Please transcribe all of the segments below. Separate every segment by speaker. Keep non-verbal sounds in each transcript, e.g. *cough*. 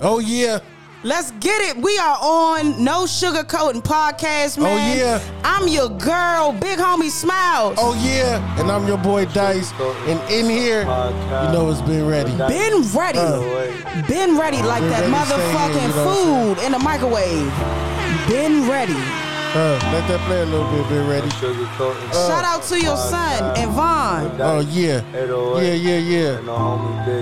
Speaker 1: Oh yeah.
Speaker 2: Let's get it. We are on No Sugarcoating Podcast, man.
Speaker 1: Oh, yeah.
Speaker 2: I'm your girl, Big Homie Smiles.
Speaker 1: Oh yeah. And I'm your boy Dice. And in here, you know it's been ready.
Speaker 2: Been ready.
Speaker 1: Uh.
Speaker 2: Been ready like
Speaker 1: Been
Speaker 2: that
Speaker 1: ready to
Speaker 2: motherfucking
Speaker 1: say it, you know what I'm saying?
Speaker 2: food in the microwave. Been ready.
Speaker 1: Uh, let that play a little bit. Been ready.
Speaker 2: Shout out to your son, Yvonne.
Speaker 1: Oh yeah. Yeah yeah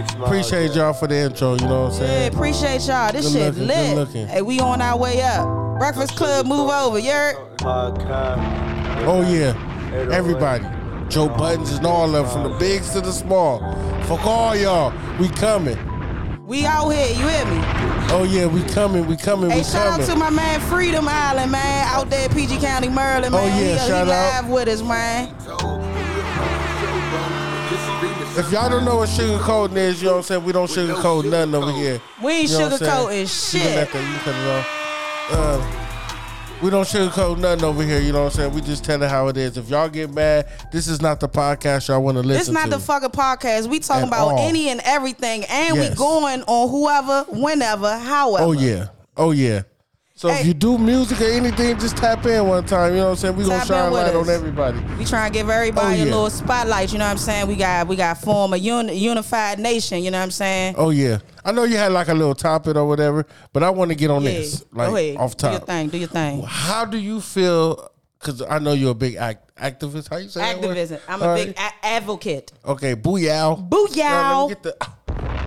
Speaker 1: yeah. Appreciate y'all for the intro. You know what I'm
Speaker 2: Yeah,
Speaker 1: saying?
Speaker 2: appreciate y'all. This
Speaker 1: Good
Speaker 2: shit
Speaker 1: looking, good
Speaker 2: lit.
Speaker 1: looking.
Speaker 2: Hey, we on our way up. Breakfast Club, move over. You're
Speaker 1: Oh yeah. Everybody. Joe Buttons and all of them, from the bigs to the small. Fuck all y'all. We coming.
Speaker 2: we out here. You hear me?
Speaker 1: Oh yeah, we coming. We coming.
Speaker 2: Hey,
Speaker 1: We
Speaker 2: shout out to
Speaker 1: coming.
Speaker 2: my man Freedom Island, man, out there in PG County, Maryland, man.
Speaker 1: Oh, yeah,
Speaker 2: he,
Speaker 1: shout
Speaker 2: he
Speaker 1: out.
Speaker 2: live with us, man.
Speaker 1: If y'all don't know what sugarcoating is, you know what I'm saying? We don't sugarcoat nothing over here.
Speaker 2: We ain't
Speaker 1: You know what I'm saying?
Speaker 2: sugarcoating
Speaker 1: You can let
Speaker 2: shit.
Speaker 1: that- you can cut it off. Uh, we don't sugarcoat nothing over here. You know what I'm saying? We just tell it how it is. If y'all get mad, this is not the podcast y'all want to listen
Speaker 2: It's not
Speaker 1: to.
Speaker 2: the fucking podcast. We talking
Speaker 1: At
Speaker 2: about
Speaker 1: all.
Speaker 2: any and everything, and
Speaker 1: Yes.
Speaker 2: we going on whoever, whenever, however.
Speaker 1: oh yeah, oh yeah. So if
Speaker 2: Hey.
Speaker 1: you do music or anything, just tap in one time. You know what I'm saying? We gonna
Speaker 2: Tap in
Speaker 1: shine
Speaker 2: with
Speaker 1: light
Speaker 2: us.
Speaker 1: on everybody.
Speaker 2: We trying to give everybody
Speaker 1: Oh,
Speaker 2: a
Speaker 1: yeah.
Speaker 2: little spotlight. You know what I'm saying? We got we got form a uni, unified nation. You know what I'm saying?
Speaker 1: Oh yeah. I know you had like a little topic or whatever, but I want to get on this like
Speaker 2: Go ahead.
Speaker 1: off
Speaker 2: Do your
Speaker 1: top.
Speaker 2: thing. Do your thing.
Speaker 1: How do you feel? Because I know you're a big act- activist. How you say that word?
Speaker 2: Activism. I'm a
Speaker 1: All
Speaker 2: big
Speaker 1: right.
Speaker 2: a- advocate.
Speaker 1: Okay, booyah.
Speaker 2: Booyah.
Speaker 1: Uh, let me get the-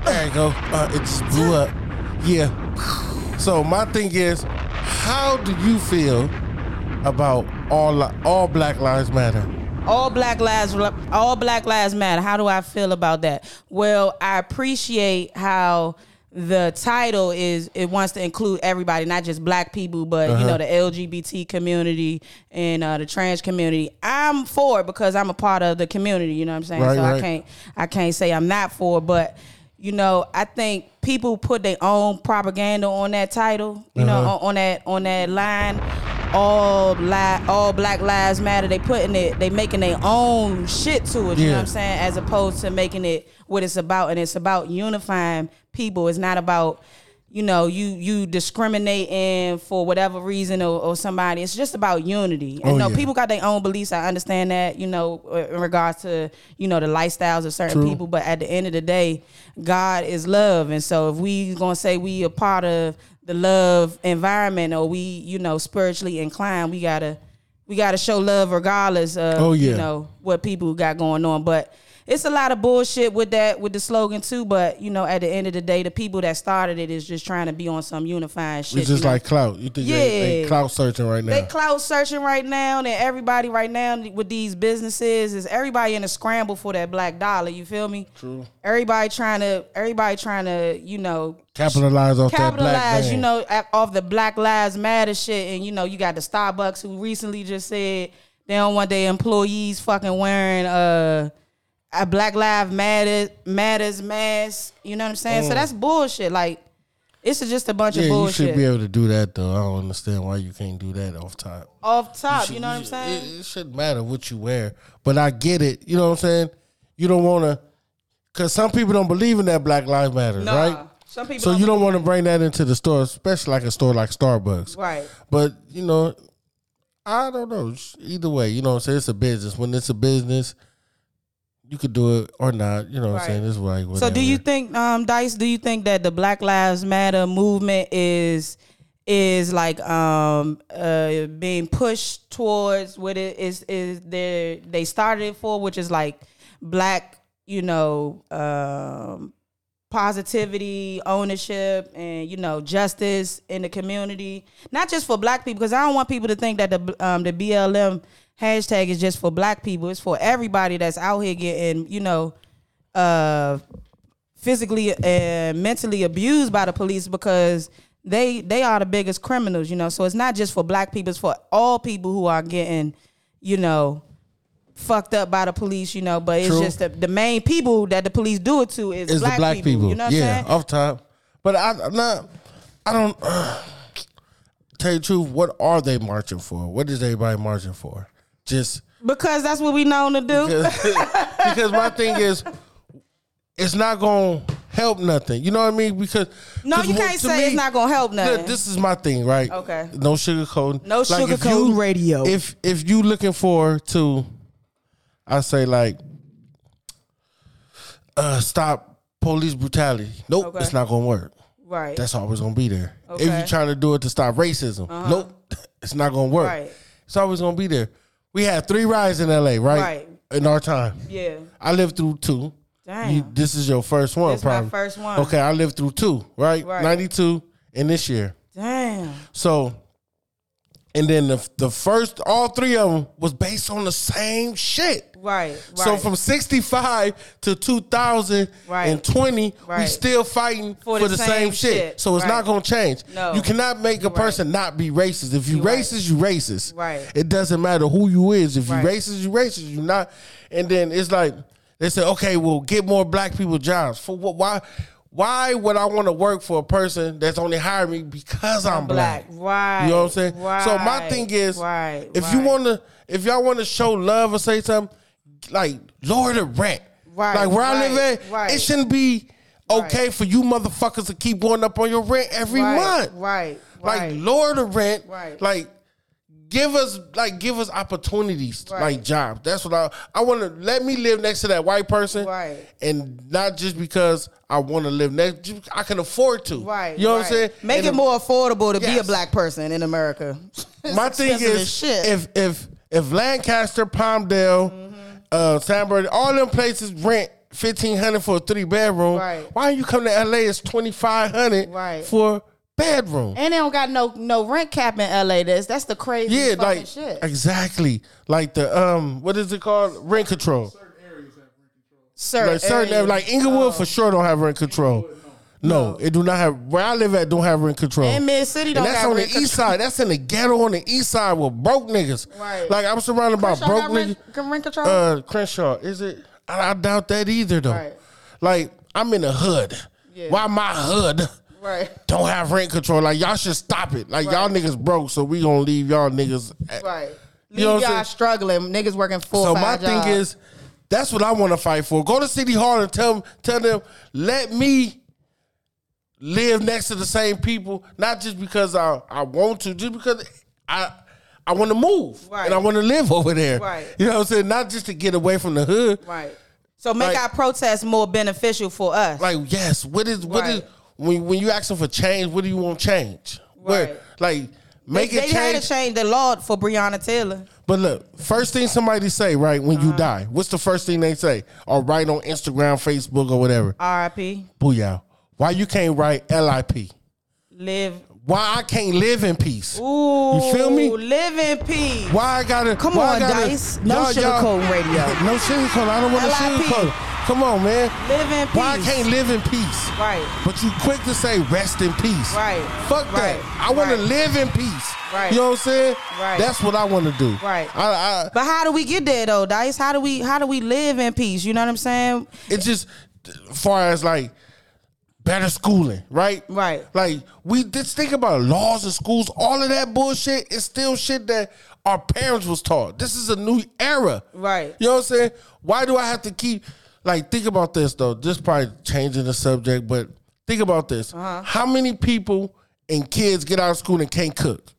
Speaker 1: there you go. Uh, it just blew up. Yeah. So my thing is, how do you feel about all li- all Black Lives Matter?
Speaker 2: All Black Lives All Black Lives Matter. How do I feel about that? Well, I appreciate how the title is it wants to include everybody, not just black people, but you
Speaker 1: Uh-huh.
Speaker 2: know the LGBT community and uh, the trans community. I'm for it because I'm a part of the community, you know what I'm saying?
Speaker 1: Right,
Speaker 2: so I
Speaker 1: right.
Speaker 2: can't I can't say I'm not for, it, but you know, I think people put their own propaganda on that title, you know,
Speaker 1: Uh-huh.
Speaker 2: on, on that on that line. All li- all Black Lives Matter. They putting it, they making their own shit to it. You know what
Speaker 1: Yeah.
Speaker 2: I'm saying? As opposed to making it what it's about, and it's about unifying people. It's not about you know you you discriminating for whatever reason or, or somebody. It's just about unity. And
Speaker 1: Oh,
Speaker 2: no,
Speaker 1: yeah.
Speaker 2: people got their own beliefs. I understand that. You know, uh, in regards to you know the lifestyles of certain
Speaker 1: True.
Speaker 2: people people, but at the end of the day, God is love. And so if we gonna say we a part of the love environment or we, you know, spiritually inclined, we gotta we gotta show love regardless of
Speaker 1: Oh,
Speaker 2: you
Speaker 1: yeah.
Speaker 2: know what people got going on. But it's a lot of bullshit with that with the slogan too. But you know, at the end of the day, the people that started it is just trying to be on some unifying shit.
Speaker 1: It's
Speaker 2: you
Speaker 1: just
Speaker 2: know?
Speaker 1: like clout. You think they, they
Speaker 2: Yeah.
Speaker 1: clout searching right now?
Speaker 2: They cloud searching right now, and everybody right now with these businesses is everybody in a scramble for that black dollar. You feel me? True. Everybody trying to, everybody trying to, you know,
Speaker 1: capitalize off that black
Speaker 2: capitalize,
Speaker 1: man.
Speaker 2: you know, at- off the Black Lives Matter shit. And you know, you got the Starbucks who recently just said they don't want their employees fucking wearing uh, a Black Lives Matter matters mask. You know what I'm saying? So that's bullshit. Like, it's just a bunch
Speaker 1: Mm. yeah,
Speaker 2: of
Speaker 1: you
Speaker 2: bullshit.
Speaker 1: should be able to do that though. I don't understand why you can't do that off top.
Speaker 2: off top, you know what I'm
Speaker 1: should-
Speaker 2: saying?
Speaker 1: It, it shouldn't matter what you wear, but I get it. You know what I'm saying? You don't want to, because some people don't believe in that Black Lives Matter,
Speaker 2: Nah.
Speaker 1: right?
Speaker 2: Some people
Speaker 1: So
Speaker 2: don't
Speaker 1: you don't want to bring that into the store, especially like a store like Starbucks,
Speaker 2: Right.
Speaker 1: But you know, I don't know. Sh- Either way, you know what I'm saying? It's a business. When it's a business, you could do it or not. You know what
Speaker 2: Right.
Speaker 1: I'm saying? It's like
Speaker 2: So
Speaker 1: whatever.
Speaker 2: do you think, um, Dice? Do you think that the Black Lives Matter movement is is like um uh being pushed towards what it is is there they started it for, which is like black, you know, um positivity, ownership, and you know justice in the community. Not just for black people, because I don't want people to think that the um, the BLM hashtag is just for black people. It's for everybody that's out here getting you know uh, physically and mentally abused by the police because. They they are the biggest criminals, you know. So it's not just for black people; it's for all people who are getting, you know, fucked up by the police, you know. But it's
Speaker 1: True.
Speaker 2: just the, the main people that the police do it to is
Speaker 1: It's
Speaker 2: black,
Speaker 1: the black people.
Speaker 2: You know what
Speaker 1: yeah,
Speaker 2: I'm saying?
Speaker 1: off top. But I, I'm not. I don't. *sighs* tell you the truth. What are they marching for? What is everybody marching for? Just
Speaker 2: Because that's
Speaker 1: *laughs*
Speaker 2: what we known to do.
Speaker 1: because my thing is, it's not going to help nothing. You know what I mean? Because
Speaker 2: No,
Speaker 1: 'cause
Speaker 2: you
Speaker 1: wha-
Speaker 2: can't
Speaker 1: to
Speaker 2: say it's not gonna help
Speaker 1: Look,
Speaker 2: nothing.
Speaker 1: This is my thing, right?
Speaker 2: Okay.
Speaker 1: No sugarcoating.
Speaker 2: No
Speaker 1: if
Speaker 2: sugarcoating
Speaker 1: you-
Speaker 3: radio.
Speaker 1: If if you looking for to, I say like, uh, stop police brutality. Nope,
Speaker 2: Okay.
Speaker 1: it's not gonna work.
Speaker 2: right.
Speaker 1: That's always gonna be there. If
Speaker 2: Okay. Uh-huh.
Speaker 1: you're trying to do it to stop racism, nope, *laughs* it's not gonna work.
Speaker 2: Right.
Speaker 1: It's always gonna be there. We had three riots in L.A. Right.
Speaker 2: Right.
Speaker 1: In our time,
Speaker 2: yeah.
Speaker 1: I lived through two.
Speaker 2: Damn.
Speaker 1: You- this is your first one,
Speaker 2: Uh-huh. This my
Speaker 1: probably.
Speaker 2: first one.
Speaker 1: Okay, I lived through two, right?
Speaker 2: Right.
Speaker 1: Ninety-two and this year.
Speaker 2: Damn.
Speaker 1: So, and then the the first, all three of them was based on the same shit.
Speaker 2: Right. Right.
Speaker 1: So from sixty five to two thousand and twenty, we
Speaker 2: Right.
Speaker 1: still fighting for, the, same, shit. So it's
Speaker 2: Right.
Speaker 1: not going to change.
Speaker 2: No.
Speaker 1: You cannot make a person not be racist. If you
Speaker 2: You right.
Speaker 1: racist, you racist.
Speaker 2: Right.
Speaker 1: It doesn't matter who you is. If you
Speaker 2: Right.
Speaker 1: racist, you racist. You not. And then it's like they say, okay, well, get more black people jobs. For what? Why? Why would I want to work for a person that's only hiring me because I'm black?
Speaker 2: black. Right.
Speaker 1: You know what I'm saying? So my
Speaker 2: Right.
Speaker 1: thing is,
Speaker 2: Right.
Speaker 1: if you
Speaker 2: Right.
Speaker 1: want to, if y'all want to show love or say something, like lower the rent.
Speaker 2: Right.
Speaker 1: Like where I
Speaker 2: Right.
Speaker 1: live at,
Speaker 2: Right.
Speaker 1: it shouldn't be okay for you motherfuckers to keep going up on your rent every
Speaker 2: right.
Speaker 1: month.
Speaker 2: Right.
Speaker 1: Like
Speaker 2: Right.
Speaker 1: lower the rent.
Speaker 2: Right.
Speaker 1: Like give us like give us opportunities
Speaker 2: Right.
Speaker 1: like jobs. That's what I I want to let me live next to that white person.
Speaker 2: Right.
Speaker 1: And not just because I want to live next just- I can afford to.
Speaker 2: Right.
Speaker 1: You know what
Speaker 2: right.
Speaker 1: I'm saying?
Speaker 2: Make
Speaker 1: And
Speaker 2: it
Speaker 1: the-
Speaker 2: more affordable to be a
Speaker 1: Yes.
Speaker 2: black person in America.
Speaker 1: *laughs* my
Speaker 2: It's
Speaker 1: thing
Speaker 2: expensive
Speaker 1: is
Speaker 2: as shit. Mm-hmm.
Speaker 1: if if if Lancaster, Palmdale, uh, San Bernardino, all them places rent fifteen hundred for a three bedroom.
Speaker 2: Right.
Speaker 1: Why you come to LA? It's twenty five hundred
Speaker 2: Right.
Speaker 1: for bedroom.
Speaker 2: and they don't got no no rent cap in LA. That's that's the crazy
Speaker 1: yeah,
Speaker 2: fucking
Speaker 1: like
Speaker 2: shit.
Speaker 1: exactly like the um what is it called rent control?
Speaker 2: certain,
Speaker 1: Like certain
Speaker 2: areas. Oh.
Speaker 1: like Inglewood for sure don't have rent control. No, it do not have where I live at don't have rent control.
Speaker 2: And Mid City don't
Speaker 1: And that's
Speaker 2: got
Speaker 1: on the
Speaker 2: rent
Speaker 1: east side. That's in the ghetto on the east side with broke niggas.
Speaker 2: Right.
Speaker 1: Like I'm surrounded by
Speaker 2: Crenshaw
Speaker 1: broke
Speaker 2: got
Speaker 1: niggas.
Speaker 2: rent- rent control?
Speaker 1: Uh, Crenshaw is it? I, I doubt that either though.
Speaker 2: Right.
Speaker 1: Like I'm in a hood.
Speaker 2: Yeah.
Speaker 1: Why my hood
Speaker 2: Right.
Speaker 1: don't have rent control? Like y'all should stop it. Like y'all niggas broke, so we gonna leave y'all niggas. at-
Speaker 2: Right.
Speaker 1: You know
Speaker 2: Leave
Speaker 1: what I'm saying?
Speaker 2: y'all struggling. Niggas working full.
Speaker 1: So my thing is, that's what I want to fight for. Go to City Hall and tell them, tell them, let me live next to the same people, not just because I, I want to, just because I I want to move
Speaker 2: Right.
Speaker 1: and I want to live over there.
Speaker 2: Right.
Speaker 1: You know what I'm saying? Not just to get away from the hood.
Speaker 2: right. So make
Speaker 1: Like-
Speaker 2: our protests more beneficial for us.
Speaker 1: Like yes, what is what is
Speaker 2: Right.
Speaker 1: when when you asking for change? What do you want change? Where
Speaker 2: Right.
Speaker 1: like make
Speaker 2: they
Speaker 1: it
Speaker 2: had
Speaker 1: change.
Speaker 2: to change the law for Breonna Taylor.
Speaker 1: But look, first thing somebody say, right, when
Speaker 2: Uh-huh.
Speaker 1: you die, what's the first thing they say? Or write on Instagram, Facebook, or whatever.
Speaker 2: R.I.P.
Speaker 1: Booyah. Why you can't write LIP?
Speaker 2: Live.
Speaker 1: Why I can't live in peace?
Speaker 2: Ooh,
Speaker 1: You feel me?
Speaker 2: Live in peace.
Speaker 1: Why I gotta
Speaker 2: Come
Speaker 1: why I
Speaker 2: on,
Speaker 1: gotta-
Speaker 2: Dice. No
Speaker 1: y'all- y'all-
Speaker 2: sugarcoating radio.
Speaker 1: No sugarcoat. I don't want to
Speaker 2: LIP.
Speaker 1: sugarcoat. Come on, man.
Speaker 2: Live in
Speaker 1: Why I
Speaker 2: peace.
Speaker 1: can't live in peace?
Speaker 2: Right.
Speaker 1: But you quick to say rest in peace.
Speaker 2: Right.
Speaker 1: Fuck
Speaker 2: Right.
Speaker 1: that. I want to
Speaker 2: Right.
Speaker 1: live in peace.
Speaker 2: Right.
Speaker 1: You know what I'm saying?
Speaker 2: Right.
Speaker 1: That's what I want to do.
Speaker 2: Right.
Speaker 1: I, I
Speaker 2: But how do we get there though, Dice? How do we how do we live in peace? You know what I'm saying?
Speaker 1: It's just far as like better schooling, right?
Speaker 2: Right.
Speaker 1: Like we just think about laws and schools, all of that bullshit is still shit that our parents was taught. This is a new era.
Speaker 2: Right.
Speaker 1: You know what I'm saying? Why do I have to keep like think about this though? Just probably changing the subject, but think about this.
Speaker 2: Uh-huh.
Speaker 1: How many people and kids get out of school and can't cook?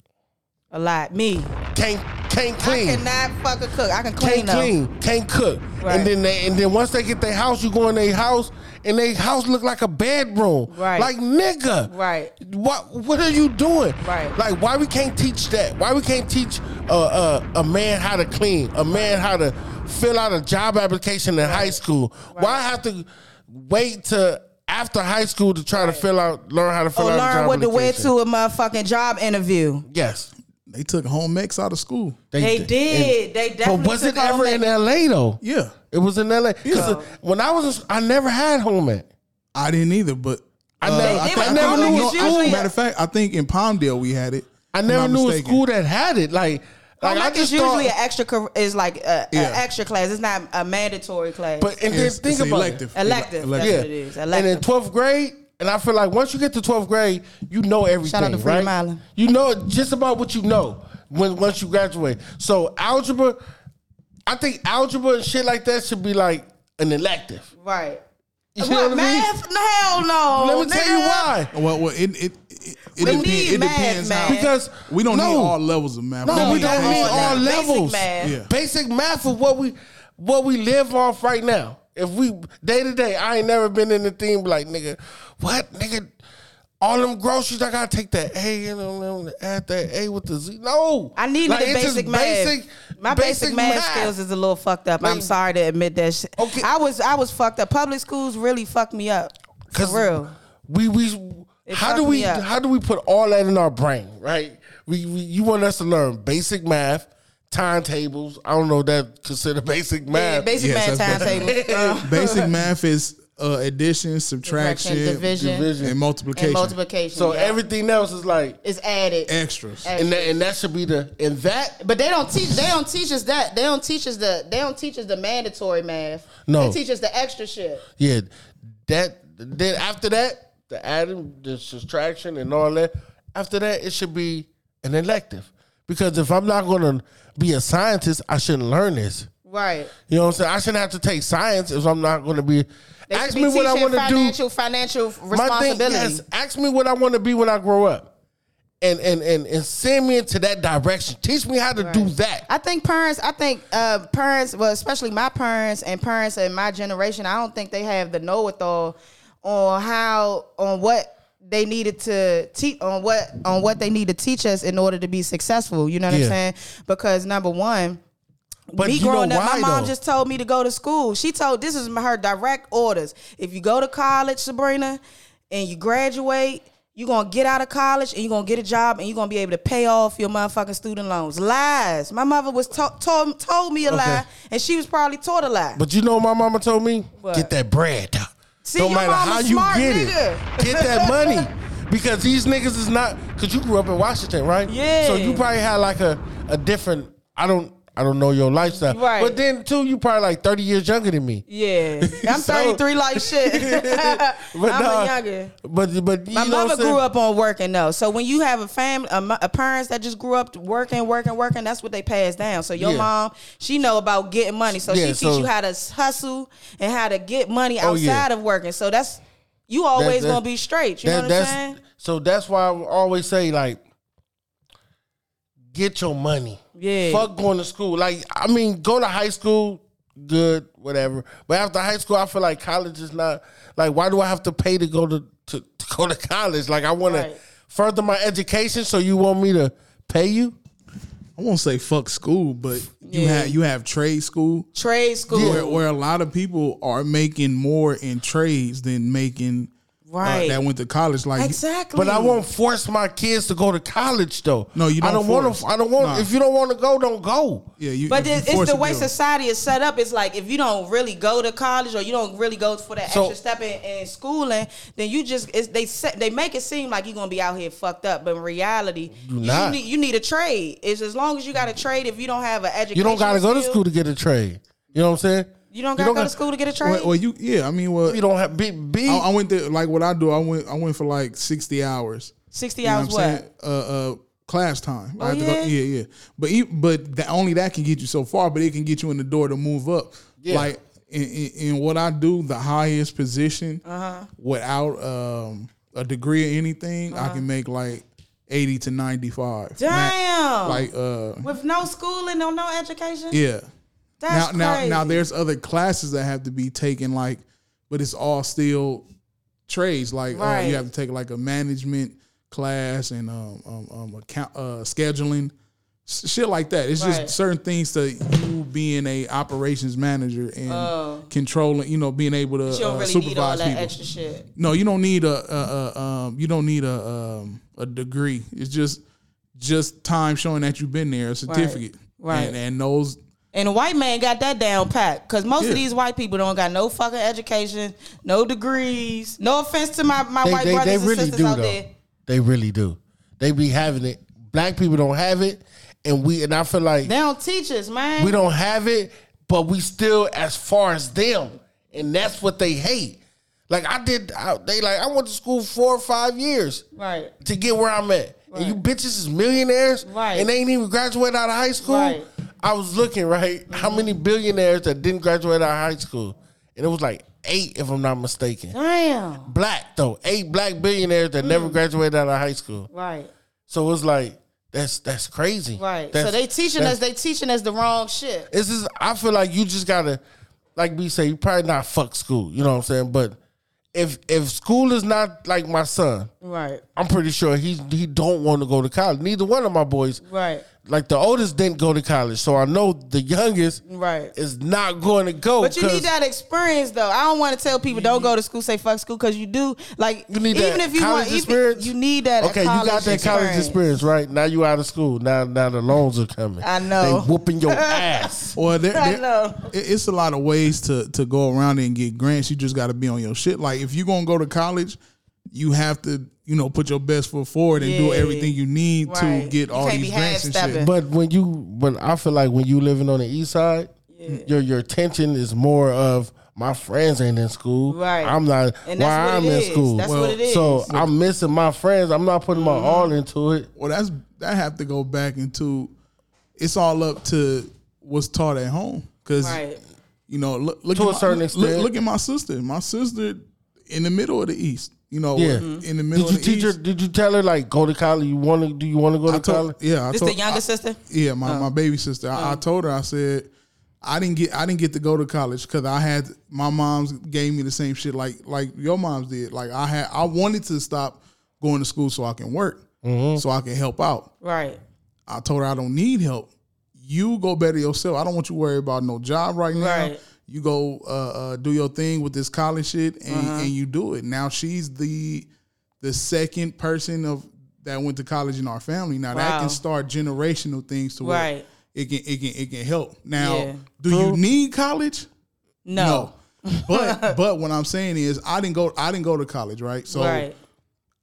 Speaker 2: A lot. Me.
Speaker 1: Can't can't clean.
Speaker 2: I cannot fuck a cook. I can
Speaker 1: can't
Speaker 2: clean though.
Speaker 1: clean, can't cook,
Speaker 2: Right.
Speaker 1: and then they, and then once they get their house, you go in their house, and their house look like a bedroom,
Speaker 2: Right.
Speaker 1: Like nigga,
Speaker 2: Right.
Speaker 1: What what are you doing,
Speaker 2: Right.
Speaker 1: Like why we can't teach that? Why we can't teach a a, a man how to clean, a man how to fill out a job application in high school? Why I have to wait to after high school to try to fill out, learn how to
Speaker 2: Or
Speaker 1: fill out a
Speaker 2: learn
Speaker 1: job
Speaker 2: what to wear
Speaker 1: application?
Speaker 2: to a motherfucking job interview.
Speaker 1: Yes,
Speaker 3: They took home ecs out of school.
Speaker 2: They
Speaker 1: And-
Speaker 2: did. They definitely.
Speaker 1: but was it
Speaker 2: took home
Speaker 1: ever
Speaker 2: that-
Speaker 1: in L.A. though?
Speaker 3: Yeah,
Speaker 1: It was in LA. 'Cause
Speaker 3: Yeah.
Speaker 1: it- when I was, in s- I never had home ec.
Speaker 3: I didn't either, but uh,
Speaker 1: I never-
Speaker 3: I
Speaker 1: they
Speaker 3: think-
Speaker 1: were
Speaker 3: I think-
Speaker 1: growing
Speaker 3: no,
Speaker 1: up
Speaker 3: no,
Speaker 1: usually-
Speaker 3: matter of fact, I think in Palmdale we had it.
Speaker 1: I
Speaker 3: if
Speaker 1: never
Speaker 3: I'm
Speaker 1: knew a
Speaker 3: mistaken.
Speaker 1: school that had it. Like, like
Speaker 2: Home
Speaker 1: I
Speaker 2: ec is
Speaker 1: just
Speaker 2: usually
Speaker 1: thought,
Speaker 2: an extra cur- is like a,
Speaker 3: Yeah.
Speaker 2: an extra class. It's not a mandatory class.
Speaker 1: but and then
Speaker 3: It's-
Speaker 1: think
Speaker 3: it's
Speaker 1: about
Speaker 3: elective.
Speaker 1: it.
Speaker 2: Elective,
Speaker 1: Yeah,
Speaker 2: That's what it is,
Speaker 1: and in
Speaker 2: elective.
Speaker 1: twelfth grade, and I feel like once you get to twelfth grade, you know everything.
Speaker 2: Shout out to Freedom
Speaker 1: right?
Speaker 2: Island.
Speaker 1: You know just about what you know when once you graduate. So algebra, I think algebra and shit like that should be like an elective.
Speaker 2: right.
Speaker 1: You know
Speaker 2: What,
Speaker 1: what Oh, I mean?
Speaker 2: math? Hell no.
Speaker 1: Let me tell you
Speaker 2: nigga.
Speaker 1: why.
Speaker 3: Well, well, it it it, it,
Speaker 2: We
Speaker 3: depend-
Speaker 2: need
Speaker 3: it
Speaker 2: math,
Speaker 3: depends
Speaker 2: man.
Speaker 3: how
Speaker 1: Because
Speaker 3: we don't
Speaker 1: no,
Speaker 3: need all levels of math.
Speaker 1: No, we
Speaker 3: need
Speaker 1: don't
Speaker 2: all
Speaker 1: need all
Speaker 2: math.
Speaker 3: basic
Speaker 2: Basic
Speaker 1: levels.
Speaker 2: math.
Speaker 3: Yeah.
Speaker 1: Basic math is what we what we live off right now. If we day to day, I ain't never been in the theme like nigga, what nigga? All them groceries, I gotta take that A and them- them add that A with the Z. No,
Speaker 2: I need
Speaker 1: Like,
Speaker 2: the
Speaker 1: it's just
Speaker 2: basic math. My basic, math, skills is a little fucked up. I'm
Speaker 1: Like-
Speaker 2: sorry to admit that. Shit.
Speaker 1: Okay.
Speaker 2: I was I was fucked up. Public schools really fucked me up. For real.
Speaker 1: We we
Speaker 2: It
Speaker 1: how do
Speaker 2: fucked
Speaker 1: we
Speaker 2: me up.
Speaker 1: how do we put all that in our brain? Right? We, we you want us to learn basic math, timetables. I don't know if that considered basic
Speaker 2: Yeah,
Speaker 1: math.
Speaker 2: basic
Speaker 3: Yes,
Speaker 2: math
Speaker 1: *laughs*
Speaker 3: that's
Speaker 2: timetable. Uh, *laughs*
Speaker 3: Basic math is uh, addition, subtraction,
Speaker 2: correction, division,
Speaker 1: division.
Speaker 3: and multiplication.
Speaker 2: and multiplication.
Speaker 1: so
Speaker 2: yeah.
Speaker 1: everything else is like,
Speaker 2: is eh, added.
Speaker 3: Extras.
Speaker 1: and that, and that should be the and that
Speaker 2: But they don't teach. They don't teach us that. They don't teach us the. They don't teach us the mandatory math.
Speaker 1: No.
Speaker 2: they teach us the extra shit.
Speaker 1: yeah that then after that the adding the subtraction and all that after that it should be an elective because if I'm not gonna be a scientist I shouldn't learn this.
Speaker 2: Right.
Speaker 1: You know what I'm saying? I shouldn't have to take science if I'm not going to be.
Speaker 2: They
Speaker 1: ask
Speaker 2: should be
Speaker 1: me what I
Speaker 2: teaching
Speaker 1: want to do.
Speaker 2: Financial, financial
Speaker 1: My
Speaker 2: responsibility.
Speaker 1: thing, yes. Ask me what I want to be when I grow up, and and and and send me into that direction. Teach me how to do that.
Speaker 2: I think parents. I think uh, parents. Well, especially my parents and parents in my generation. I don't think they have the know-it-all on how on what they needed to teach on what on what they need to teach us in order to be successful. You know what
Speaker 1: Yeah.
Speaker 2: I'm saying? Because number one.
Speaker 1: But
Speaker 2: me
Speaker 1: you know
Speaker 2: growing up, my
Speaker 1: why,
Speaker 2: mom
Speaker 1: though?
Speaker 2: just told me to go to school. She told this is her direct orders. If you go to college, Sabrina, and you graduate, you're gonna get out of college and you're gonna get a job and you're gonna be able to pay off your motherfucking student loans. Lies. My mother was to- told told me a lie, and she was probably taught a lie.
Speaker 1: But you know, what my mama told me,
Speaker 2: What?
Speaker 1: get that bread.
Speaker 2: See,
Speaker 1: Don't
Speaker 2: your
Speaker 1: matter
Speaker 2: mama
Speaker 1: how you
Speaker 2: smart,
Speaker 1: get
Speaker 2: nigga.
Speaker 1: it, get that money. Because these niggas is not. Cause you grew up in Washington, right?
Speaker 2: Yeah.
Speaker 1: So you probably had like a a different. I don't. I don't know your lifestyle.
Speaker 2: Right.
Speaker 1: But then too, you probably like thirty years younger than me.
Speaker 2: yeah,
Speaker 1: *laughs*
Speaker 2: I'm
Speaker 1: So-
Speaker 2: 33 like shit.
Speaker 1: *laughs* But
Speaker 2: *laughs* I'm
Speaker 1: nah,
Speaker 2: a younger.
Speaker 1: But but you
Speaker 2: My
Speaker 1: know what
Speaker 2: mother
Speaker 1: I'm saying?
Speaker 2: grew up on working though, so when you have a family, a, mo- a parents that just grew up working, working, working, that's what they pass down. So your
Speaker 1: Yeah.
Speaker 2: mom, she know about getting money, so
Speaker 1: Yeah,
Speaker 2: she teach
Speaker 1: so-
Speaker 2: you how to s- hustle and how to get money outside
Speaker 1: Oh, yeah.
Speaker 2: of working. So that's you always
Speaker 1: that-
Speaker 2: gonna be straight. You
Speaker 1: That-
Speaker 2: know what I'm
Speaker 1: that's,
Speaker 2: saying?
Speaker 1: So that's why I always say like, get your money.
Speaker 2: Yeah.
Speaker 1: Fuck going to school. Like I mean, go to high school, good, whatever. But after high school, I feel like college is not like. Why do I have to pay to go to to, to go to college? Like I want
Speaker 2: Right.
Speaker 1: to further my education. So you want me to pay you?
Speaker 3: I won't say fuck school, but you
Speaker 2: Yeah.
Speaker 3: have you have trade school
Speaker 2: Trade school,
Speaker 3: where, where a lot of people are making more in trades than making uh,
Speaker 2: right?
Speaker 3: that went to college. Like
Speaker 2: exactly.
Speaker 1: But I won't force my kids to go to college though.
Speaker 3: No, you
Speaker 1: I
Speaker 3: don't
Speaker 1: don't want
Speaker 3: force.
Speaker 1: to. I don't want.
Speaker 3: Nah.
Speaker 1: If you don't want to go, don't go.
Speaker 3: Yeah, you.
Speaker 2: But
Speaker 3: you
Speaker 2: it,
Speaker 3: force
Speaker 2: it's the
Speaker 3: it
Speaker 2: way
Speaker 3: to them.
Speaker 2: society is set up. It's like if you don't really go to college or you don't really go for that
Speaker 1: So-
Speaker 2: extra step in, in schooling, then you just it's, they set, they make it seem like you're gonna be out here fucked up. But in reality, you,
Speaker 1: not.
Speaker 2: need, you need a trade. It's as long as you got a trade. If you don't have an education,
Speaker 1: You don't gotta go to
Speaker 2: skill,
Speaker 1: school to get a trade. You know what I'm saying?
Speaker 2: You don't gotta go to school to get a trade.
Speaker 3: Well, well, you. Yeah, I mean, well,
Speaker 1: You don't have be be.
Speaker 2: Oh,
Speaker 3: I, I went there. Like what I do, I went. I went for like sixty hours.
Speaker 2: Sixty
Speaker 3: You know
Speaker 2: hours.
Speaker 3: what I'm
Speaker 2: What? Oh,
Speaker 3: saying? Uh, uh, class time. I had to go-
Speaker 2: yeah?
Speaker 3: yeah, yeah. But e but that only that can get you so far, but it can get you in the door to move up.
Speaker 1: Yeah.
Speaker 3: Like in, in, in what I do, the highest position
Speaker 2: Uh-huh.
Speaker 3: without um, a degree or anything,
Speaker 2: Uh-huh.
Speaker 3: I can make like eighty to ninety five.
Speaker 2: Damn.
Speaker 3: Like uh,
Speaker 2: With no schooling, no no education.
Speaker 3: yeah.
Speaker 2: That's
Speaker 3: now
Speaker 2: crazy.
Speaker 3: now now there's other classes that have to be taken like but it's all still trades like uh,
Speaker 2: Right.
Speaker 3: you have to take like a management class and um, um, um account uh, scheduling s- shit like that it's
Speaker 2: Right.
Speaker 3: just certain things to you being a operations manager and
Speaker 2: Oh.
Speaker 3: controlling you know being able to
Speaker 2: you don't
Speaker 3: uh,
Speaker 2: really need all
Speaker 3: supervise
Speaker 2: that
Speaker 3: people
Speaker 2: extra shit.
Speaker 3: no, you don't need a, a, a um, you don't need a um, a degree. It's just just time showing that you've been there, a certificate,
Speaker 2: Right.
Speaker 3: And, and those
Speaker 2: And a white man got that down pat because most
Speaker 3: Yeah.
Speaker 2: of these white people don't got no fucking education, no degrees. No offense to my, my white brothers and sisters out there.
Speaker 1: They really do. They be having it. Black people don't have it, and we and I feel like
Speaker 2: They don't teach us, man.
Speaker 1: we don't have it, but we still as far as them, and that's what they hate. Like I did, I, they like I went to school four or five years
Speaker 2: Right.
Speaker 1: to get where I'm at. And you bitches is millionaires,
Speaker 2: Right.
Speaker 1: And they ain't even graduated out of high school.
Speaker 2: Right.
Speaker 1: I was looking right how many billionaires that didn't graduate out of high school, and it was like eight, if I'm not mistaken.
Speaker 2: Damn.
Speaker 1: Black though, eight black billionaires that
Speaker 2: Mm.
Speaker 1: never graduated out of high school.
Speaker 2: Right.
Speaker 1: So it's like that's that's crazy.
Speaker 2: Right.
Speaker 1: That's-
Speaker 2: so they teaching
Speaker 1: that's-
Speaker 2: us. They teaching us the wrong shit.
Speaker 1: it's just I feel like you just gotta like we say, you probably not fuck school, you know what I'm saying? But if if school is not like my son,
Speaker 2: Right.
Speaker 1: I'm pretty sure he he don't want to go to college. Neither one of my boys,
Speaker 2: Right.
Speaker 1: like the oldest didn't go to college. So I know the youngest
Speaker 2: Right.
Speaker 1: is not going to go.
Speaker 2: But you
Speaker 1: 'cause-
Speaker 2: need that experience though. I don't want to tell people don't go to school, say fuck school, because you do. Like
Speaker 1: You need
Speaker 2: even
Speaker 1: that
Speaker 2: if you
Speaker 1: college
Speaker 2: want, even,
Speaker 1: experience?
Speaker 2: you need that.
Speaker 1: Okay, you got that college experience, right? Now you out of school. Now now the loans are coming.
Speaker 2: I know.
Speaker 1: They whooping
Speaker 2: *laughs*
Speaker 1: your ass.
Speaker 3: Or there,
Speaker 2: I
Speaker 3: there-
Speaker 2: know.
Speaker 3: it- it's a lot of ways to to go around it and get grants. You just got to be on your shit. Like if you're gonna go to college, you have to you know put your best foot forward and do
Speaker 2: Yeah.
Speaker 3: everything you need to
Speaker 2: Right.
Speaker 3: get
Speaker 2: You
Speaker 3: all
Speaker 2: can't
Speaker 3: these
Speaker 2: be
Speaker 3: grants and shit.
Speaker 2: half-stepping.
Speaker 1: But when you but I feel like when you living on the east side, your your attention is more of my friends ain't in school.
Speaker 2: Right.
Speaker 1: I'm not
Speaker 2: And that's
Speaker 1: why
Speaker 2: what
Speaker 1: I'm
Speaker 2: it
Speaker 1: in
Speaker 2: is.
Speaker 1: school.
Speaker 2: That's Well, what it is. Mm-hmm.
Speaker 1: So I'm missing my friends. I'm not putting my all into it.
Speaker 3: Well, that's that have to go back into. It's all up to what's taught at home because
Speaker 2: Right.
Speaker 3: you know look look
Speaker 1: To
Speaker 3: at
Speaker 1: a
Speaker 3: my,
Speaker 1: certain
Speaker 3: look-
Speaker 1: extent.
Speaker 3: Look, at my sister. My sister in the middle of the east. You know,
Speaker 1: Yeah.
Speaker 3: in the middle.
Speaker 1: Did you
Speaker 3: of the
Speaker 1: teach her
Speaker 3: East.
Speaker 1: did you tell her like go to college? You wanna do you wanna go to
Speaker 3: I told,
Speaker 1: college?
Speaker 3: yeah, I
Speaker 2: This
Speaker 3: told,
Speaker 2: the younger sister.
Speaker 3: Yeah, my,
Speaker 2: Oh.
Speaker 3: my baby sister. I, I told her. I said, I didn't get I didn't get to go to college because I had my mom's gave me the same shit like like your mom's did. Like I had I wanted to stop going to school so I can work so I can help out.
Speaker 2: Right.
Speaker 3: I told her I don't need help. You go better yourself. I don't want you worried about no job right now.
Speaker 2: Right.
Speaker 3: You go uh, uh, do your thing with this college shit, and,
Speaker 2: Uh-huh.
Speaker 3: and you do it. Now she's the the second person of that went to college in our family. Now that
Speaker 2: Wow.
Speaker 3: can start generational things to where
Speaker 2: Right.
Speaker 3: it can it can it can help. Now,
Speaker 2: Yeah.
Speaker 3: do you need college?
Speaker 2: No. *laughs*
Speaker 3: but but what I'm saying is I didn't go I didn't go to college, right? So
Speaker 2: right. Mm-hmm.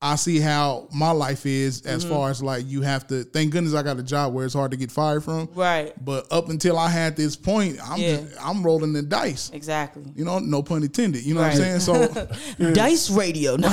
Speaker 3: I see how my life is as far as like you have to. Thank goodness I got a job where it's hard to get fired from.
Speaker 2: Right.
Speaker 3: But up until I had this point, I'm
Speaker 2: Yeah.
Speaker 3: just, I'm rolling the dice.
Speaker 2: Exactly.
Speaker 3: You know, no pun intended. You know what I'm
Speaker 2: Right.
Speaker 3: saying? So
Speaker 2: Dice
Speaker 1: *laughs*
Speaker 2: Radio. *laughs*
Speaker 3: *laughs* now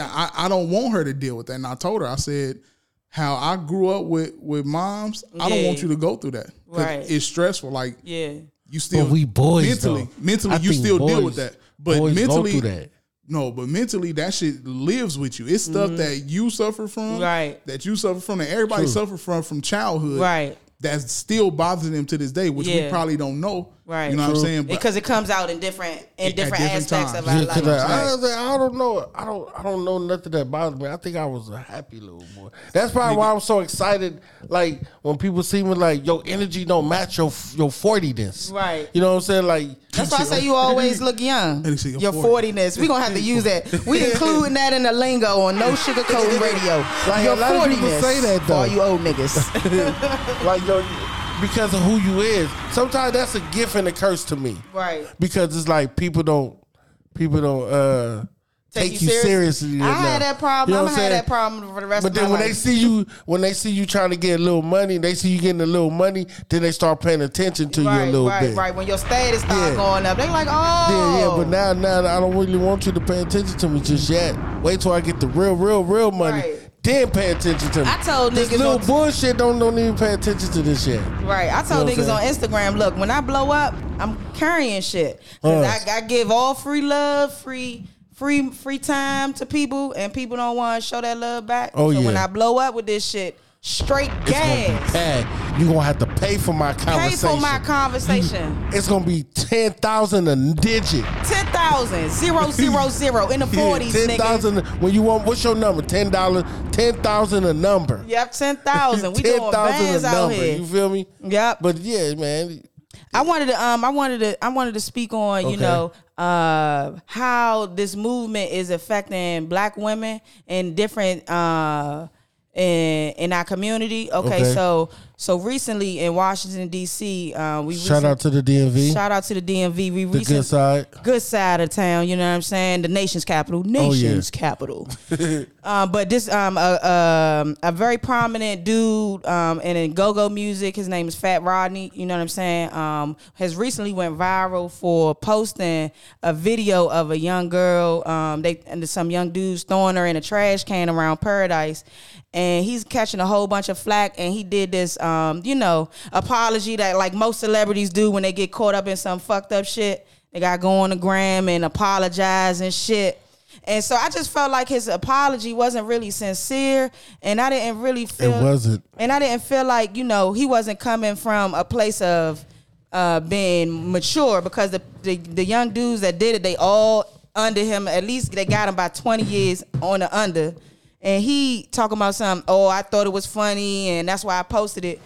Speaker 3: I, I don't want her to deal with that. And I told her, I said, how I grew up with with moms, I don't
Speaker 2: Yeah.
Speaker 3: want you to go through that. 'Cause
Speaker 2: Right.
Speaker 3: It's stressful. Like
Speaker 2: yeah.
Speaker 3: you still
Speaker 1: we boys,
Speaker 3: mentally,
Speaker 1: though.
Speaker 3: mentally
Speaker 1: I
Speaker 3: you
Speaker 1: think
Speaker 3: still deal
Speaker 1: boys-
Speaker 3: with that. But
Speaker 1: boys go
Speaker 3: mentally,
Speaker 1: through that.
Speaker 3: no, but mentally that shit lives with you. It's stuff that you suffer from,
Speaker 2: Mm-hmm. Right.
Speaker 3: That you suffer from, that everybody suffer from from childhood,
Speaker 2: Right.
Speaker 3: That still bothers them to this day, which we
Speaker 2: Yeah.
Speaker 3: probably don't know,
Speaker 2: Right.
Speaker 3: You know what I'm
Speaker 1: True.
Speaker 3: saying? But
Speaker 2: Because it comes out in different in
Speaker 3: At
Speaker 2: different,
Speaker 3: different
Speaker 2: aspects
Speaker 3: times.
Speaker 2: of our
Speaker 1: Yeah, 'cause
Speaker 2: life.
Speaker 1: I, I was like, I don't know. I don't. I don't know nothing that bothers me. I think I was a happy little boy. That's probably why I'm so excited. Like when people see me, like your energy don't match your your fortiness.
Speaker 2: Right.
Speaker 1: You know what I'm saying? Like
Speaker 2: That's why I say
Speaker 1: *laughs*
Speaker 2: you always look young.
Speaker 3: Let me see your
Speaker 2: Your
Speaker 3: 40.
Speaker 2: fortiness. We're gonna have to use that.
Speaker 1: *laughs*
Speaker 2: We including that in the lingo on No Sugarcoating Radio.
Speaker 1: Like,
Speaker 2: your
Speaker 1: a lot of people
Speaker 2: 40ness
Speaker 1: say that,
Speaker 2: For all
Speaker 1: though.
Speaker 2: you
Speaker 1: *laughs*
Speaker 2: old niggas.
Speaker 1: like your because of who you is. Sometimes that's a gift and a curse to me.
Speaker 2: right.
Speaker 1: Because it's like people don't people don't uh take, you seriously.
Speaker 2: I
Speaker 1: enough.
Speaker 2: had that problem.
Speaker 1: You know
Speaker 2: I'm
Speaker 1: what
Speaker 2: gonna
Speaker 1: saying?
Speaker 2: have that problem for the rest
Speaker 1: But
Speaker 2: of
Speaker 1: then
Speaker 2: my
Speaker 1: when
Speaker 2: life.
Speaker 1: they see you, when they see you trying to get a little money, they see you getting a little money, then they start paying attention to
Speaker 2: right,
Speaker 1: you a little
Speaker 2: right,
Speaker 1: bit.
Speaker 2: right. When your status start
Speaker 1: Yeah.
Speaker 2: going up, they like,
Speaker 1: Yeah,
Speaker 2: oh,
Speaker 1: yeah, but now, now I don't really want you to pay attention to me just yet. Wait till I get the real, real, real money,
Speaker 2: Right.
Speaker 1: then pay attention to me.
Speaker 2: I told
Speaker 1: this
Speaker 2: niggas
Speaker 1: little
Speaker 2: on-
Speaker 1: bullshit don't don't even pay attention to this yet.
Speaker 2: Right. I told
Speaker 1: You know what
Speaker 2: niggas on
Speaker 1: I'm
Speaker 2: Instagram, look, when I blow up, I'm carrying shit. Cause
Speaker 1: Yes.
Speaker 2: I, I give all free love, free, free, free time to people, and people don't want to show that love back.
Speaker 1: Oh,
Speaker 2: so
Speaker 1: yeah.
Speaker 2: when I blow up with this shit, straight
Speaker 1: It's gonna be
Speaker 2: gas.
Speaker 1: bad. You gonna have to pay for my
Speaker 2: Pay
Speaker 1: conversation.
Speaker 2: for my conversation.
Speaker 1: it's gonna be ten thousand a digit.
Speaker 2: Ten thousand zero zero zero
Speaker 1: *laughs*
Speaker 2: in the forties,
Speaker 1: ten
Speaker 2: nigga.
Speaker 1: thousand when you want. What's your number? Ten dollars. Ten thousand a number.
Speaker 2: Yep, ten thousand.
Speaker 1: *laughs*
Speaker 2: We doing
Speaker 1: 10,000
Speaker 2: bands out here.
Speaker 1: You feel me?
Speaker 2: Yep.
Speaker 1: But yeah, man.
Speaker 2: I wanted to um I wanted to I wanted to speak on, you
Speaker 1: Okay.
Speaker 2: know, uh how this movement is affecting black women in different uh in in our community. Okay,
Speaker 1: Okay.
Speaker 2: so so recently in Washington DC, uh, we
Speaker 1: Shout out to the DMV.
Speaker 2: shout out to the DMV. We
Speaker 1: the
Speaker 2: recently
Speaker 1: good side.
Speaker 2: good side of town. You know what I'm saying? The nation's capital, nation's capital. *laughs* um, but this um a, um a very prominent dude um and in go go music. His name is Fat Rodney. You know what I'm saying? Um, has recently went viral for posting a video of a young girl. Um, they and some young dudes throwing her in a trash can around Paradise. And he's catching a whole bunch of flack, and he did this, um, you know, apology that like most celebrities do when they get caught up in some fucked up shit They got to go on the gram and apologize and shit. And so I just felt like his apology wasn't really sincere, and I didn't really feel
Speaker 1: wasn't.
Speaker 2: and I didn't feel like you know he wasn't coming from a place of uh, being mature because the, the the young dudes that did it they all under him at least they got him by twenty years on the under, and he talking about something. Oh, I thought it was funny, and that's why I posted it.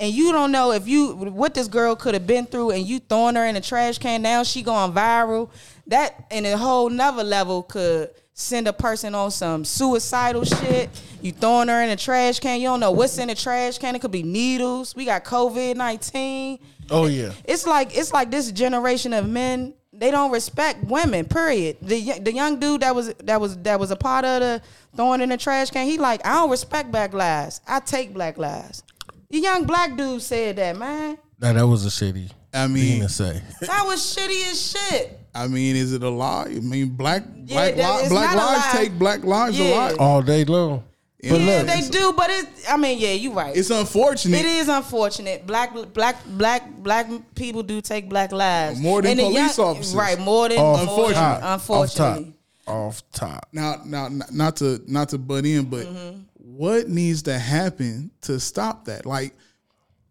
Speaker 2: And you don't know if you what this girl could have been through, and you throwing her in a trash can. Now she going viral. That in a whole nother level could send a person on some suicidal shit. You throwing her in a trash can. You don't know what's in the trash can. It could be needles. We got COVID nineteen.
Speaker 1: Oh yeah.
Speaker 2: It's like it's like this generation of men. They don't respect women. Period. The y- the young dude that was that was that was a part of the throwing in the trash can. He like I don't respect black lives. I take black lives. The young black dude said that man.
Speaker 1: Now that was a shitty
Speaker 3: I
Speaker 1: thing
Speaker 3: mean,
Speaker 1: to say.
Speaker 2: That was shitty as shit.
Speaker 3: I mean, is it a lie? I mean, black
Speaker 2: Yeah,
Speaker 3: black
Speaker 2: that-
Speaker 3: li-
Speaker 2: it's not
Speaker 3: black
Speaker 2: a
Speaker 3: lives
Speaker 2: lie.
Speaker 3: take black lives
Speaker 2: Yeah.
Speaker 3: alive.
Speaker 1: All day long. But
Speaker 2: Yeah,
Speaker 1: look,
Speaker 2: they do, but it. I mean, yeah, you right.
Speaker 3: It's unfortunate.
Speaker 2: It is unfortunate. Black black black black people do take black lives
Speaker 3: More than
Speaker 2: And the
Speaker 3: police officers.
Speaker 2: right? More than
Speaker 1: off
Speaker 2: more than-
Speaker 1: top,
Speaker 2: unfortunately.
Speaker 1: off top, off top.
Speaker 3: Now, now, n- not to not to butt in, but what needs to happen to stop that? Like,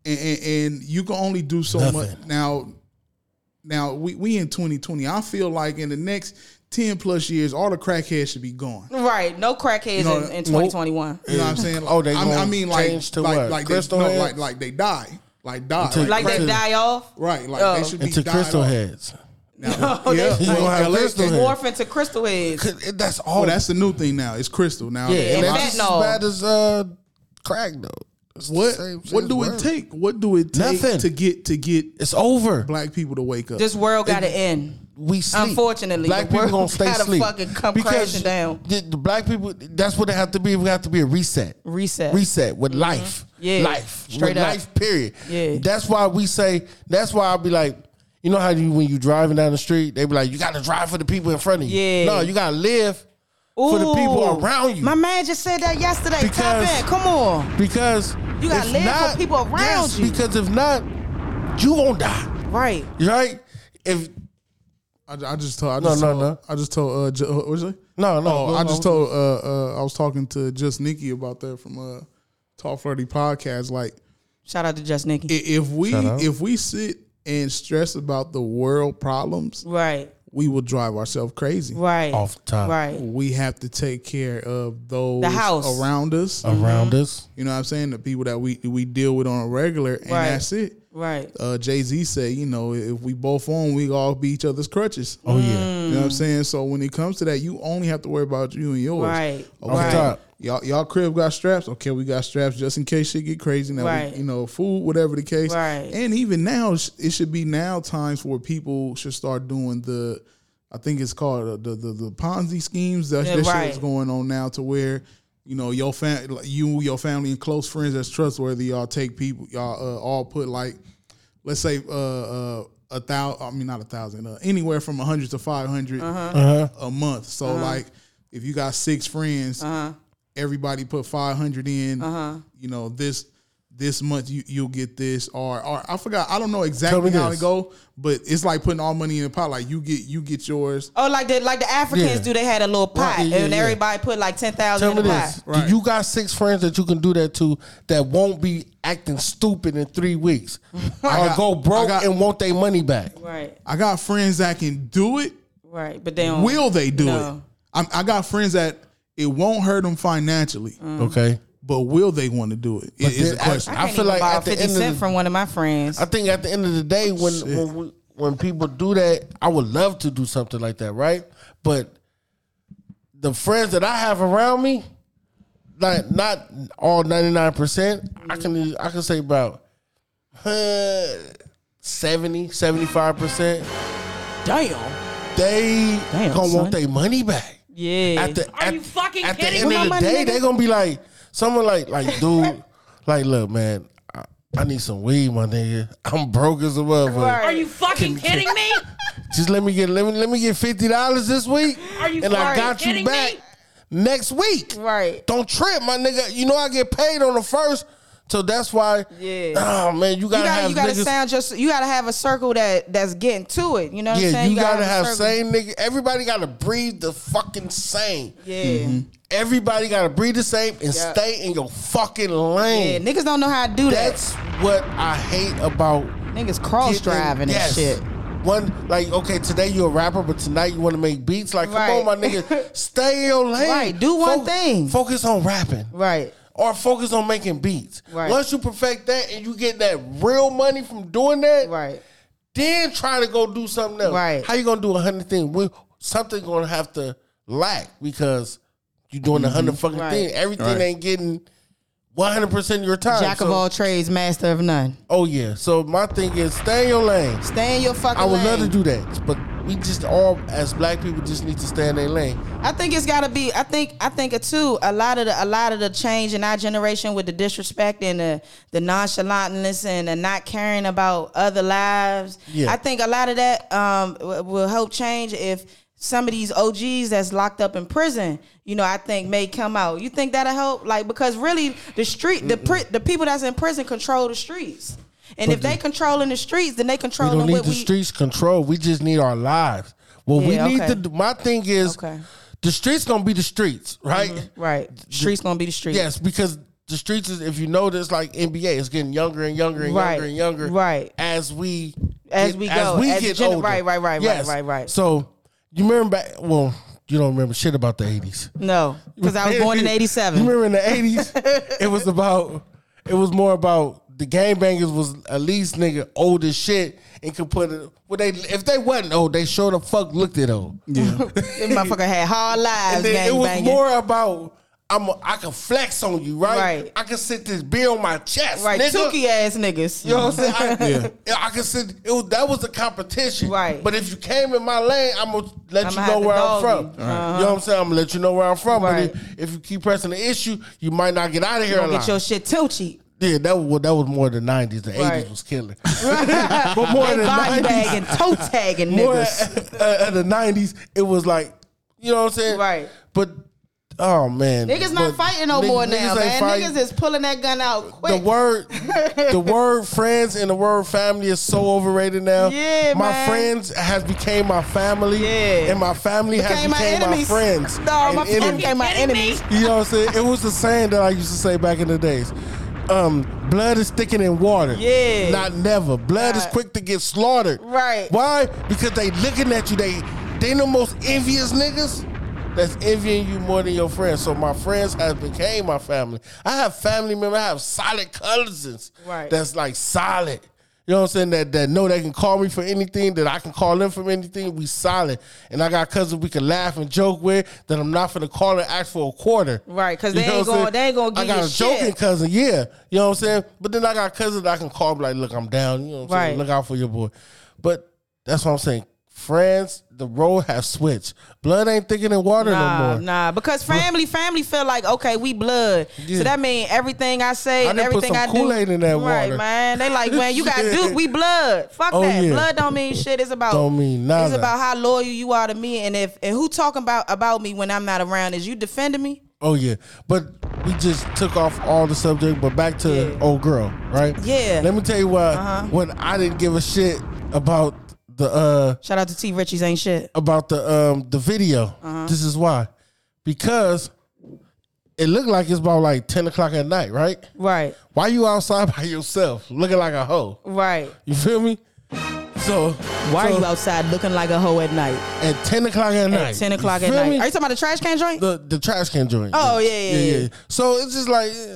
Speaker 3: and, and, and you can only do so much.
Speaker 1: Nothing.
Speaker 3: Now, now we we in twenty twenty. I feel like in the next ten plus years, all the crackheads should be gone.
Speaker 2: Right, no crackheads
Speaker 3: You know,
Speaker 2: in, in
Speaker 3: nope.
Speaker 2: 2021.
Speaker 3: You know what I'm saying?
Speaker 1: Oh, they
Speaker 3: I, mean- I
Speaker 1: gonna
Speaker 3: mean, like,
Speaker 1: change to
Speaker 3: like,
Speaker 1: what?
Speaker 3: like they,
Speaker 1: Crystal
Speaker 3: no,
Speaker 1: heads?
Speaker 3: like, like they die, like die,
Speaker 1: Until-
Speaker 2: Like
Speaker 1: Crack-
Speaker 2: they die off,
Speaker 3: right? Like
Speaker 2: Oh.
Speaker 3: they should be
Speaker 1: Into
Speaker 3: died
Speaker 1: crystal
Speaker 3: off.
Speaker 1: heads.
Speaker 2: *laughs*
Speaker 3: Now,
Speaker 2: No, they-
Speaker 3: yeah,
Speaker 2: You
Speaker 1: gonna have
Speaker 3: LA
Speaker 1: crystal heads.
Speaker 2: Oh, morph into crystal heads.
Speaker 1: 'Cause it- That's all.
Speaker 3: Oh, that's the new thing now. It's crystal now.
Speaker 1: yeah.
Speaker 2: and
Speaker 1: And that's just as
Speaker 2: fentanyl.
Speaker 1: bad as uh, crack though. It's the
Speaker 3: What
Speaker 1: same shit,
Speaker 3: what do
Speaker 1: word.
Speaker 3: it take? What do it take
Speaker 1: Nothing.
Speaker 3: to get to get
Speaker 1: It's over.
Speaker 3: black people to wake up?
Speaker 2: This world got to end.
Speaker 1: we sleep.
Speaker 2: Unfortunately,
Speaker 1: black
Speaker 2: the
Speaker 1: people
Speaker 2: world
Speaker 1: gonna stay
Speaker 2: gotta
Speaker 1: asleep.
Speaker 2: fucking come crashing down.
Speaker 1: The, the black people, that's what it have to be. We have to be a reset.
Speaker 2: Reset. Mm-hmm.
Speaker 1: Reset with life.
Speaker 2: Yeah.
Speaker 1: Life.
Speaker 2: Straight
Speaker 1: with
Speaker 2: up.
Speaker 1: life, period.
Speaker 2: Yeah.
Speaker 1: That's why we say, that's why I'll be like, you know how you when you driving down the street, they be like, you gotta drive for the people in front of you.
Speaker 2: Yeah.
Speaker 1: No, you gotta live for the people
Speaker 2: Ooh.
Speaker 1: around you.
Speaker 2: My man just said that yesterday. Tap
Speaker 1: Because-
Speaker 2: in. Come on.
Speaker 1: because
Speaker 2: You gotta
Speaker 1: if
Speaker 2: live for people around
Speaker 1: yes,
Speaker 2: you.
Speaker 1: Because if not, you gonna die.
Speaker 2: Right.
Speaker 1: Right? If
Speaker 3: I, I just told I
Speaker 1: No,
Speaker 3: just
Speaker 1: no,
Speaker 3: told,
Speaker 1: no.
Speaker 3: I just told uh J- what was it?
Speaker 1: no, no,
Speaker 3: Oh,
Speaker 1: no,
Speaker 3: I
Speaker 1: no.
Speaker 3: just told uh, uh I was talking to just Nikki about that from uh Talk Flirty podcast. Like
Speaker 2: Shout out to Just Nikki.
Speaker 3: i- if we
Speaker 1: Shout out.
Speaker 3: if we sit and stress about the world problems,
Speaker 2: right.
Speaker 3: we will drive ourselves crazy.
Speaker 2: Right.
Speaker 1: off the top
Speaker 2: Right.
Speaker 3: We have to take care of those
Speaker 2: The house.
Speaker 3: around us.
Speaker 1: around
Speaker 2: Mm-hmm.
Speaker 1: us.
Speaker 3: You know what I'm saying? The people that we we deal with on a regular, and
Speaker 2: Right.
Speaker 3: that's it.
Speaker 2: Right.
Speaker 3: uh, Jay Z said, you know, if we both on, we all be each other's crutches.
Speaker 1: Oh
Speaker 2: Mm-hmm.
Speaker 1: yeah.
Speaker 3: You know what I'm saying? So when it comes to that, you only have to worry about you and yours.
Speaker 2: Right.
Speaker 3: Okay.
Speaker 1: Off the top.
Speaker 3: Y'all, y'all crib got straps. Okay, we got straps just in case shit get crazy. Now, we-
Speaker 2: Right.
Speaker 3: you know, food, whatever the case.
Speaker 2: Right.
Speaker 3: And even now, sh- it should be now times where people should start doing the, I think it's called uh, the the, the Ponzi schemes. That,
Speaker 2: Yeah,
Speaker 3: that shit
Speaker 2: right.
Speaker 3: is going on now to where. You know your fam, you your family and close friends that's trustworthy. Y'all take people. Y'all uh, all put like, let's say uh, uh, a thousand. I mean not a thousand. Uh, anywhere from a hundred to five
Speaker 2: Uh-huh.
Speaker 3: a month. So like, if you got six friends,
Speaker 2: Uh-huh.
Speaker 3: everybody put 500 in you know this this month you you'll get this or or I forgot I don't know
Speaker 1: me
Speaker 3: exactly how
Speaker 1: this.
Speaker 3: to go but it's like putting all money in a pot like you get you get yours
Speaker 2: Oh, like the like the Africans
Speaker 1: Yeah.
Speaker 2: do. They had a little pot,
Speaker 1: Right, yeah,
Speaker 2: and
Speaker 1: yeah.
Speaker 2: everybody put like ten thousand
Speaker 1: Tell
Speaker 2: in
Speaker 1: me
Speaker 2: the
Speaker 1: this:
Speaker 2: pot.
Speaker 3: Right.
Speaker 1: Do you got six friends that you can do that to that won't be acting stupid in three
Speaker 3: *laughs*
Speaker 1: weeks, or
Speaker 3: got-
Speaker 1: go broke
Speaker 3: I got-
Speaker 1: and want their money back?
Speaker 2: Right.
Speaker 3: I got friends that can do it
Speaker 2: Right. But they don't.
Speaker 3: will they do
Speaker 2: No.
Speaker 3: it I, I got friends that it won't hurt them financially
Speaker 2: Mm.
Speaker 1: Okay,
Speaker 3: but will they want to do it is the
Speaker 1: then I-
Speaker 3: question
Speaker 2: I,
Speaker 1: I
Speaker 2: can't
Speaker 1: feel
Speaker 2: even
Speaker 1: like
Speaker 2: borrow
Speaker 1: at the
Speaker 2: fifty
Speaker 1: end of
Speaker 2: cent
Speaker 1: the-
Speaker 2: from one of my friends.
Speaker 1: I think at the end of the day, when when we, when people do that, I would love to do something like that, right? But the friends that I have around me, like not all ninety nine percent, I can I can say about uh, 70, 75 percent.
Speaker 2: Damn.
Speaker 1: They
Speaker 2: Damn,
Speaker 1: gonna
Speaker 2: son.
Speaker 1: want their money back.
Speaker 2: Yeah.
Speaker 1: at the,
Speaker 4: Are
Speaker 1: at,
Speaker 4: you fucking
Speaker 1: at
Speaker 4: kidding
Speaker 1: the end
Speaker 2: me?
Speaker 1: of the
Speaker 2: My money,
Speaker 1: day,
Speaker 2: nigga.
Speaker 1: they gonna be like, someone like,
Speaker 2: *laughs*
Speaker 1: like, dude, like, look, man, I, I need some weed, my nigga. I'm broke as a motherfucker.
Speaker 2: Right.
Speaker 4: Are you fucking kidding me?
Speaker 1: Just let me get, let me, let me get fifty dollars this week,
Speaker 4: Are you
Speaker 1: and I
Speaker 4: fucking
Speaker 1: got you
Speaker 4: kidding
Speaker 1: back
Speaker 4: me?
Speaker 1: next week.
Speaker 2: right.
Speaker 1: Don't trip, my nigga. You know I get paid on the first, So that's why.
Speaker 2: Yeah.
Speaker 1: Oh man, you gotta,
Speaker 2: you gotta,
Speaker 1: have
Speaker 2: you gotta
Speaker 1: niggas.
Speaker 2: sound just you gotta have a circle that that's getting to it. You know what I'm
Speaker 1: yeah,
Speaker 2: saying?
Speaker 1: you gotta have,
Speaker 2: a circle.
Speaker 1: same nigga. Everybody gotta breathe the fucking same.
Speaker 2: Yeah.
Speaker 1: Mm-hmm. Everybody gotta breathe the same and
Speaker 2: Yeah.
Speaker 1: stay in your fucking
Speaker 2: Yeah.
Speaker 1: lane.
Speaker 2: Niggas don't know how to do that.
Speaker 1: That's what I hate about
Speaker 2: Niggas cross
Speaker 1: getting-
Speaker 2: driving
Speaker 1: yes.
Speaker 2: and shit.
Speaker 1: One like okay, today you're a rapper, but tonight you want to make beats. Like, come
Speaker 2: Right.
Speaker 1: on, my nigga, stay in your lane.
Speaker 2: Right, do one
Speaker 1: Fo-
Speaker 2: thing.
Speaker 1: Focus on rapping,
Speaker 2: Right.
Speaker 1: or focus on making beats.
Speaker 2: Right.
Speaker 1: Once you perfect that and you get that real money from doing that,
Speaker 2: Right.
Speaker 1: then try to go do something else.
Speaker 2: Right.
Speaker 1: How you gonna do a hundred things? Well, Something gonna have to lack because you're doing a hundred fucking
Speaker 2: Mm-hmm. Right.
Speaker 1: thing. Everything
Speaker 3: Right.
Speaker 1: ain't getting one hundred percent of your time.
Speaker 2: Jack of
Speaker 1: So-
Speaker 2: all trades, master of none.
Speaker 1: Oh yeah. So my thing is stay in your lane.
Speaker 2: Stay in your fucking
Speaker 1: I would
Speaker 2: lane.
Speaker 1: love to do that, but we just all as black people just need to stay in their lane.
Speaker 2: I think it's got to be. I think. I think uh, too. A lot of the a lot of the change in our generation with the disrespect and the the nonchalantness and the not caring about other lives.
Speaker 1: Yeah.
Speaker 2: I think a lot of that um w- will help change if some of these OGs that's locked up in prison. You know, I think may come out. You think that'll help? Like because really the street the pri- the people that's in prison control the streets. And if they controlling the streets, then they
Speaker 1: We
Speaker 2: controlling
Speaker 1: don't need
Speaker 2: what
Speaker 1: the
Speaker 2: we.
Speaker 1: streets control. We just need our lives. Well,
Speaker 2: Yeah,
Speaker 1: we need
Speaker 2: okay.
Speaker 1: to. do- My thing is,
Speaker 2: Okay. Mm-hmm.
Speaker 1: the streets gonna be the streets, right?
Speaker 2: Right, streets gonna be the streets.
Speaker 1: Yes, because the streets is if you notice, like NBA, it's getting younger and younger and
Speaker 2: Right,
Speaker 1: younger and younger.
Speaker 2: Right.
Speaker 1: As we
Speaker 2: As we go, as the gener- right, right, right, right,
Speaker 1: Yes.
Speaker 2: right, right.
Speaker 1: So you remember back? Well, you don't remember shit about the eighties.
Speaker 2: No, because I was born
Speaker 1: *laughs*
Speaker 2: in
Speaker 1: You
Speaker 2: '87.
Speaker 1: remember in the eighties,
Speaker 2: *laughs*
Speaker 1: it was about it was more about the gangbangers was at least nigga old as shit and could put it. Well, they if they wasn't old, they sure the fuck looked it old.
Speaker 2: This motherfucker had hard
Speaker 1: *laughs*
Speaker 2: lives,
Speaker 1: And then it
Speaker 2: gang
Speaker 1: was
Speaker 2: banging.
Speaker 1: more about. I'm a, I can flex on you, right?
Speaker 2: Right.
Speaker 1: I can sit this beer on my chest,
Speaker 2: right,
Speaker 1: nigga.
Speaker 2: tookie ass niggas.
Speaker 1: You know what I'm saying? I, I can sit. It was, that was a competition,
Speaker 2: Right.
Speaker 1: But if you came in my lane, I'm gonna let
Speaker 2: I'ma
Speaker 1: you
Speaker 2: have
Speaker 1: know
Speaker 2: to
Speaker 1: where I'm
Speaker 2: dog
Speaker 1: from.
Speaker 2: you. Right.
Speaker 1: You know what I'm saying? I'm gonna let you know where I'm from.
Speaker 2: Right.
Speaker 1: But if, if you keep pressing the issue, you might not get out of here
Speaker 2: *laughs* Don't
Speaker 1: alive.
Speaker 2: get your shit too cheap.
Speaker 1: Yeah, that was that was more the nineties. The eighties
Speaker 2: Right.
Speaker 1: was
Speaker 2: *laughs*
Speaker 1: killing, but more in the
Speaker 2: Body bagging,
Speaker 1: nineties,
Speaker 2: toe tagging
Speaker 1: more
Speaker 2: niggas.
Speaker 1: at, at the nineties, it was like you know what I'm saying,
Speaker 2: Right.
Speaker 1: But oh man,
Speaker 2: Niggas
Speaker 1: but
Speaker 2: not fighting no
Speaker 1: niggas-
Speaker 2: more
Speaker 1: niggas
Speaker 2: now,
Speaker 1: ain't
Speaker 2: man.
Speaker 1: fighting.
Speaker 2: Niggas is pulling that gun out
Speaker 1: the
Speaker 2: quick.
Speaker 1: word,
Speaker 2: *laughs*
Speaker 1: the word friends and the word family is so overrated now.
Speaker 2: Yeah,
Speaker 1: my
Speaker 2: man.
Speaker 1: friends has became my family,
Speaker 2: Yeah.
Speaker 1: and my family
Speaker 2: Became my
Speaker 1: has became my,
Speaker 2: enemies.
Speaker 1: friends.
Speaker 2: No,
Speaker 1: and
Speaker 2: my
Speaker 1: enemies.
Speaker 2: friends became my enemies.
Speaker 1: You know what I'm saying? It was the saying that I used to say back in the days. Um, blood is thicker than water.
Speaker 2: Yeah.
Speaker 1: Not never. Blood is
Speaker 2: Right.
Speaker 1: quick to get slaughtered.
Speaker 2: Right.
Speaker 1: Why? Because they looking at you. They they the most envious niggas that's envying you more than your friends. So my friends has became my family. I have family members, I have solid cousins.
Speaker 2: Right.
Speaker 1: That's like solid. You know what I'm saying? That that know they can call me for anything, that I can call them for anything. We solid. And I got cousins we can laugh and joke with that I'm not finna call and ask for a quarter.
Speaker 2: Right, 'cause
Speaker 1: You
Speaker 2: they
Speaker 1: know
Speaker 2: ain't
Speaker 1: what I'm
Speaker 2: gonna-
Speaker 1: saying?
Speaker 2: they ain't gonna give
Speaker 1: I got
Speaker 2: you
Speaker 1: a joking
Speaker 2: shit.
Speaker 1: cousin, yeah. You know what I'm saying? But then I got cousins that I can call and be like, look, I'm down. You know what I'm
Speaker 2: Right.
Speaker 1: saying? Look out for your boy. But that's what I'm saying. Friends, the road has switched. Blood ain't thicker than water no
Speaker 2: Nah,
Speaker 1: more.
Speaker 2: nah, because family, family feel like okay, we blood, so
Speaker 1: Yeah.
Speaker 2: that mean everything I say
Speaker 1: I
Speaker 2: and
Speaker 1: done put
Speaker 2: everything
Speaker 1: some
Speaker 2: I do.
Speaker 1: Kool-Aid in that
Speaker 2: right,
Speaker 1: water.
Speaker 2: man. They like, man, you
Speaker 1: *laughs*
Speaker 2: got
Speaker 1: Yeah.
Speaker 2: Duke, we blood. Fuck
Speaker 1: Oh,
Speaker 2: that.
Speaker 1: yeah.
Speaker 2: Blood don't mean shit. It's about
Speaker 1: Don't mean
Speaker 2: It's
Speaker 1: nada.
Speaker 2: about how loyal you are to me, and if and who talking about about me when I'm not around is you defending me?
Speaker 1: Oh yeah, but we just took off all the subject. But back to
Speaker 2: Yeah.
Speaker 1: old girl, right?
Speaker 2: Yeah. Uh-huh.
Speaker 1: Let me tell you why. When I didn't give a shit about the uh
Speaker 2: Shout out to T. Richie's ain't shit.
Speaker 1: about the um the video.
Speaker 2: Uh-huh.
Speaker 1: This is why, because it looked like it's about like ten o'clock at night, right?
Speaker 2: Right,
Speaker 1: Why you outside by yourself looking like a hoe?
Speaker 2: right.
Speaker 1: You feel me? So
Speaker 2: Why
Speaker 1: so
Speaker 2: are you outside looking like a hoe at night?
Speaker 1: at ten o'clock at night?
Speaker 2: At ten o'clock
Speaker 1: You
Speaker 2: at
Speaker 1: feel
Speaker 2: night.
Speaker 1: me?
Speaker 2: Are you talking about the trash can joint?
Speaker 1: the the trash can joint.
Speaker 2: Oh, yeah, yeah, yeah.
Speaker 1: So it's just like, eh,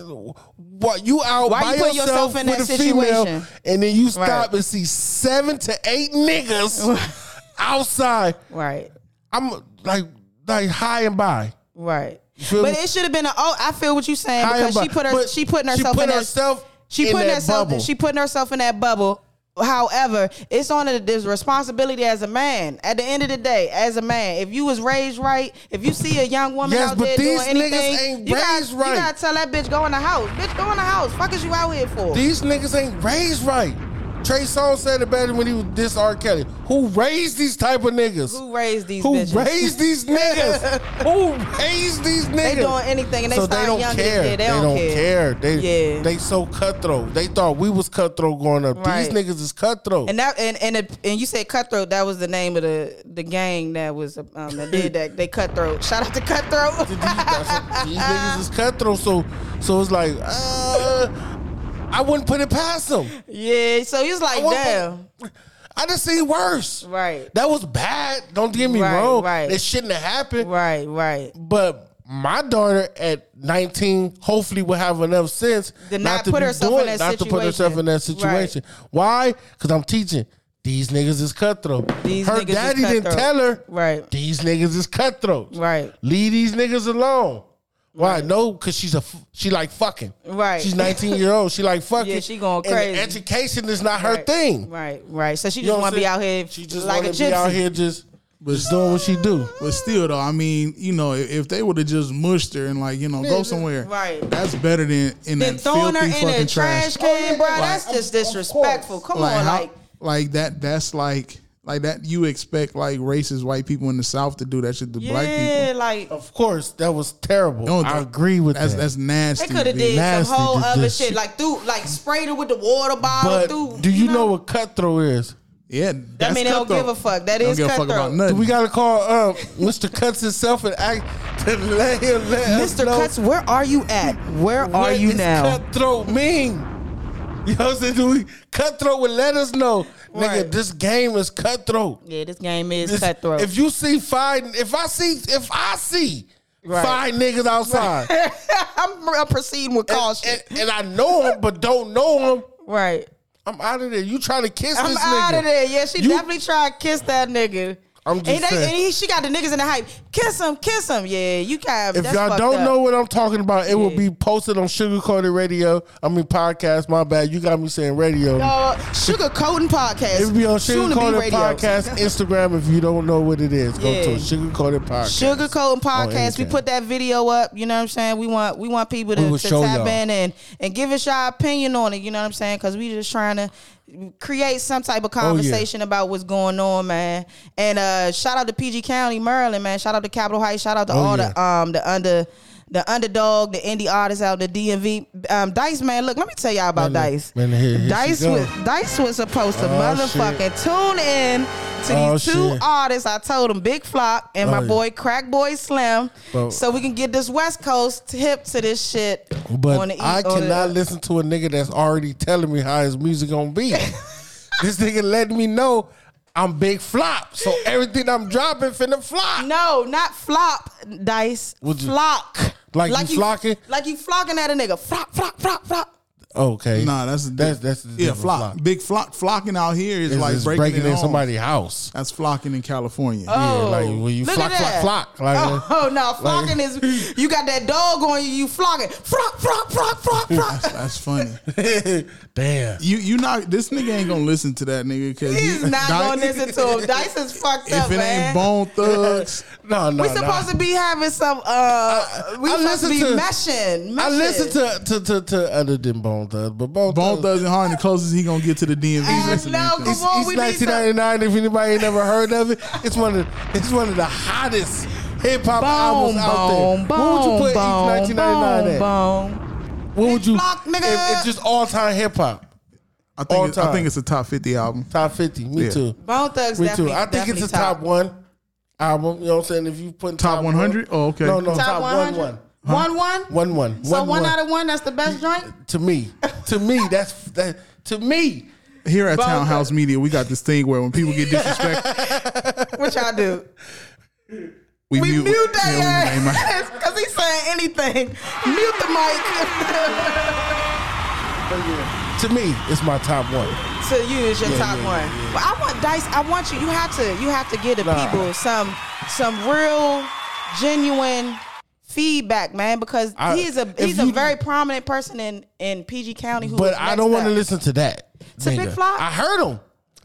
Speaker 1: what you out
Speaker 2: Why
Speaker 1: by
Speaker 2: you put
Speaker 1: yourself,
Speaker 2: yourself in
Speaker 1: with
Speaker 2: that
Speaker 1: a female,
Speaker 2: situation?
Speaker 1: and then you stop
Speaker 2: Right.
Speaker 1: and see seven to eight
Speaker 2: *laughs*
Speaker 1: niggas outside.
Speaker 2: right,
Speaker 1: I'm like like high and by.
Speaker 2: right.
Speaker 1: feel
Speaker 2: But
Speaker 1: me?
Speaker 2: it should have been a oh, I feel what you saying
Speaker 1: High
Speaker 2: because
Speaker 1: and
Speaker 2: she
Speaker 1: by.
Speaker 2: put her
Speaker 1: But
Speaker 2: she putting herself
Speaker 1: she put
Speaker 2: in that-
Speaker 1: herself
Speaker 2: She
Speaker 1: in
Speaker 2: putting
Speaker 1: that
Speaker 2: herself.
Speaker 1: bubble.
Speaker 2: She putting herself in that bubble. However, it's on the this responsibility as a man. At the end of the day, as a man, if you was raised right, if you see a young woman
Speaker 1: Yes,
Speaker 2: out
Speaker 1: but
Speaker 2: there
Speaker 1: these
Speaker 2: doing anything,
Speaker 1: niggas ain't
Speaker 2: you
Speaker 1: raised
Speaker 2: gotta,
Speaker 1: right.
Speaker 2: You gotta tell that bitch go in the house. Bitch, go in the house. Fuck is you out here for?
Speaker 1: These niggas ain't raised right. Trey Songz said it better when he was this R. Kelly. Who raised these type of niggas?
Speaker 2: Who raised these
Speaker 1: Who
Speaker 2: bitches?
Speaker 1: raised
Speaker 2: *laughs*
Speaker 1: these niggas? Who raised these niggas?
Speaker 2: They doing anything and they
Speaker 1: so
Speaker 2: starting
Speaker 1: they don't
Speaker 2: young. as
Speaker 1: care.
Speaker 2: shit. They, don't, care.
Speaker 1: They
Speaker 2: Yeah.
Speaker 1: they so cutthroat. They thought we was cutthroat growing up.
Speaker 2: Right.
Speaker 1: These niggas is cutthroat.
Speaker 2: And that and and, it, and you said cutthroat. That was the name of the the gang that was um, that did that. They cutthroat. Shout out
Speaker 1: *laughs*
Speaker 2: to
Speaker 1: these,
Speaker 2: cutthroat. *laughs*
Speaker 1: that's- these niggas is cutthroat. So so it's like uh, I wouldn't put it past them.
Speaker 2: yeah. So he was like,
Speaker 1: wouldn't
Speaker 2: damn.
Speaker 1: I just seen worse.
Speaker 2: Right.
Speaker 1: That was bad. Don't get me
Speaker 2: Right,
Speaker 1: wrong.
Speaker 2: right.
Speaker 1: It shouldn't have happened.
Speaker 2: Right. Right.
Speaker 1: But my daughter at 19 hopefully will have enough sense
Speaker 2: To not put herself in that
Speaker 1: not to put herself
Speaker 2: situation.
Speaker 1: in that situation. Why? Because I'm teaching. These niggas is cutthroat.
Speaker 2: These
Speaker 1: her
Speaker 2: niggas is
Speaker 1: daddy didn't
Speaker 2: cutthroat.
Speaker 1: tell her.
Speaker 2: Right.
Speaker 1: These niggas is cutthroat.
Speaker 2: Right.
Speaker 1: Leave these niggas alone. Why? No, because she's a f- she like fucking.
Speaker 2: Right.
Speaker 1: She's 19 year old. She like fucking.
Speaker 2: *laughs* Yeah, she going
Speaker 1: And
Speaker 2: crazy.
Speaker 1: education is not her
Speaker 2: right,
Speaker 1: thing.
Speaker 2: Right. Right. So she
Speaker 1: You know
Speaker 2: just
Speaker 1: what
Speaker 2: want
Speaker 1: I'm
Speaker 2: to be
Speaker 1: saying?
Speaker 2: out here
Speaker 1: She just
Speaker 2: like a
Speaker 1: wanna be out
Speaker 2: gypsy.
Speaker 1: here just, just doing what she do.
Speaker 3: But still, though, I mean, you know, if, if they would have just mushed her and like, you know, go somewhere,
Speaker 2: right.
Speaker 3: That's better than in
Speaker 2: Then
Speaker 3: that
Speaker 2: throwing
Speaker 3: filthy
Speaker 2: her in
Speaker 3: fucking
Speaker 2: a
Speaker 3: trash.
Speaker 2: trash can,
Speaker 1: Oh, yeah,
Speaker 2: bro.
Speaker 1: like,
Speaker 2: that's
Speaker 1: of-
Speaker 2: just
Speaker 1: of
Speaker 2: disrespectful. Come
Speaker 3: like,
Speaker 2: on,
Speaker 3: how-
Speaker 2: like
Speaker 3: like that. That's like like that. You expect like racist white people in the South to do that shit to black people.
Speaker 2: yeah, like
Speaker 1: Of course, that was terrible.
Speaker 3: No,
Speaker 1: I
Speaker 3: that-
Speaker 1: agree with
Speaker 3: That's
Speaker 1: that.
Speaker 3: that's nasty.
Speaker 2: They could have
Speaker 3: B.
Speaker 2: did
Speaker 1: nasty
Speaker 2: some whole
Speaker 1: to
Speaker 2: other
Speaker 1: this
Speaker 2: shit,
Speaker 1: shit.
Speaker 2: like through, like sprayed her with the water bottle.
Speaker 1: but
Speaker 2: through,
Speaker 1: do you know, what cutthroat is?
Speaker 3: Yeah,
Speaker 2: I
Speaker 3: that's
Speaker 2: mean, they don't
Speaker 3: cutthroat.
Speaker 2: give a fuck. That
Speaker 3: Don't
Speaker 2: is
Speaker 3: give a fuck
Speaker 2: cutthroat.
Speaker 3: about nothing.
Speaker 1: We gotta call um, Mr. Cuts himself and act *laughs* to
Speaker 3: *laughs*
Speaker 1: let him let us
Speaker 2: Mr.
Speaker 1: know
Speaker 2: Cuts, where are you at? Where are
Speaker 1: what
Speaker 2: you
Speaker 1: is
Speaker 2: now?
Speaker 1: Cutthroat mean? *laughs* You know what I'm saying? Do we cutthroat would let us know, nigga.
Speaker 2: Right.
Speaker 1: This game is cutthroat.
Speaker 2: Yeah, this game is
Speaker 1: This-
Speaker 2: cutthroat.
Speaker 1: If you see five, if I see, if I see
Speaker 2: Right.
Speaker 1: five niggas outside,
Speaker 2: I'm, I'm proceeding with caution.
Speaker 1: *laughs* and, and I know them but don't know them,
Speaker 2: right.
Speaker 1: I'm out of there. You trying to kiss
Speaker 2: I'm
Speaker 1: this
Speaker 2: out
Speaker 1: nigga?
Speaker 2: of there. Yeah, she
Speaker 1: You-
Speaker 2: definitely tried to kiss that nigga.
Speaker 1: I'm just
Speaker 2: and, they,
Speaker 1: saying.
Speaker 2: and he, she got the niggas in the hype. Kiss him, kiss him. Yeah, you kind of.
Speaker 1: If
Speaker 2: that's
Speaker 1: y'all
Speaker 2: fucked
Speaker 1: don't
Speaker 2: up.
Speaker 1: know what I'm talking about, it will
Speaker 2: Yeah.
Speaker 1: be posted on Sugar Coated Radio. I mean podcast. My bad. You got me saying radio.
Speaker 2: uh, Sugar Coating Podcast.
Speaker 1: it will be on
Speaker 2: soon
Speaker 1: Sugar
Speaker 2: to be
Speaker 1: Coated
Speaker 2: radio.
Speaker 1: Podcast
Speaker 2: *laughs*
Speaker 1: Instagram. If you don't know what it is, go
Speaker 2: Yeah.
Speaker 1: to Sugar Coated Podcast.
Speaker 2: Sugarcoat and podcast. We
Speaker 1: anything.
Speaker 2: put that video up. You know what I'm saying? We want we want
Speaker 1: We
Speaker 2: people to,
Speaker 1: will
Speaker 2: to
Speaker 1: show
Speaker 2: tap
Speaker 1: y'all.
Speaker 2: in and and give us your opinion on it. You know what I'm saying? Because we just trying to create some type
Speaker 1: Oh,
Speaker 2: of conversation about what's going on, man. And uh, shout out to PG County, Maryland, man. Shout out to Capitol Heights. Shout out to
Speaker 1: Oh,
Speaker 2: all the
Speaker 1: yeah.
Speaker 2: um the under. The underdog, the indie artists out, the DMV, um, Dice man. Look, let me tell y'all about
Speaker 1: Man, look.
Speaker 2: Dice.
Speaker 1: Man, here- here she
Speaker 2: Dice
Speaker 1: go.
Speaker 2: was Dice was supposed to
Speaker 1: Oh, shit.
Speaker 2: motherfucking tune in to
Speaker 1: Oh,
Speaker 2: these two
Speaker 1: shit.
Speaker 2: artists. I told them Big Flock and
Speaker 1: Oh,
Speaker 2: my
Speaker 1: yeah.
Speaker 2: boy Crack Boy Slim,
Speaker 1: But-
Speaker 2: so we can get this West Coast hip to this shit.
Speaker 1: But
Speaker 2: e-
Speaker 1: I
Speaker 2: on the-
Speaker 1: cannot listen to a nigga that's already telling me how his music gonna
Speaker 2: *laughs*
Speaker 1: be. this nigga letting me know I'm big flop,
Speaker 2: *laughs*
Speaker 1: so everything I'm dropping finna flop.
Speaker 2: No, not flop dice.
Speaker 1: Would you-
Speaker 2: flock.
Speaker 1: *laughs* Like you flocking?
Speaker 2: Like you flocking at a nigga. Flock, flock, flock, flock.
Speaker 1: Okay,
Speaker 3: Nah, that's
Speaker 1: that's that's a
Speaker 3: yeah,
Speaker 1: different
Speaker 3: flock. Big flock flocking out here is
Speaker 1: It's
Speaker 3: like
Speaker 1: it's
Speaker 3: breaking,
Speaker 1: in
Speaker 3: in somebody.
Speaker 1: somebody's
Speaker 3: *laughs*
Speaker 1: house.
Speaker 3: That's flocking in California.
Speaker 1: Yeah,
Speaker 2: Oh,
Speaker 1: like when you
Speaker 2: look
Speaker 1: flock,
Speaker 2: at
Speaker 1: flock,
Speaker 2: that.
Speaker 1: flock. Like,
Speaker 2: oh, oh, *laughs* no, flocking
Speaker 1: like- *laughs*
Speaker 2: is you got that dog on you. You flocking. Flock, flock, flock, flock,
Speaker 3: That's,
Speaker 2: flock.
Speaker 1: *laughs*
Speaker 3: that's funny.
Speaker 1: Damn.
Speaker 3: You you not this nigga ain't gonna listen to that nigga because
Speaker 2: He's not gonna listen to him. Dice
Speaker 1: *laughs*
Speaker 2: is fucked
Speaker 3: If
Speaker 2: up,
Speaker 3: it
Speaker 2: man.
Speaker 3: ain't Bone *laughs* Thugs,
Speaker 1: No, no.
Speaker 2: We supposed to be having some. uh We
Speaker 1: I
Speaker 2: supposed to be
Speaker 1: listen to-
Speaker 2: meshing, meshing.
Speaker 1: I listen to to, to to other than Bone Thugs, but Bone,
Speaker 3: Bone
Speaker 1: Thugs.
Speaker 3: Thugs and Harden, the closest he gonna get to the DMV.
Speaker 2: Uh,
Speaker 3: listening
Speaker 2: no,
Speaker 3: to.
Speaker 2: come
Speaker 1: It's,
Speaker 2: on.
Speaker 1: it's
Speaker 2: we need
Speaker 1: 1999. If anybody ain't never heard of it, it's one of it's one of the hottest hip hop albums
Speaker 2: Boom,
Speaker 1: out there.
Speaker 2: boom,
Speaker 1: what would you put
Speaker 2: boom,
Speaker 1: East 1999 at?
Speaker 2: boom, boom.
Speaker 1: What would you?
Speaker 2: Flock, nigga.
Speaker 1: If, it's just all time hip hop,
Speaker 3: I
Speaker 1: all
Speaker 3: think it, I
Speaker 1: time.
Speaker 3: think it's a top fifty album.
Speaker 1: top 50. Me
Speaker 3: Yeah.
Speaker 1: too.
Speaker 2: Bone Thugs
Speaker 1: Me
Speaker 2: definitely.
Speaker 1: too. I think it's
Speaker 2: definitely
Speaker 1: a top, one album. You know what I'm saying? If you put
Speaker 3: Top 100?
Speaker 1: one-
Speaker 3: Oh, okay.
Speaker 1: No, no, top,
Speaker 2: Top,
Speaker 1: one
Speaker 2: 100?
Speaker 1: one.
Speaker 2: One, one?
Speaker 1: One one.
Speaker 2: So
Speaker 1: one,
Speaker 2: one, out of one, that's the best joint?
Speaker 1: to me, to me, that's that. To me,
Speaker 3: Here at
Speaker 1: Bone
Speaker 3: Townhouse
Speaker 1: Thugs.
Speaker 3: Media, we got this thing where when
Speaker 2: *laughs*
Speaker 3: people get disrespect,
Speaker 2: What y'all do?
Speaker 3: we,
Speaker 2: We *laughs* mute,
Speaker 3: yeah,
Speaker 2: that
Speaker 3: we mute my-
Speaker 2: ass *laughs* because he's saying anything. Mute the mic. *laughs*
Speaker 1: to me, it's my top one.
Speaker 2: so you is your
Speaker 1: Yeah,
Speaker 2: top
Speaker 1: yeah,
Speaker 2: one. But I want Dice. I want you. You have to. You have to give the
Speaker 1: Nah.
Speaker 2: people some some real genuine feedback, man, because
Speaker 1: I-
Speaker 2: he's a
Speaker 1: if
Speaker 2: he's a
Speaker 1: you-
Speaker 2: very prominent person in in PG County. Who
Speaker 1: But
Speaker 2: is
Speaker 1: I
Speaker 2: next
Speaker 1: don't want to
Speaker 2: up.
Speaker 1: listen to that.
Speaker 2: To Big
Speaker 1: nigga.
Speaker 2: Flock?
Speaker 1: I heard him,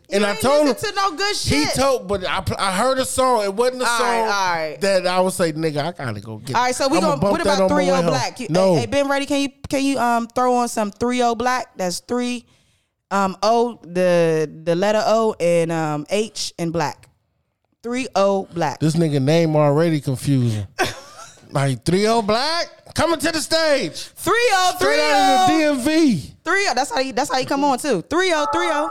Speaker 1: and
Speaker 2: You
Speaker 1: I
Speaker 2: ain't
Speaker 1: told him
Speaker 2: listen to no good
Speaker 1: he
Speaker 2: shit.
Speaker 1: told. But I, pl- I heard a song. It wasn't a
Speaker 2: All
Speaker 1: song
Speaker 2: right, all right.
Speaker 1: that I would say, nigga, I gotta go get.
Speaker 2: All right, so we
Speaker 1: I'ma
Speaker 2: gonna
Speaker 1: bump
Speaker 2: what
Speaker 1: that
Speaker 2: about
Speaker 1: on my
Speaker 2: three
Speaker 1: way
Speaker 2: O
Speaker 1: home.
Speaker 2: Black? You,
Speaker 1: No,
Speaker 2: hey, hey, Ben Ready, can you can you um throw on some three O Black? That's three um, O the the letter O and um, H and black. Three O black.
Speaker 1: This nigga name already
Speaker 2: *laughs*
Speaker 1: confusing. like three O Black coming to the stage.
Speaker 2: Three O three oh.
Speaker 1: Straight
Speaker 2: O
Speaker 1: out of the DMV.
Speaker 2: three O. That's how he. That's how he come on too. Three O three O.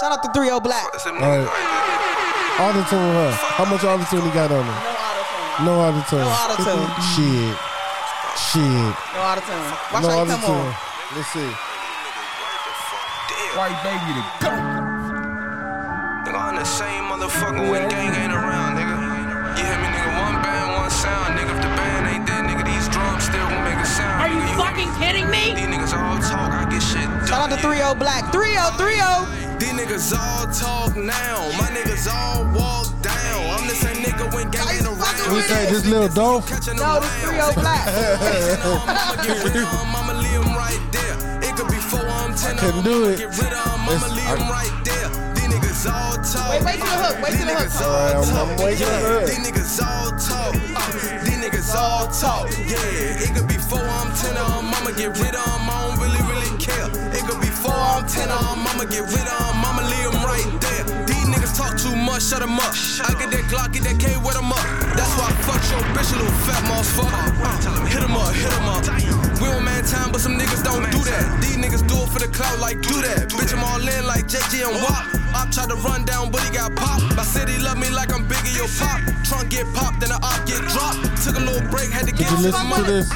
Speaker 2: Shout out to three O black.
Speaker 1: All right. Auto tune her. How much auto tune he got on it?
Speaker 2: No auto
Speaker 1: No auto tune.
Speaker 2: No auto-tune.
Speaker 1: Shit. Shit.
Speaker 2: No auto tune. Watch
Speaker 1: no
Speaker 2: how
Speaker 1: auto
Speaker 2: he come on.
Speaker 1: tune. Let's see.
Speaker 4: White baby to go.
Speaker 5: Nigga, I'm the same motherfucker when gang ain't around, nigga. You hear me, nigga? One band, one sound, nigga. If the band ain't there, nigga, these drums still won't make a sound.
Speaker 6: Are you
Speaker 5: nigga.
Speaker 6: fucking kidding me?
Speaker 5: These niggas all talk, I get shit done.
Speaker 2: Shout out to
Speaker 5: yeah.
Speaker 2: three O black. Three O three O.
Speaker 5: These niggas all talk now. My niggas all walk down. I'm the same nigga when gang
Speaker 2: Are you
Speaker 5: ain't
Speaker 2: fucking
Speaker 5: around.
Speaker 1: We
Speaker 2: with
Speaker 1: say this little dope.
Speaker 5: Catching them
Speaker 2: No, this
Speaker 5: rounds.
Speaker 2: three oh O black.
Speaker 5: I'ma get rid of 'em, I'ma leave 'em right there. It could be four, I'm ten.
Speaker 1: couldn't do it.
Speaker 5: Get rid of 'em, I'ma
Speaker 1: It's-
Speaker 5: leave 'em right there. These niggas all talk.
Speaker 2: Wait, wait till the hook. Wait till the hook.
Speaker 1: Alright, I'm- I'm waiting for her.
Speaker 5: These niggas all talk. Uh, These niggas all talk. Yeah, it could be four, I'm ten of 'em, I'ma get rid of 'em, I don't really, really care. It could be four, I'm ten of 'em, I'ma get rid of 'em, I'ma leave 'em right there. These niggas talk too much, shut 'em up. I get that Glock, get that K with 'em up. That's why I fuck your bitch, you little fat motherfucker. Uh, Hit 'em up, hit 'em up. We on man time, but some niggas don't do that. These niggas do it for the clout, like do that. Bitch, I'm all in like JG and WAP. I tried to run down, but he got popped. My city love me like I'm bigger, your pop. Trunk get popped, then the op get dropped. Took a little break, had to get
Speaker 1: you
Speaker 5: some
Speaker 1: listen to
Speaker 5: money.
Speaker 1: this?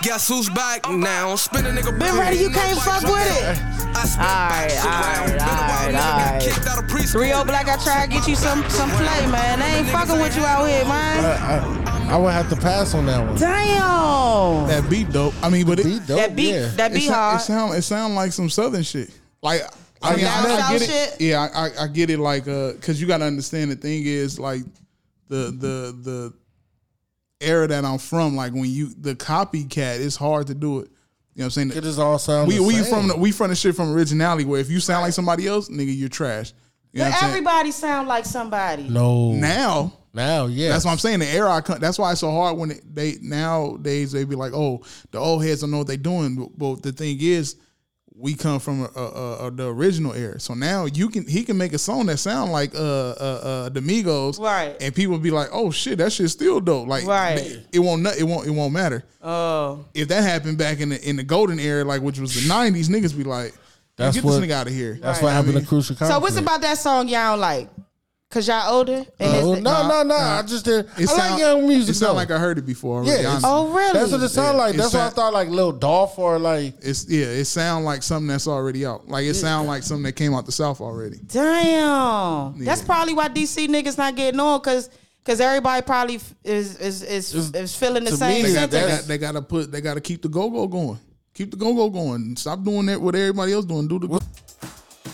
Speaker 5: Guess who's back now? Spin a nigga.
Speaker 2: Been ready, you can't fuck with it.
Speaker 5: I spin
Speaker 2: Alright, alright,
Speaker 5: back around. Been a while,
Speaker 2: alright,
Speaker 5: nigga got
Speaker 2: alright.
Speaker 5: kicked out of preschool.
Speaker 2: Three O black. I try to get you some some play, man. They ain't fucking with you out here, man.
Speaker 1: I, I, I would have to pass on that one.
Speaker 2: Damn.
Speaker 3: That beat dope. I mean, but it,
Speaker 1: Be dope,
Speaker 2: That beat.
Speaker 1: yeah.
Speaker 2: That
Speaker 3: it,
Speaker 2: beat
Speaker 3: sou-
Speaker 2: hard.
Speaker 3: it sound it sound like some southern shit. Like I
Speaker 1: Like
Speaker 3: mean,
Speaker 1: down
Speaker 3: I, I
Speaker 2: south
Speaker 3: get it.
Speaker 2: shit?
Speaker 3: Yeah, I, I, I get it. Like uh, cause you got to understand the thing is like the the the era that I'm from. Like when you the copycat, it's hard to do it. You know what I'm saying?
Speaker 1: It just all sound
Speaker 3: we
Speaker 1: the
Speaker 3: we
Speaker 1: same.
Speaker 3: from the, we from the shit from originality where if you sound like somebody else, nigga, you're trash. You know
Speaker 2: But
Speaker 3: what I'm saying?
Speaker 2: everybody sound like somebody.
Speaker 1: no now.
Speaker 3: Now
Speaker 1: yeah.
Speaker 3: that's what I'm saying. The era I come, that's why it's so hard when it, they nowadays they be like, oh, the old heads don't know what they doing. But, but the thing is, we come from a, a, a, the original era, so now you can he can make a song that sound like uh uh, uh the Migos,
Speaker 2: Right.
Speaker 3: And people be like, oh shit, that shit's still dope. Like,
Speaker 2: Right.
Speaker 3: It, it won't nu- it won't it won't matter
Speaker 2: Oh,
Speaker 3: if that happened back in the in the golden era, like which was the '90s. Niggas be like,
Speaker 1: That's
Speaker 3: get
Speaker 1: what-
Speaker 3: this nigga out of here.
Speaker 1: That's what happened to Crucial
Speaker 2: so
Speaker 1: Conflict.
Speaker 2: what's about that song y'all don't like? Cause y'all older. And
Speaker 1: Oh,
Speaker 2: it's-
Speaker 1: no, no, no. I just did. I
Speaker 3: It
Speaker 1: like
Speaker 3: sound-
Speaker 1: young music.
Speaker 3: It sound
Speaker 1: though.
Speaker 3: like I heard it before. Already,
Speaker 1: yeah.
Speaker 3: yeah,
Speaker 1: it's-
Speaker 2: Oh, really?
Speaker 1: That's what it sound
Speaker 3: Yeah,
Speaker 1: like.
Speaker 3: it
Speaker 1: That's why I
Speaker 3: sound-
Speaker 1: thought like Lil Dolph or like
Speaker 3: It's yeah, it sound like something that's already out. Like it sound like something that came out the south already.
Speaker 2: Damn. That's probably why DC niggas not getting on cause cause everybody probably f- is is is,
Speaker 1: It's-
Speaker 2: is feeling the
Speaker 1: to
Speaker 2: same
Speaker 1: me,
Speaker 3: They got, they,
Speaker 1: That's-
Speaker 3: got, they got to put. They got to keep the go go going. Keep the go go going. Stop doing that what everybody else doing. Do the go.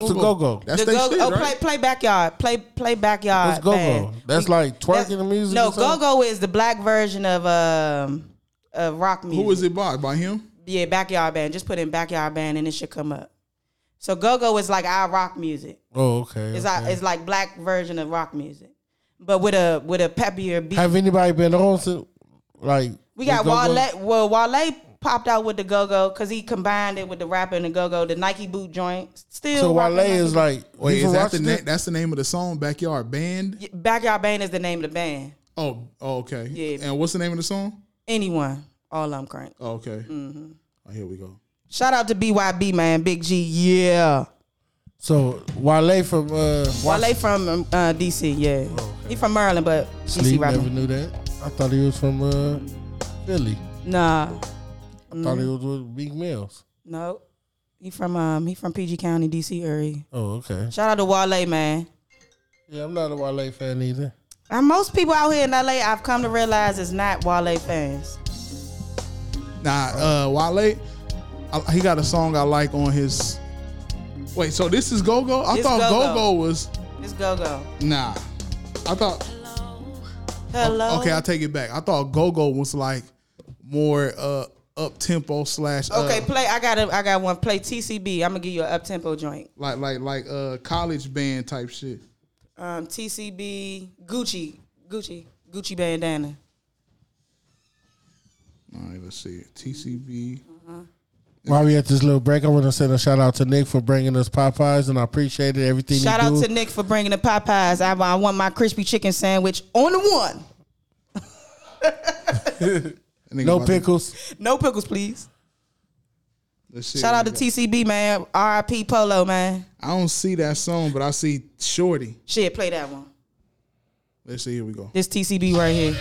Speaker 1: it's a go go.
Speaker 3: That's
Speaker 2: The
Speaker 3: their
Speaker 2: go
Speaker 3: shit,
Speaker 2: oh, play
Speaker 3: right?
Speaker 2: play backyard play play backyard.
Speaker 1: What's go-go?
Speaker 2: band.
Speaker 1: That's like twerking and music
Speaker 2: No,
Speaker 1: or something?
Speaker 2: go go is the black version of um of rock music.
Speaker 3: Who is it by? By him?
Speaker 2: Yeah, backyard band. Just put in backyard band and it should come up. So go go is like our rock music.
Speaker 1: Oh, okay.
Speaker 2: It's
Speaker 1: okay.
Speaker 2: our, it's like black version of rock music, but with a with a peppier beat.
Speaker 1: Have anybody been on since like
Speaker 2: we got
Speaker 1: with Go-Go?
Speaker 2: Wale. Well, Wale popped out with the go go because he combined it with the rapper and the go go. The Nike boot joint still.
Speaker 1: So
Speaker 2: rocking
Speaker 1: Wale is
Speaker 2: Nike
Speaker 1: like
Speaker 3: Wait,
Speaker 1: you from
Speaker 3: is that the
Speaker 1: Rochester?
Speaker 3: na- that's the name of the song? Backyard Band.
Speaker 2: boot. backyard band is the name of the band.
Speaker 3: Oh, oh, okay.
Speaker 2: Yeah.
Speaker 3: And what's the name of the song?
Speaker 2: Anyone, all I'm current.
Speaker 3: Oh, okay.
Speaker 2: Mm-hmm.
Speaker 3: Oh, here we go.
Speaker 2: Shout out to BYB man, Big G. Yeah,
Speaker 1: So Wale from uh,
Speaker 2: Wale from um, uh, DC. Yeah, he from Maryland, but DC
Speaker 1: Sleep
Speaker 2: rapper.
Speaker 1: never knew that. I thought he was from uh, Philly.
Speaker 2: Nah,
Speaker 1: I
Speaker 2: Mm-hmm.
Speaker 1: thought he was with Big Mills.
Speaker 2: no, he from um he from PG County, DC area.
Speaker 1: Oh, okay.
Speaker 2: Shout out to Wale man.
Speaker 1: Yeah, I'm not a Wale fan either.
Speaker 2: And most people out here in LA, I've come to realize, is not Wale fans.
Speaker 3: Nah, uh, Wale, I, he got a song I like on his Wait, so this is Go Go? I
Speaker 2: It's
Speaker 3: thought
Speaker 2: Go-Go.
Speaker 3: Go Go was
Speaker 2: It's go go.
Speaker 3: nah. I thought
Speaker 2: Hello.
Speaker 3: okay, I take it back. I thought Go Go was like more uh up tempo slash uh,
Speaker 2: Okay, play. I got. A, I got one. Play TCB. I'm gonna give you an up tempo joint.
Speaker 3: like like like uh college band type shit.
Speaker 2: Um, TCB Gucci Gucci Gucci bandana.
Speaker 3: All right, let's see. TCB.
Speaker 1: While we at this little break, I want to send a shout out to Nick for bringing us Popeyes, and I appreciate it. Everything
Speaker 2: Shout
Speaker 1: you do.
Speaker 2: out to Nick for bringing the Popeyes. I, I want my crispy chicken sandwich on the one.
Speaker 3: That nigga
Speaker 1: no
Speaker 3: about to-
Speaker 1: pickles.
Speaker 2: No pickles, please.
Speaker 3: let's see.
Speaker 2: Shout out to TCB man. R.I.P. Polo man.
Speaker 3: I don't see that song, but I see Shorty.
Speaker 2: Shit, play that one.
Speaker 3: Let's see. Here we go.
Speaker 2: This TCB right here.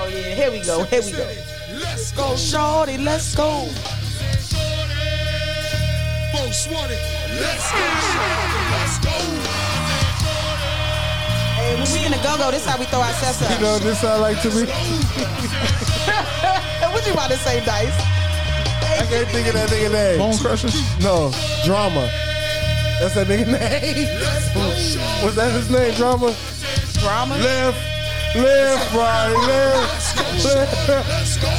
Speaker 2: Oh yeah, here we go. Here we go.
Speaker 5: Let's go.
Speaker 2: Shorty, let's go.
Speaker 5: Folks want it. Let's go. Let's go.
Speaker 2: Hey, when we in the go go, this how we throw our sets up.
Speaker 1: You know what this sound like to me?
Speaker 2: what you about to say, Dice?
Speaker 1: I can't think of that nigga name.
Speaker 3: Bone Crushers.
Speaker 1: No, drama. That's that nigga name. Was that his name? Drama.
Speaker 2: Drama.
Speaker 1: Left, left, right, left, *laughs* left.
Speaker 5: Let's go.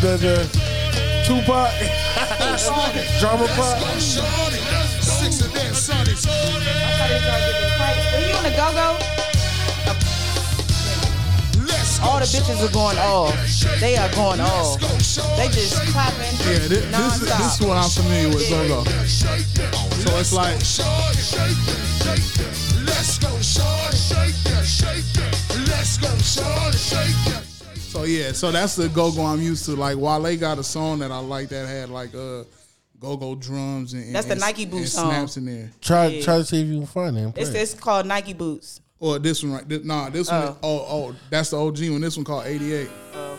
Speaker 1: The, the Tupac. drama
Speaker 5: Go
Speaker 1: pop.
Speaker 5: shorty. Six of them Sundays.
Speaker 2: When you in the go go,
Speaker 5: Let's go.
Speaker 2: all the bitches are going off. They are going off.
Speaker 5: Go shorty.
Speaker 2: They just clapping.
Speaker 3: Yeah, this, this, is- this is what I'm familiar with. Go Go.
Speaker 5: Shake that.
Speaker 3: So it's like
Speaker 5: Shorty. Shake that. Shake that. Let's go shorty. Shake that. Shake that. Let's go shorty. Shake that.
Speaker 3: So yeah, so that's the go go I'm used to. Like Wale got a song that I like that had like uh go go drums and
Speaker 2: That's the
Speaker 3: and-
Speaker 2: Nike Boo
Speaker 3: and
Speaker 2: song.
Speaker 3: snaps in there.
Speaker 1: Try, try to see if you can find him.
Speaker 2: It's, it's called Nike boots.
Speaker 3: Or this one right? This, nah, this one. Oh, oh, that's the OG one. This one called '88.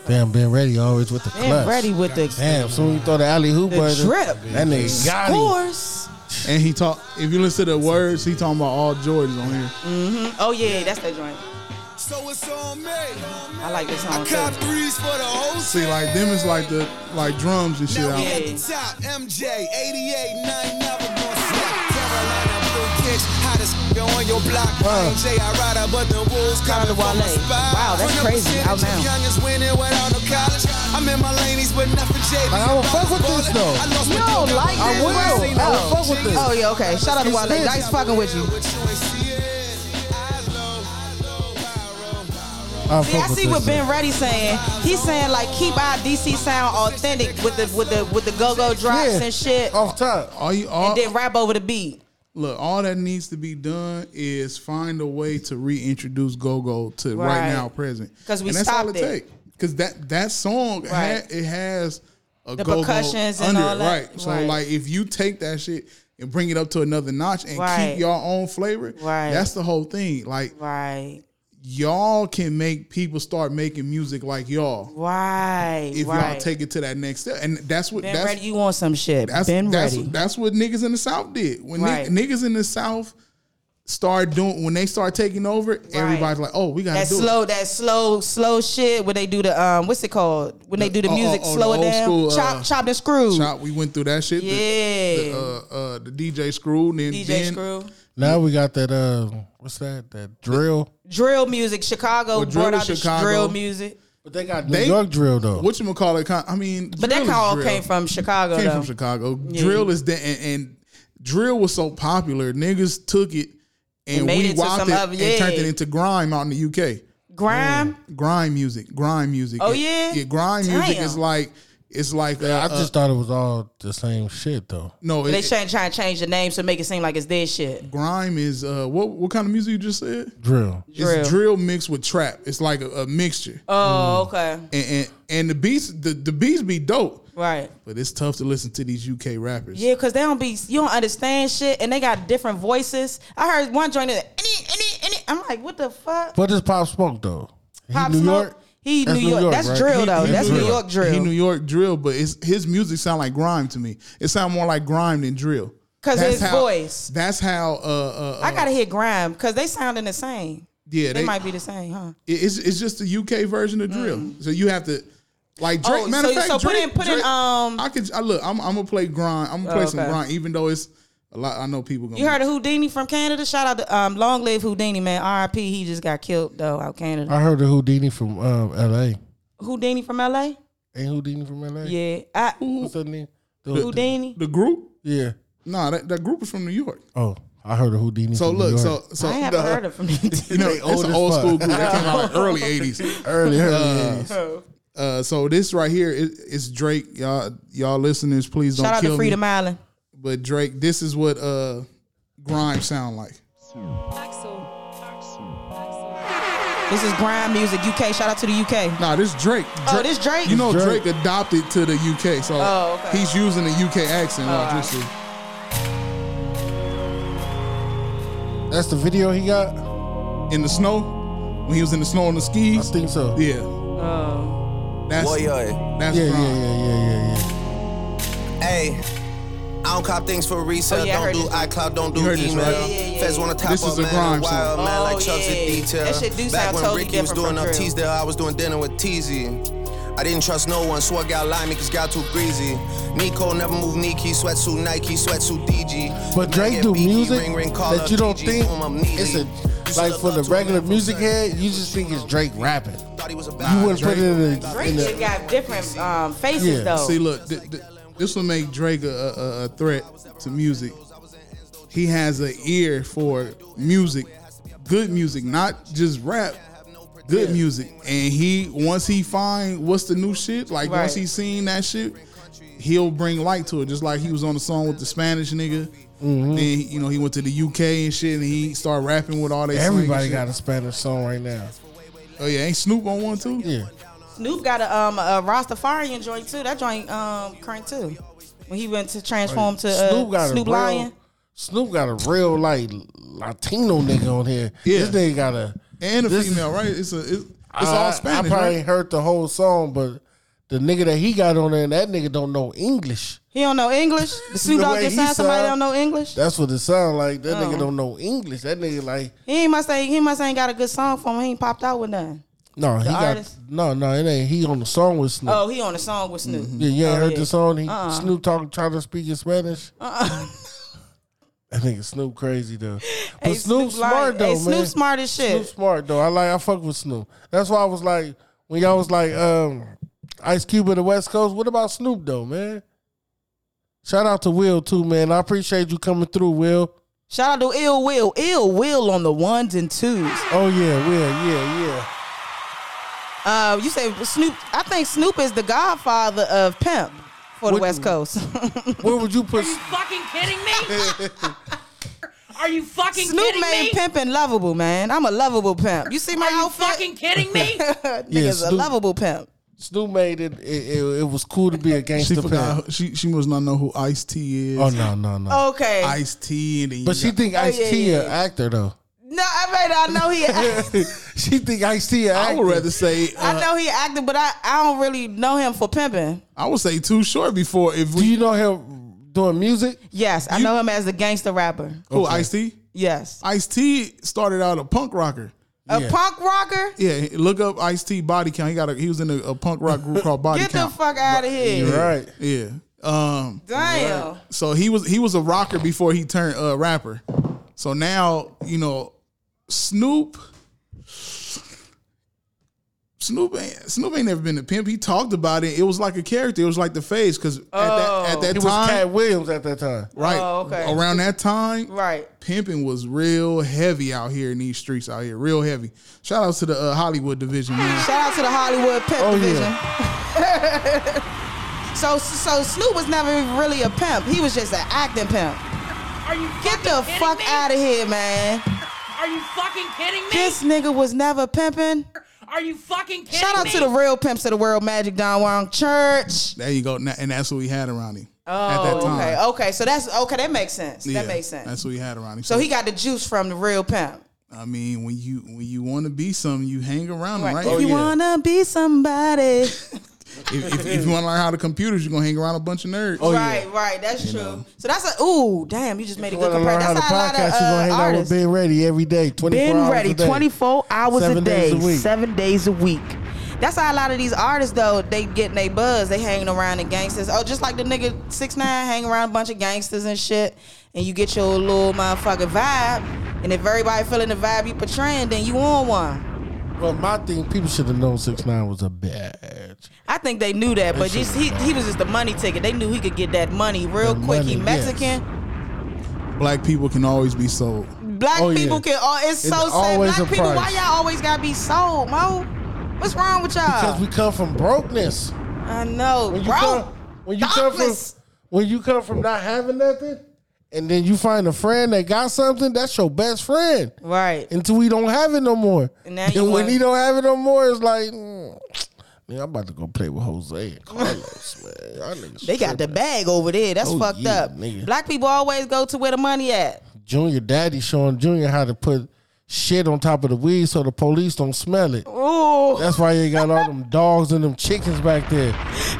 Speaker 1: Damn, Ben Ready always with the
Speaker 2: Man,
Speaker 1: clutch.
Speaker 2: ready with the
Speaker 1: Damn, soon you throw the alley hoop
Speaker 2: The
Speaker 1: at him.
Speaker 2: drip.
Speaker 1: That nigga got him.
Speaker 2: scores.
Speaker 3: And he talk. If you listen to the words, he talking about all Jordans on here.
Speaker 2: Oh yeah, that's that joint.
Speaker 5: So it's on me.
Speaker 2: I like this
Speaker 5: I
Speaker 2: song
Speaker 5: cop
Speaker 2: too.
Speaker 5: threes for the whole
Speaker 3: See, like them is like the like drums and shit.
Speaker 5: Now we
Speaker 3: Out.
Speaker 5: at the top, MJ, 88, 9, never gonna stop. Carolina blue kicks, hottest *laughs* on your block. MJ, I ride out, but the wolves coming
Speaker 2: Wale.
Speaker 5: from the spot.
Speaker 2: Wow, that's
Speaker 5: From the
Speaker 2: crazy.
Speaker 5: percentage
Speaker 2: Out now.
Speaker 5: of Youngest winning without no college. I'm in my lanes, but not for JV.
Speaker 1: I don't fuck with this, though.
Speaker 2: You don't like
Speaker 1: I
Speaker 2: this?
Speaker 1: will. I will
Speaker 2: Oh.
Speaker 1: fuck with this.
Speaker 2: Oh yeah, okay. Shout out to
Speaker 1: It's
Speaker 2: Wale.
Speaker 1: big.
Speaker 2: Dice fucking with you.
Speaker 1: I
Speaker 2: See, I
Speaker 1: fuck with
Speaker 2: see what
Speaker 1: this.
Speaker 2: Ben Reddy saying. He's saying like keep our DC sound authentic with the with the with the go go drops
Speaker 1: Yeah.
Speaker 2: and shit,
Speaker 1: Off top.
Speaker 3: All you all
Speaker 2: then rap over the beat.
Speaker 3: look. All that needs to be done is find a way to reintroduce go go to right.
Speaker 2: Right.
Speaker 3: now present.
Speaker 2: 'Cause we
Speaker 3: and that's all
Speaker 2: stopped
Speaker 3: it,
Speaker 2: it.
Speaker 3: take. Because that that song
Speaker 2: Right.
Speaker 3: ha- it has a
Speaker 2: The
Speaker 3: go-go
Speaker 2: percussions and
Speaker 3: under
Speaker 2: all
Speaker 3: it,
Speaker 2: that.
Speaker 3: right? So
Speaker 2: Right.
Speaker 3: like if you take that shit and bring it up to another notch and
Speaker 2: Right.
Speaker 3: keep your own flavor,
Speaker 2: Right.
Speaker 3: That's the whole thing. Like
Speaker 2: Right.
Speaker 3: y'all can make people start making music like y'all
Speaker 2: Right.
Speaker 3: if
Speaker 2: right.
Speaker 3: y'all take it to that next step. And that's what
Speaker 2: Ben
Speaker 3: that's
Speaker 2: Ready, you on some shit.
Speaker 3: That's,
Speaker 2: ben
Speaker 3: that's,
Speaker 2: Ready.
Speaker 3: That's what niggas in the South did. When ni-
Speaker 2: Right.
Speaker 3: niggas in the South start doing, when they start taking over, everybody's like, "Oh, we gotta
Speaker 2: That
Speaker 3: do
Speaker 2: slow,
Speaker 3: it."
Speaker 2: that slow, slow shit where they do the um, what's it called? When they do the
Speaker 3: Oh, oh,
Speaker 2: music,
Speaker 3: oh,
Speaker 2: slow
Speaker 3: the
Speaker 2: it
Speaker 3: old
Speaker 2: down,
Speaker 3: school, uh,
Speaker 2: chop, chop and screw.
Speaker 3: Chop, we went through that shit. the-
Speaker 2: Yeah.
Speaker 3: The, uh, uh, the DJ Screw, then
Speaker 2: DJ
Speaker 3: then,
Speaker 2: Screw.
Speaker 1: Now we got that, uh, what's that? That drill.
Speaker 2: Drill music. Chicago
Speaker 3: Well, drill
Speaker 2: brought out
Speaker 3: is
Speaker 2: the
Speaker 3: Chicago.
Speaker 2: drill music.
Speaker 1: But they got New
Speaker 3: They-
Speaker 1: York drill, though.
Speaker 3: What you gonna call it? I mean,
Speaker 2: But
Speaker 3: drill
Speaker 2: that
Speaker 3: is
Speaker 2: all
Speaker 3: drill.
Speaker 2: came from Chicago
Speaker 3: Came
Speaker 2: though.
Speaker 3: from Chicago. Drill is that, and, and drill was so popular, niggas took it and
Speaker 2: made
Speaker 3: we
Speaker 2: it to
Speaker 3: whopped
Speaker 2: some
Speaker 3: it
Speaker 2: other- yeah.
Speaker 3: and turned it into grime out in the UK.
Speaker 2: Grime.
Speaker 3: grime music. Grime music.
Speaker 2: Oh,
Speaker 3: It-
Speaker 2: yeah?
Speaker 3: yeah. Grime music
Speaker 2: Damn.
Speaker 3: is like it's like uh,
Speaker 1: I just thought it was all the same shit, though.
Speaker 3: no.
Speaker 2: They
Speaker 3: it-
Speaker 2: trying trying to change the name to make it seem like it's their shit.
Speaker 3: grime is uh, what what kind of music you just said?
Speaker 1: Drill.
Speaker 2: Drill.
Speaker 3: It's drill mixed with trap. It's like a, a mixture.
Speaker 2: Oh,
Speaker 3: Mm.
Speaker 2: okay.
Speaker 3: and, and and the beats the, the beats be dope,
Speaker 2: Right.
Speaker 3: but it's tough to listen to these UK rappers.
Speaker 2: Yeah, because they don't be you don't understand shit and they got different voices. I heard one joint that any any any I'm like, what the fuck?
Speaker 1: But it's Pop Smoke, though. He
Speaker 2: Pop
Speaker 1: New
Speaker 2: Smoke?
Speaker 1: York?
Speaker 2: He
Speaker 1: That's
Speaker 2: New
Speaker 1: New
Speaker 2: York.
Speaker 1: York,
Speaker 2: That's
Speaker 1: right?
Speaker 2: drill
Speaker 1: He-
Speaker 2: though.
Speaker 1: he
Speaker 2: That's
Speaker 1: New
Speaker 2: New
Speaker 1: York.
Speaker 2: York drill.
Speaker 3: He New York drill, but it's, his music sound like grime to me. It sound more like grime than drill.
Speaker 2: 'Cause
Speaker 3: That's
Speaker 2: his
Speaker 3: how-
Speaker 2: voice.
Speaker 3: That's how. Uh, uh,
Speaker 2: I gotta hear grime because they sounding the same.
Speaker 3: yeah,
Speaker 2: They, might be the same, huh?
Speaker 3: It- It's it's just the UK version of drill. So you have to like Drake.
Speaker 2: Mm. Oh,
Speaker 3: matter
Speaker 2: so-
Speaker 3: of fact,
Speaker 2: so put
Speaker 3: Drake-
Speaker 2: in- put in,
Speaker 3: Drake-
Speaker 2: um,
Speaker 3: I could I look. I'm I'm gonna play grind. I'm gonna
Speaker 2: Oh,
Speaker 3: play some
Speaker 2: okay.
Speaker 3: grind, even though it's a a lot. I know people gonna.
Speaker 2: You heard of Houdini from Canada? Shout out to um, Long Live Houdini, man. RIP. He just got killed though out Canada.
Speaker 1: I heard of Houdini from um, L.A.
Speaker 2: Houdini from LA?
Speaker 1: Ain't Houdini from L.A.?
Speaker 2: Yeah. I,
Speaker 1: What's her name? The-
Speaker 2: Houdini.
Speaker 3: the group.
Speaker 1: yeah.
Speaker 3: Nah, that, that group is from New York.
Speaker 1: Oh, I heard of Houdini.
Speaker 3: So
Speaker 1: from
Speaker 3: look,
Speaker 1: New
Speaker 3: so
Speaker 1: York.
Speaker 3: so
Speaker 2: I haven't
Speaker 3: the-
Speaker 2: heard
Speaker 1: *laughs*
Speaker 2: of him.
Speaker 3: you know
Speaker 1: They old
Speaker 3: it's an
Speaker 1: as
Speaker 3: old
Speaker 1: fuck.
Speaker 3: school group that came out like early eighties.
Speaker 1: early, early.
Speaker 3: Uh,
Speaker 1: 80s.
Speaker 3: Uh, so this right here is it's Drake. Y'all, y'all listeners, please
Speaker 2: *laughs*
Speaker 3: don't
Speaker 2: Shout out
Speaker 3: kill
Speaker 2: to Freedom
Speaker 3: me.
Speaker 2: Island.
Speaker 3: But Drake, this is what uh, grime sound like.
Speaker 2: This is grime music, UK. Shout out to the UK.
Speaker 3: Nah, this Drake.
Speaker 2: Oh, this Drake.
Speaker 3: You know,
Speaker 1: Drake.
Speaker 3: Drake. adopted to the UK, so
Speaker 2: Oh, okay. Oh,
Speaker 3: he's using the UK accent. on this shit.
Speaker 1: That's the video he got.
Speaker 3: In the snow, when he was in the snow on the
Speaker 1: I
Speaker 3: skis.
Speaker 1: think so.
Speaker 3: Yeah,
Speaker 2: Oh.
Speaker 3: that's
Speaker 5: Boy, yeah.
Speaker 3: that's
Speaker 1: yeah, yeah,
Speaker 3: grime.
Speaker 1: yeah, yeah, yeah, yeah.
Speaker 5: Hey. I don't cop things for resale.
Speaker 2: Oh, yeah, I
Speaker 5: don't
Speaker 2: heard
Speaker 5: do
Speaker 2: this.
Speaker 5: iCloud. Don't do
Speaker 3: You heard this,
Speaker 5: email.
Speaker 3: right?
Speaker 2: Yeah, yeah, yeah.
Speaker 5: Feds want to top
Speaker 3: This
Speaker 5: up,
Speaker 3: is a
Speaker 5: man.
Speaker 3: grime
Speaker 5: wild
Speaker 3: song.
Speaker 5: man,
Speaker 2: Oh,
Speaker 5: like Chubbs
Speaker 2: yeah.
Speaker 5: in detail.
Speaker 2: That shit do
Speaker 5: Back
Speaker 2: sound
Speaker 5: when
Speaker 2: totally
Speaker 5: Ricky was
Speaker 2: different
Speaker 5: doing
Speaker 2: from
Speaker 5: up
Speaker 2: drill.
Speaker 5: Teasdale, I was doing dinner with TZ. I didn't trust no one. Swore got limey because got too greasy. Nico never moved Nike. Sweatsuit Nike. Sweatsuit DG.
Speaker 1: But
Speaker 5: Man,
Speaker 1: Drake
Speaker 5: get
Speaker 1: do
Speaker 5: beaky,
Speaker 1: music
Speaker 5: ring, ring, call
Speaker 1: that
Speaker 5: up
Speaker 1: you don't
Speaker 5: TG,
Speaker 1: think
Speaker 5: boom, I'm
Speaker 1: it's a
Speaker 5: needy. Used to
Speaker 1: like
Speaker 5: look
Speaker 1: for
Speaker 5: up
Speaker 1: the
Speaker 5: to a
Speaker 1: regular
Speaker 5: man from
Speaker 1: music
Speaker 5: Southern.
Speaker 1: head. You just think it's Drake rapping.
Speaker 5: Thought he was a
Speaker 1: You
Speaker 5: bad
Speaker 1: wouldn't put it in the.
Speaker 2: Drake
Speaker 1: In
Speaker 2: just
Speaker 1: the
Speaker 2: got different um, faces
Speaker 1: Yeah.
Speaker 2: though.
Speaker 3: See, look, th- th- this will make Drake a, a, a threat to music. He has an ear for music, good music, not just rap. Good music, and he once he find what's the new shit. Like
Speaker 2: Right.
Speaker 3: once he seen that shit, he'll bring light to it. Just like he was on the song with the Spanish nigga.
Speaker 1: Mm-hmm.
Speaker 3: Then you know he went to the UK and shit, and he started rapping with all that. slang and
Speaker 1: everybody
Speaker 3: shit.
Speaker 1: got a Spanish song right now.
Speaker 3: Oh yeah, ain't Snoop on one too?
Speaker 1: Yeah.
Speaker 2: Snoop got a um a Rastafarian joint too. That joint um current too. When he went to transform to uh, Snoop, Lion.
Speaker 1: Snoop got a real like Latino nigga on here.
Speaker 3: Yeah.
Speaker 1: This nigga got a
Speaker 3: and a
Speaker 1: this-
Speaker 3: female, right? It's a it's, it's
Speaker 1: I-
Speaker 3: all Spanish.
Speaker 1: I probably
Speaker 3: right?
Speaker 1: heard the whole song, but the nigga that he got on there, that nigga don't know English.
Speaker 2: He don't know English. The Snoop
Speaker 1: The
Speaker 2: Dogg
Speaker 1: way
Speaker 2: just
Speaker 1: he
Speaker 2: signed somebody that don't
Speaker 1: sound.
Speaker 2: know English.
Speaker 1: That's what it sound like. That
Speaker 2: Uh-huh.
Speaker 1: nigga don't know English. That nigga like
Speaker 2: He ain't must ain't he must ain't got a good song for him. He ain't popped out with none.
Speaker 1: no, he got
Speaker 2: artist?
Speaker 1: no, no. It ain't. He on the song with Snoop.
Speaker 2: Oh, he on a song with Snoop.
Speaker 1: yeah, you ain't
Speaker 2: Oh,
Speaker 1: heard
Speaker 2: yeah.
Speaker 1: the song. He, Snoop talking, trying to speak in Spanish.
Speaker 2: Uh-uh.
Speaker 1: *laughs* I think it's Snoop crazy though, but
Speaker 2: Hey,
Speaker 1: Snoop,
Speaker 2: lying.
Speaker 1: smart though,
Speaker 2: Hey,
Speaker 1: man.
Speaker 2: Snoop smart as shit.
Speaker 1: Snoop smart though. I like I fuck with Snoop. That's why I was like when y'all was like um Ice Cube of the West Coast. What about Snoop though, man? Shout out to Will too, man. I appreciate you coming through, Will.
Speaker 2: Shout out to Ill Will. Ill Will on the ones and twos.
Speaker 1: Oh yeah, Will, yeah, yeah.
Speaker 2: Uh, you say Snoop? I think Snoop is the godfather of pimp for the
Speaker 1: What-
Speaker 2: West Coast. *laughs*
Speaker 1: Where would you put?
Speaker 4: fucking kidding me? Are you fucking
Speaker 2: Snoop
Speaker 4: kidding
Speaker 2: made
Speaker 4: me?
Speaker 2: pimping lovable, man. I'm a lovable pimp. You see my
Speaker 4: Are you
Speaker 2: outfit?
Speaker 4: fucking kidding me?
Speaker 1: Yeah,
Speaker 2: *laughs* Nigga's a
Speaker 1: Snoop.
Speaker 2: lovable pimp.
Speaker 1: Snoop made it. It, it, it was cool to be a
Speaker 3: *laughs* She
Speaker 1: gangster.
Speaker 3: forgot.
Speaker 1: pimp.
Speaker 3: who- She she must not know who Ice T is.
Speaker 1: Oh no, no, no.
Speaker 2: Okay.
Speaker 3: Ice T and then you
Speaker 1: But she
Speaker 3: got-
Speaker 1: think Ice
Speaker 2: yeah,
Speaker 1: T
Speaker 2: yeah,
Speaker 1: an actor though.
Speaker 2: no, I mean I know he.
Speaker 3: *laughs*
Speaker 1: *laughs* she think Ice T an
Speaker 3: I
Speaker 1: actor.
Speaker 3: would rather say uh,
Speaker 2: I know he acted, but I, I don't really know him for pimping.
Speaker 3: I would say too short before if
Speaker 1: Do
Speaker 3: we
Speaker 1: you know him doing music?
Speaker 2: Yes, I
Speaker 3: You-
Speaker 2: know him as a gangster rapper.
Speaker 3: who Ice T.
Speaker 2: Yes,
Speaker 3: Ice T started out a punk rocker.
Speaker 2: a
Speaker 1: Yeah.
Speaker 2: punk rocker.
Speaker 3: Yeah, look up Ice T body count. He got a, he was in a, a punk rock group called Body
Speaker 2: Get the
Speaker 3: Count.
Speaker 2: fuck out of here!
Speaker 1: You're right.
Speaker 3: yeah. Um.
Speaker 2: Damn.
Speaker 3: So he was he was a rocker before he turned a rapper. So now you know Snoop. Snoop ain't Snoop ain't never been a pimp. He talked about it. It was like a character. It was like the phase because at that at that
Speaker 1: He was
Speaker 3: time,
Speaker 1: Cat Williams at that time.
Speaker 3: right
Speaker 2: Oh, okay.
Speaker 3: around that time,
Speaker 2: Right.
Speaker 3: pimping was real heavy out here in these streets out here, real heavy. Shout out to the uh, Hollywood division, man.
Speaker 2: Shout out to the Hollywood pimp
Speaker 1: Oh, yeah.
Speaker 2: division. so so Snoop was never really a pimp. He was just an acting pimp.
Speaker 4: Are you
Speaker 2: Get
Speaker 4: fucking
Speaker 2: the
Speaker 4: kidding
Speaker 2: fuck
Speaker 4: me?
Speaker 2: out of here, man.
Speaker 4: Are you fucking kidding me?
Speaker 2: This nigga was never pimping.
Speaker 4: Are you fucking kidding
Speaker 2: Shout out
Speaker 4: me?
Speaker 2: to the real pimps of the world, Magic Don Wong Church.
Speaker 3: There you go, Na- and that's what we had around him
Speaker 2: Oh,
Speaker 3: at that time.
Speaker 2: okay, okay. So that's okay. That makes sense.
Speaker 3: Yeah,
Speaker 2: that makes sense.
Speaker 3: That's what we had around him.
Speaker 2: so he got the juice from the real pimp.
Speaker 3: I mean, when you when you want to be something, you hang around them,
Speaker 2: Right.
Speaker 3: right?
Speaker 2: if you
Speaker 1: Oh, yeah.
Speaker 2: wanna be somebody,
Speaker 1: *laughs*
Speaker 3: if, if, if you want to learn how to computers, you're gonna hang around a bunch of nerds.
Speaker 1: Oh,
Speaker 2: right, right. That's true. So that's a ooh, damn. You just made a
Speaker 1: You
Speaker 2: good
Speaker 1: want to learn how
Speaker 2: comparison.
Speaker 1: to podcast?
Speaker 2: That's how a lot
Speaker 1: you
Speaker 2: of
Speaker 1: gonna
Speaker 2: uh,
Speaker 1: hang out with
Speaker 2: artists.
Speaker 1: Ben Ready every day, twenty four
Speaker 2: been
Speaker 1: hours
Speaker 2: ready
Speaker 1: a day.
Speaker 2: 24 hours
Speaker 1: Seven
Speaker 2: a day
Speaker 1: days a week.
Speaker 2: seven days a week that's how a lot of these artists though they getting they buzz they hanging around the gangsters oh just like the nigga 6 9 hang around a bunch of gangsters and shit and you get your little motherfucking vibe, and if everybody feeling the vibe you portraying, then you on one.
Speaker 1: Well, my thing, people should have known six nine was a bitch.
Speaker 2: I think they knew
Speaker 1: Oh,
Speaker 2: that, but just he, he was just a money ticket. They knew he could get that money real
Speaker 1: The
Speaker 2: quick. he
Speaker 1: money, yes.
Speaker 2: Mexican.
Speaker 3: Black people can always be sold.
Speaker 2: Black
Speaker 1: Oh, yeah.
Speaker 2: people can. Oh, it's,
Speaker 1: It's
Speaker 2: so sad.
Speaker 1: always
Speaker 2: Black
Speaker 1: a
Speaker 2: people, why
Speaker 1: price.
Speaker 2: y'all always gotta be sold, Mo? What's wrong with y'all?
Speaker 1: Because we come from brokenness.
Speaker 2: I know,
Speaker 1: When you
Speaker 2: bro.
Speaker 1: come, when you come from,
Speaker 2: Darkness.
Speaker 1: when you come from not having nothing, and then you find a friend that got something, that's your best friend.
Speaker 2: right.
Speaker 1: Until we don't have it no more.
Speaker 2: And
Speaker 1: And,
Speaker 2: now you
Speaker 1: when
Speaker 2: want-
Speaker 1: he don't have it no more, it's like, mm, man, I'm about to go play with Jose and Carlos, *laughs* man. Y'all niggas
Speaker 2: They got the
Speaker 1: tripping.
Speaker 2: bag over there. That's
Speaker 1: Oh,
Speaker 2: fucked
Speaker 1: yeah,
Speaker 2: up.
Speaker 1: nigga.
Speaker 2: Black people always go to where the money at.
Speaker 1: Junior daddy showing Junior how to put shit on top of the weed so the police don't smell it.
Speaker 2: Ooh,
Speaker 1: That's why you got all
Speaker 2: *laughs*
Speaker 1: them dogs and them chickens back there.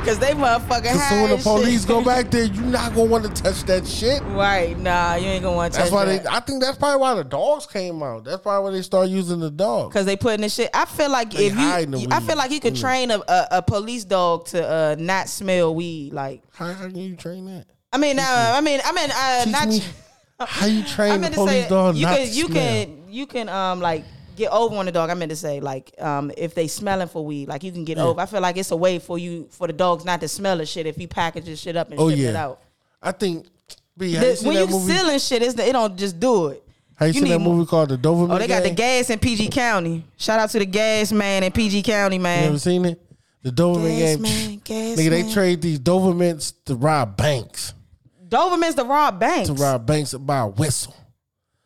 Speaker 2: cause they motherfucking
Speaker 1: Cause
Speaker 2: high.
Speaker 1: so when the
Speaker 2: as
Speaker 1: police
Speaker 2: Ah, shit.
Speaker 1: go back there, you not gonna want to touch that shit.
Speaker 2: Right, nah, you ain't gonna want to.
Speaker 1: That's why they. I think that's probably why the dogs came out. That's probably why they start using the dogs.
Speaker 2: Cause they putting this shit. I feel like
Speaker 1: They
Speaker 2: if
Speaker 1: hiding
Speaker 2: you,
Speaker 1: the
Speaker 2: I
Speaker 1: weed.
Speaker 2: feel like you could
Speaker 1: Mm.
Speaker 2: train a, a, a police dog to uh, not smell weed. Like,
Speaker 1: How, how can you train that?
Speaker 2: I mean, uh, I mean, I mean, uh,
Speaker 1: Teach
Speaker 2: not.
Speaker 1: me *laughs* how you
Speaker 2: I
Speaker 1: train the
Speaker 2: meant to
Speaker 1: police
Speaker 2: say
Speaker 1: dog
Speaker 2: you
Speaker 1: not
Speaker 2: can
Speaker 1: to
Speaker 2: you
Speaker 1: smell.
Speaker 2: can you can um like get over on the dog. I meant to say like um if they smelling for weed, like you can get over. I feel like it's a way for you for the dogs not to smell the shit if you package this shit up and
Speaker 1: Oh,
Speaker 2: ship it
Speaker 1: yeah.
Speaker 2: out.
Speaker 1: I think. B,
Speaker 2: The-
Speaker 1: have you seen
Speaker 2: when you
Speaker 1: that movie?
Speaker 2: sealing shit, it's the, it don't just do it.
Speaker 1: have you, seen that
Speaker 2: need more-
Speaker 1: movie called The Doberman?
Speaker 2: Oh, they got the
Speaker 1: Gang?
Speaker 2: gas in PG County. Shout out to the gas man in PG County,
Speaker 1: You
Speaker 2: man.
Speaker 1: ever seen it? The Doberman
Speaker 2: Gas
Speaker 1: game.
Speaker 2: man, gas
Speaker 1: Nigga,
Speaker 2: man.
Speaker 1: they trade these Dobermans to rob banks.
Speaker 2: Doberman's the rob banks.
Speaker 1: To rob banks by a whistle.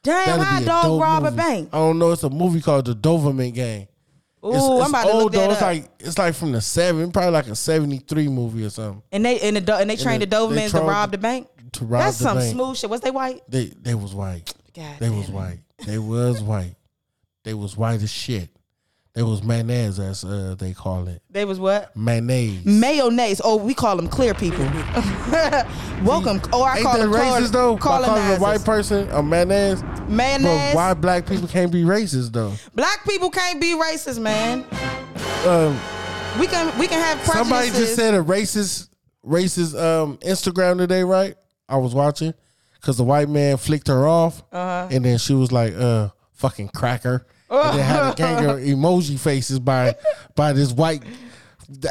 Speaker 2: Damn,
Speaker 1: That'd
Speaker 2: how a
Speaker 1: be a
Speaker 2: dog
Speaker 1: dope
Speaker 2: rob
Speaker 1: movie.
Speaker 2: a bank?
Speaker 1: I don't know. It's a movie called The Doberman Game.
Speaker 2: Ooh,
Speaker 1: it's, it's
Speaker 2: I'm about to look that
Speaker 1: It's
Speaker 2: up.
Speaker 1: like it's like from the seven, probably like a seventy three movie or something.
Speaker 2: and they and the do- and they trained
Speaker 1: they-
Speaker 2: the
Speaker 1: they
Speaker 2: Dobermans to
Speaker 1: trolled-
Speaker 2: rob the bank.
Speaker 1: to rob
Speaker 2: That's
Speaker 1: the
Speaker 2: some
Speaker 1: bank.
Speaker 2: smooth shit. Was they white?
Speaker 1: They they was white.
Speaker 2: God
Speaker 1: They was white. They was white. They was white as shit. They was mayonnaise as uh, they call it.
Speaker 2: They was what?
Speaker 1: Mayonnaise.
Speaker 2: Mayonnaise. Oh, we call them clear people. *laughs* Welcome. Oh, I
Speaker 1: Ain't
Speaker 2: call
Speaker 1: that
Speaker 2: them
Speaker 1: racist
Speaker 2: colon-
Speaker 1: though? By calling a
Speaker 2: colonizers.
Speaker 1: white person a mayonnaise.
Speaker 2: Mayonnaise.
Speaker 1: But why black people can't be racist though?
Speaker 2: Black people can't be racist, man.
Speaker 1: Um,
Speaker 2: We can we can have prejudices.
Speaker 1: somebody just said a racist racist um, Instagram today, right? I was watching because the white man flicked her off,
Speaker 2: Uh-huh.
Speaker 1: and then she was like, "Uh, fucking cracker," and then
Speaker 2: *laughs*
Speaker 1: had a gang of emoji faces by by this white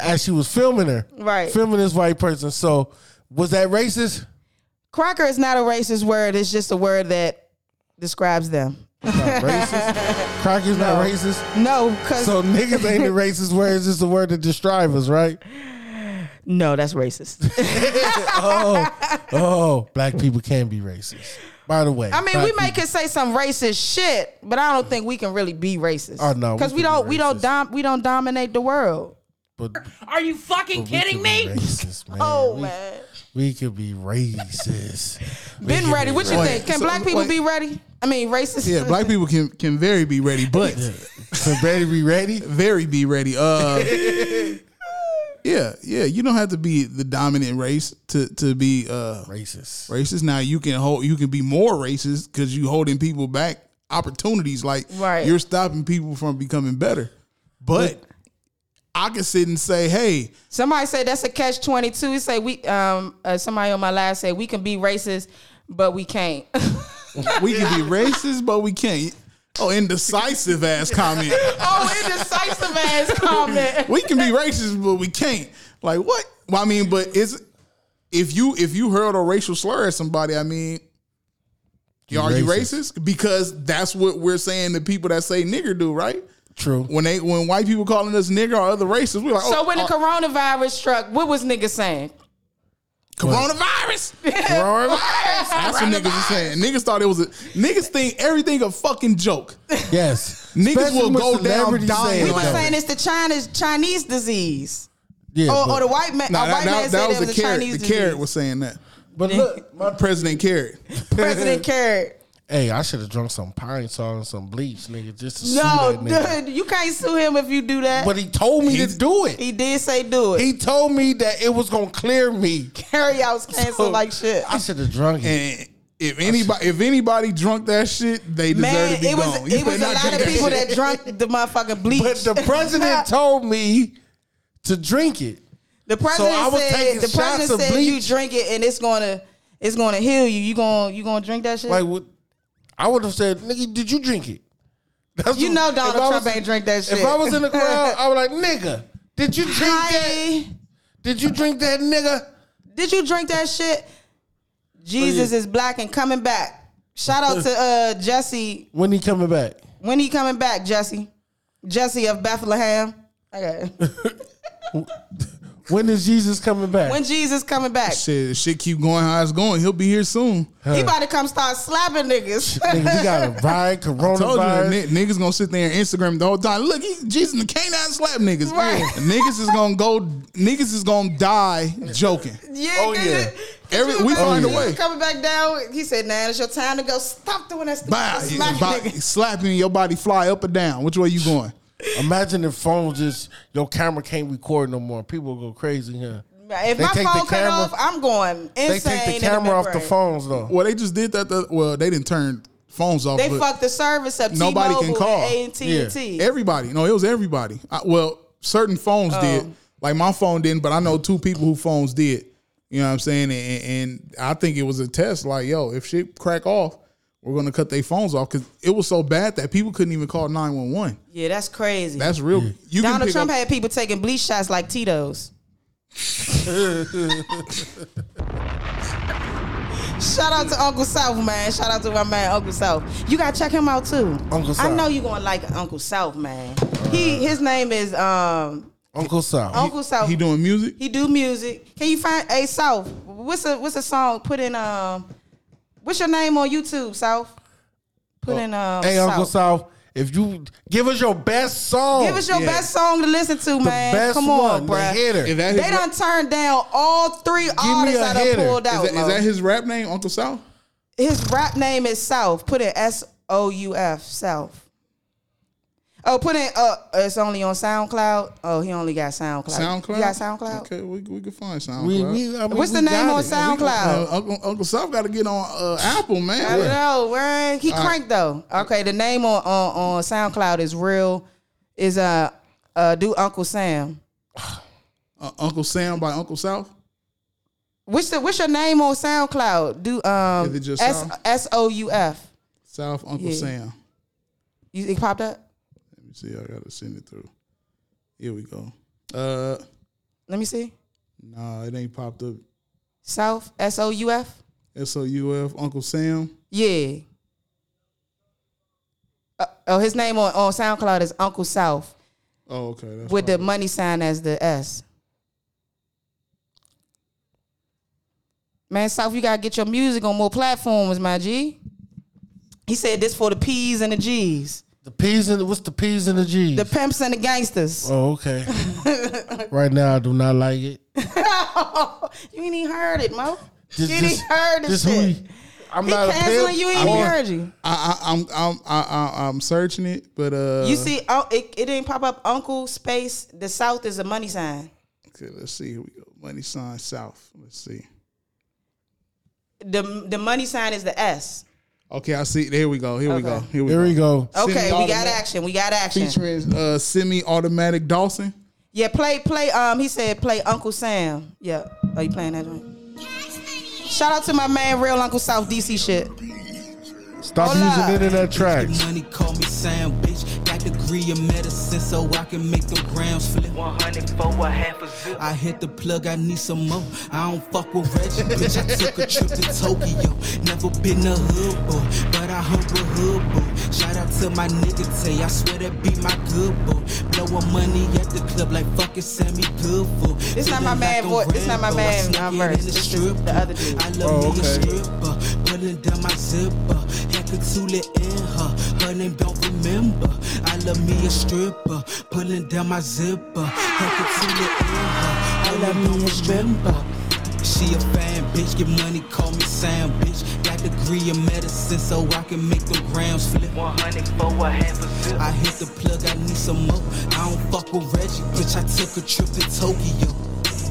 Speaker 1: as she was filming her,
Speaker 2: Right.
Speaker 1: Filming this white person. So was that racist?
Speaker 2: cracker is not a racist word. It's just a word that describes them.
Speaker 1: Not
Speaker 2: *laughs*
Speaker 1: racist. Cracker's not racist.
Speaker 2: No, cause
Speaker 1: So niggas ain't the racist word. It's just a word that describes us, right?
Speaker 2: no, that's racist.
Speaker 1: Oh, black people can be racist. By the way,
Speaker 2: I mean,
Speaker 1: black
Speaker 2: we
Speaker 1: people-
Speaker 2: make it say some racist shit, but I don't think we can really be racist.
Speaker 1: Oh, no, we
Speaker 2: because we,
Speaker 1: can be
Speaker 2: don't we don't
Speaker 1: racist.
Speaker 2: dom- we don't dominate the world.
Speaker 1: but
Speaker 4: Are you fucking
Speaker 1: We
Speaker 4: kidding
Speaker 1: could be
Speaker 4: me?
Speaker 1: Racist, man.
Speaker 2: Oh
Speaker 1: we,
Speaker 2: man,
Speaker 1: we could be racist. We
Speaker 2: been
Speaker 1: could
Speaker 2: ready.
Speaker 1: be
Speaker 2: What you
Speaker 1: racist.
Speaker 2: think? Can
Speaker 3: so-
Speaker 2: black people
Speaker 3: wait.
Speaker 2: be ready? I mean, racist.
Speaker 3: Yeah,
Speaker 2: *laughs*
Speaker 3: black people can can very be ready, but
Speaker 1: So ready, be ready.
Speaker 3: very be ready. Uh, yeah, yeah. You don't have to be the dominant race to to be uh,
Speaker 1: Racist.
Speaker 3: racist. Now you can hold you can be more racist because you holding people back opportunities. Like
Speaker 2: Right.
Speaker 3: you're stopping people from becoming better. But I can sit and say, hey,
Speaker 2: Somebody said that's a catch twenty two. He say we um uh, somebody on my last said we can be racist, but we can't. *laughs*
Speaker 3: we can be racist, but we can't. Oh, indecisive ass comment.
Speaker 2: oh, indecisive ass comment.
Speaker 3: we can be racist, but we can't. Like what? Well, I mean, but it's if you if you hurled a racial slur at somebody, I mean,
Speaker 1: You
Speaker 3: are you
Speaker 1: racist.
Speaker 3: racist? Because that's what we're saying the people that say nigger do, right?
Speaker 1: True.
Speaker 3: When they when white people calling us nigger or other racists, we're like,
Speaker 2: So
Speaker 3: oh,
Speaker 2: when the
Speaker 3: oh,
Speaker 2: coronavirus struck, what was niggas saying? *laughs*
Speaker 3: coronavirus,
Speaker 1: Coronavirus.
Speaker 3: that's what niggas are saying. Niggas thought it was a niggas think everything a
Speaker 2: *laughs*
Speaker 3: fucking joke.
Speaker 1: yes.
Speaker 3: Niggas
Speaker 1: Especially
Speaker 3: will
Speaker 1: with
Speaker 3: go down
Speaker 1: celebrities
Speaker 3: dying
Speaker 1: saying
Speaker 2: We were
Speaker 3: like-
Speaker 1: that.
Speaker 2: saying it's the China's Chinese disease.
Speaker 1: Yeah,
Speaker 2: Or,
Speaker 1: but,
Speaker 2: or Oh, the white man,
Speaker 3: Nah,
Speaker 2: a white
Speaker 3: that, that-
Speaker 2: man
Speaker 3: that
Speaker 2: said
Speaker 3: was
Speaker 2: it
Speaker 3: the
Speaker 2: was a
Speaker 3: carrot.
Speaker 2: Chinese
Speaker 3: the
Speaker 2: disease.
Speaker 3: carrot was *laughs* saying that.
Speaker 1: But look, my,
Speaker 3: President carrot.
Speaker 2: President Carrot.
Speaker 1: hey, I should have drunk some pine salt and some bleach, nigga, just to sue
Speaker 2: No,
Speaker 1: that nigga.
Speaker 2: dude, you can't sue him if you do that.
Speaker 1: But he told me to do it.
Speaker 2: he did say do it.
Speaker 1: He told me that it was gonna clear me.
Speaker 2: Carryouts canceled like shit.
Speaker 1: I should have drunk it.
Speaker 3: And if anybody if anybody drunk that shit, they deserve
Speaker 2: Man,
Speaker 3: to be
Speaker 2: it was
Speaker 3: gone. You
Speaker 2: it was
Speaker 3: better
Speaker 2: a
Speaker 3: not
Speaker 2: lot
Speaker 3: drink
Speaker 2: of people
Speaker 3: shit.
Speaker 2: that drunk the motherfucking bleach.
Speaker 1: *laughs* But the
Speaker 2: *laughs*
Speaker 1: president told me to drink it.
Speaker 2: the president
Speaker 1: I was
Speaker 2: said
Speaker 1: taking
Speaker 2: the
Speaker 1: shots
Speaker 2: president
Speaker 1: of
Speaker 2: said you
Speaker 1: bleach.
Speaker 2: drink it and it's gonna It's gonna heal you. You gonna you gonna drink that shit.
Speaker 1: Like, what, I would have said, nigga, did you drink it? That's
Speaker 2: You
Speaker 1: what-
Speaker 2: know
Speaker 1: if
Speaker 2: Donald
Speaker 1: I
Speaker 2: Trump ain't drink that shit.
Speaker 1: If I was
Speaker 2: *laughs*
Speaker 1: in the crowd, I was like, nigga, did you drink that?
Speaker 2: Hi.
Speaker 1: Did you drink that, nigga?
Speaker 2: Did you drink that shit? Jesus is black and coming back. Shout out to uh, Jesse.
Speaker 1: When he coming back?
Speaker 2: When he coming back, Jesse? Jesse of Bethlehem. Okay.
Speaker 1: When is Jesus coming back?
Speaker 2: When Jesus coming back?
Speaker 3: Shit, shit keep going how it's going. He'll be here soon.
Speaker 2: He about to come start slapping niggas.
Speaker 1: nigga, we got a vibe,
Speaker 3: Told you,
Speaker 1: coronavirus.
Speaker 3: n- niggas gonna sit there and Instagram the whole time. Look, he, Jesus and the canine slap niggas.
Speaker 2: Right.
Speaker 3: Niggas is gonna go. Niggas is gonna die joking.
Speaker 2: *laughs* yeah,
Speaker 1: Oh,
Speaker 2: cause
Speaker 1: yeah.
Speaker 2: it- cause
Speaker 3: Every-
Speaker 2: you
Speaker 3: we
Speaker 2: remember
Speaker 3: find a
Speaker 2: Jesus
Speaker 3: way.
Speaker 2: Coming back down, he said, "Now it's your time to go. Stop doing that stuff.
Speaker 3: Bye.
Speaker 2: Smack
Speaker 3: Bye.
Speaker 2: niggas."
Speaker 3: Slapping your body fly up or down. Which way you going?
Speaker 1: Imagine if phones just your camera can't record no more. People go crazy here.
Speaker 2: If
Speaker 1: They
Speaker 2: my
Speaker 1: take the
Speaker 2: phone cut
Speaker 1: camera-
Speaker 2: off, I'm going
Speaker 1: They
Speaker 2: insane.
Speaker 1: take the
Speaker 2: in
Speaker 1: camera off the
Speaker 2: membrane.
Speaker 1: phones though.
Speaker 3: Well, they just did that. The, well, they didn't turn phones off.
Speaker 2: They
Speaker 3: but
Speaker 2: fucked the service up.
Speaker 3: Nobody can
Speaker 2: T-Mobile
Speaker 3: call.
Speaker 2: AT and T.
Speaker 3: Everybody. No, it was everybody. I, well, certain phones
Speaker 2: Oh.
Speaker 3: did. Like my phone didn't, but I know two people who phones did. You know what I'm saying? And, and I think it was a test. Like, yo, if shit crack off, we're gonna cut their phones off because it was so bad that people couldn't even call 911.
Speaker 2: Yeah, that's crazy.
Speaker 3: That's real. You can
Speaker 2: Donald
Speaker 3: pick
Speaker 2: Trump
Speaker 3: up-
Speaker 2: had people taking bleach shots like Tito's. Shout out to Uncle South, man. Shout out to my man Uncle South. You gotta check him out too.
Speaker 1: Uncle South.
Speaker 2: I know you gonna like Uncle South, man. He his name is um
Speaker 1: Uncle Sal.
Speaker 2: Uncle South.
Speaker 3: he doing music.
Speaker 2: He do music. Can you find a South? What's a what's a song? Put in um what's your name on YouTube, South? Put in um
Speaker 1: hey, Uncle
Speaker 2: South.
Speaker 1: South, if you give us your best song,
Speaker 2: Give us your
Speaker 3: yeah.
Speaker 2: best song to listen to,
Speaker 1: Oh, the
Speaker 2: man.
Speaker 1: best
Speaker 2: Come
Speaker 1: one,
Speaker 2: on,
Speaker 1: the
Speaker 2: bruh.
Speaker 1: hitter.
Speaker 3: Is that his,
Speaker 2: They done turned down all three
Speaker 1: me
Speaker 2: artists
Speaker 1: a
Speaker 2: that I
Speaker 1: hitter.
Speaker 2: pulled out.
Speaker 3: is, that, is
Speaker 2: Lo.
Speaker 3: that his rap name, Uncle Sal?
Speaker 2: his-, rap name is South. Put in S O U F South. Oh, put in uh, it's only on SoundCloud. Oh, he only got SoundCloud.
Speaker 3: SoundCloud.
Speaker 2: You got SoundCloud.
Speaker 3: Okay, we, we can find SoundCloud.
Speaker 1: we, we, I mean,
Speaker 2: What's
Speaker 1: we
Speaker 2: the name
Speaker 1: got
Speaker 2: on
Speaker 1: it.
Speaker 2: SoundCloud?
Speaker 3: Uh, Uncle, Uncle Sal got to get on uh, Apple, man.
Speaker 2: I don't know. Where he
Speaker 3: Uh,
Speaker 2: cranked though. Okay, the name on, on on SoundCloud is real. Is uh uh do Uncle Sam.
Speaker 3: Uh, Uncle Sam by Uncle South.
Speaker 2: What's the what's your name on SoundCloud? Do um
Speaker 3: Is it just
Speaker 2: S
Speaker 3: South?
Speaker 2: S O U F.
Speaker 3: South Uncle
Speaker 2: Yeah.
Speaker 3: Sam.
Speaker 2: You it popped up.
Speaker 3: Let me see. I gotta send it through. Here we go. Uh,
Speaker 2: Let me see.
Speaker 3: nah, it ain't popped up.
Speaker 2: South S O U F.
Speaker 3: S O U F Uncle Sam.
Speaker 2: Yeah. Uh, oh, his name on, on SoundCloud is Uncle South
Speaker 3: Oh, okay. That's
Speaker 2: with the
Speaker 3: probably-
Speaker 2: money sign as the S. Man, South, you gotta get your music on more platforms, my G. He said this for the P's and the G's,
Speaker 1: The P's and the, what's the P's and the G's?
Speaker 2: the pimps and the gangsters. *laughs*
Speaker 1: oh, okay. right now, I do not like it.
Speaker 2: you ain't even heard it, Mo.
Speaker 1: Just-
Speaker 2: you ain't
Speaker 1: just-
Speaker 2: even heard this
Speaker 1: just who
Speaker 2: shit.
Speaker 1: he- I'm
Speaker 2: He
Speaker 1: not a
Speaker 2: canceling
Speaker 1: pimp.
Speaker 2: you ain't even
Speaker 1: or-
Speaker 2: heard you.
Speaker 3: I, I, I'm I'm I, I, I'm searching it, but uh,
Speaker 2: You see, oh, it, it didn't pop up. Uncle space the South is a money sign.
Speaker 3: Okay, let's see. Here we go. Money sign South. Let's see.
Speaker 2: The the money sign is the S.
Speaker 3: Okay, I see. There we go. Here we go.
Speaker 2: Okay.
Speaker 3: Here we
Speaker 1: Here
Speaker 3: go.
Speaker 1: we go.
Speaker 2: Okay, we got
Speaker 3: Semi-automatic.
Speaker 2: action. We got action.
Speaker 3: Featuring uh, semi-automatic Dawson.
Speaker 2: Yeah, play play. Um, he said play Uncle Sam. Yeah. Are you playing that one? Shout out to my man, real Uncle South DC shit.
Speaker 1: Stop
Speaker 2: Hola.
Speaker 1: using internet tracks.
Speaker 7: Money call me Sam, bitch. Got degree in medicine so I can make the grams flip.
Speaker 8: 100 for a half a zip.
Speaker 7: I hit the plug, I need some more. I don't fuck with Reggie, bitch. I took a trip to Tokyo. Never been a hood boy, but I hump a hood boy. Shout out to my nigga Tay, I swear that be my good boy. Blowing money at the club like fucking Sammy Goodfoot.
Speaker 2: It's not my man
Speaker 7: Feeling
Speaker 2: voice- it's not my
Speaker 7: Rambo. I
Speaker 2: man,
Speaker 7: snuck
Speaker 2: um,
Speaker 7: in in
Speaker 2: verse.
Speaker 7: the
Speaker 2: This is
Speaker 7: strip
Speaker 2: the other dude.
Speaker 7: I love
Speaker 1: Oh,
Speaker 7: me a
Speaker 1: okay.
Speaker 7: stripper,
Speaker 5: *laughs*
Speaker 7: pulling down my zipper. Had Katula in her, her name don't remember. I love me a stripper, pulling down my zipper. Had Katula in her, her name don't remember. She a fan, bitch. Get money, call me Sam, bitch. Got degree in medicine, so I can make the grams flip.
Speaker 8: 100 for a half a zip.
Speaker 7: I hit the plug, I need some more. I don't fuck with Reggie, bitch. I took a trip to Tokyo.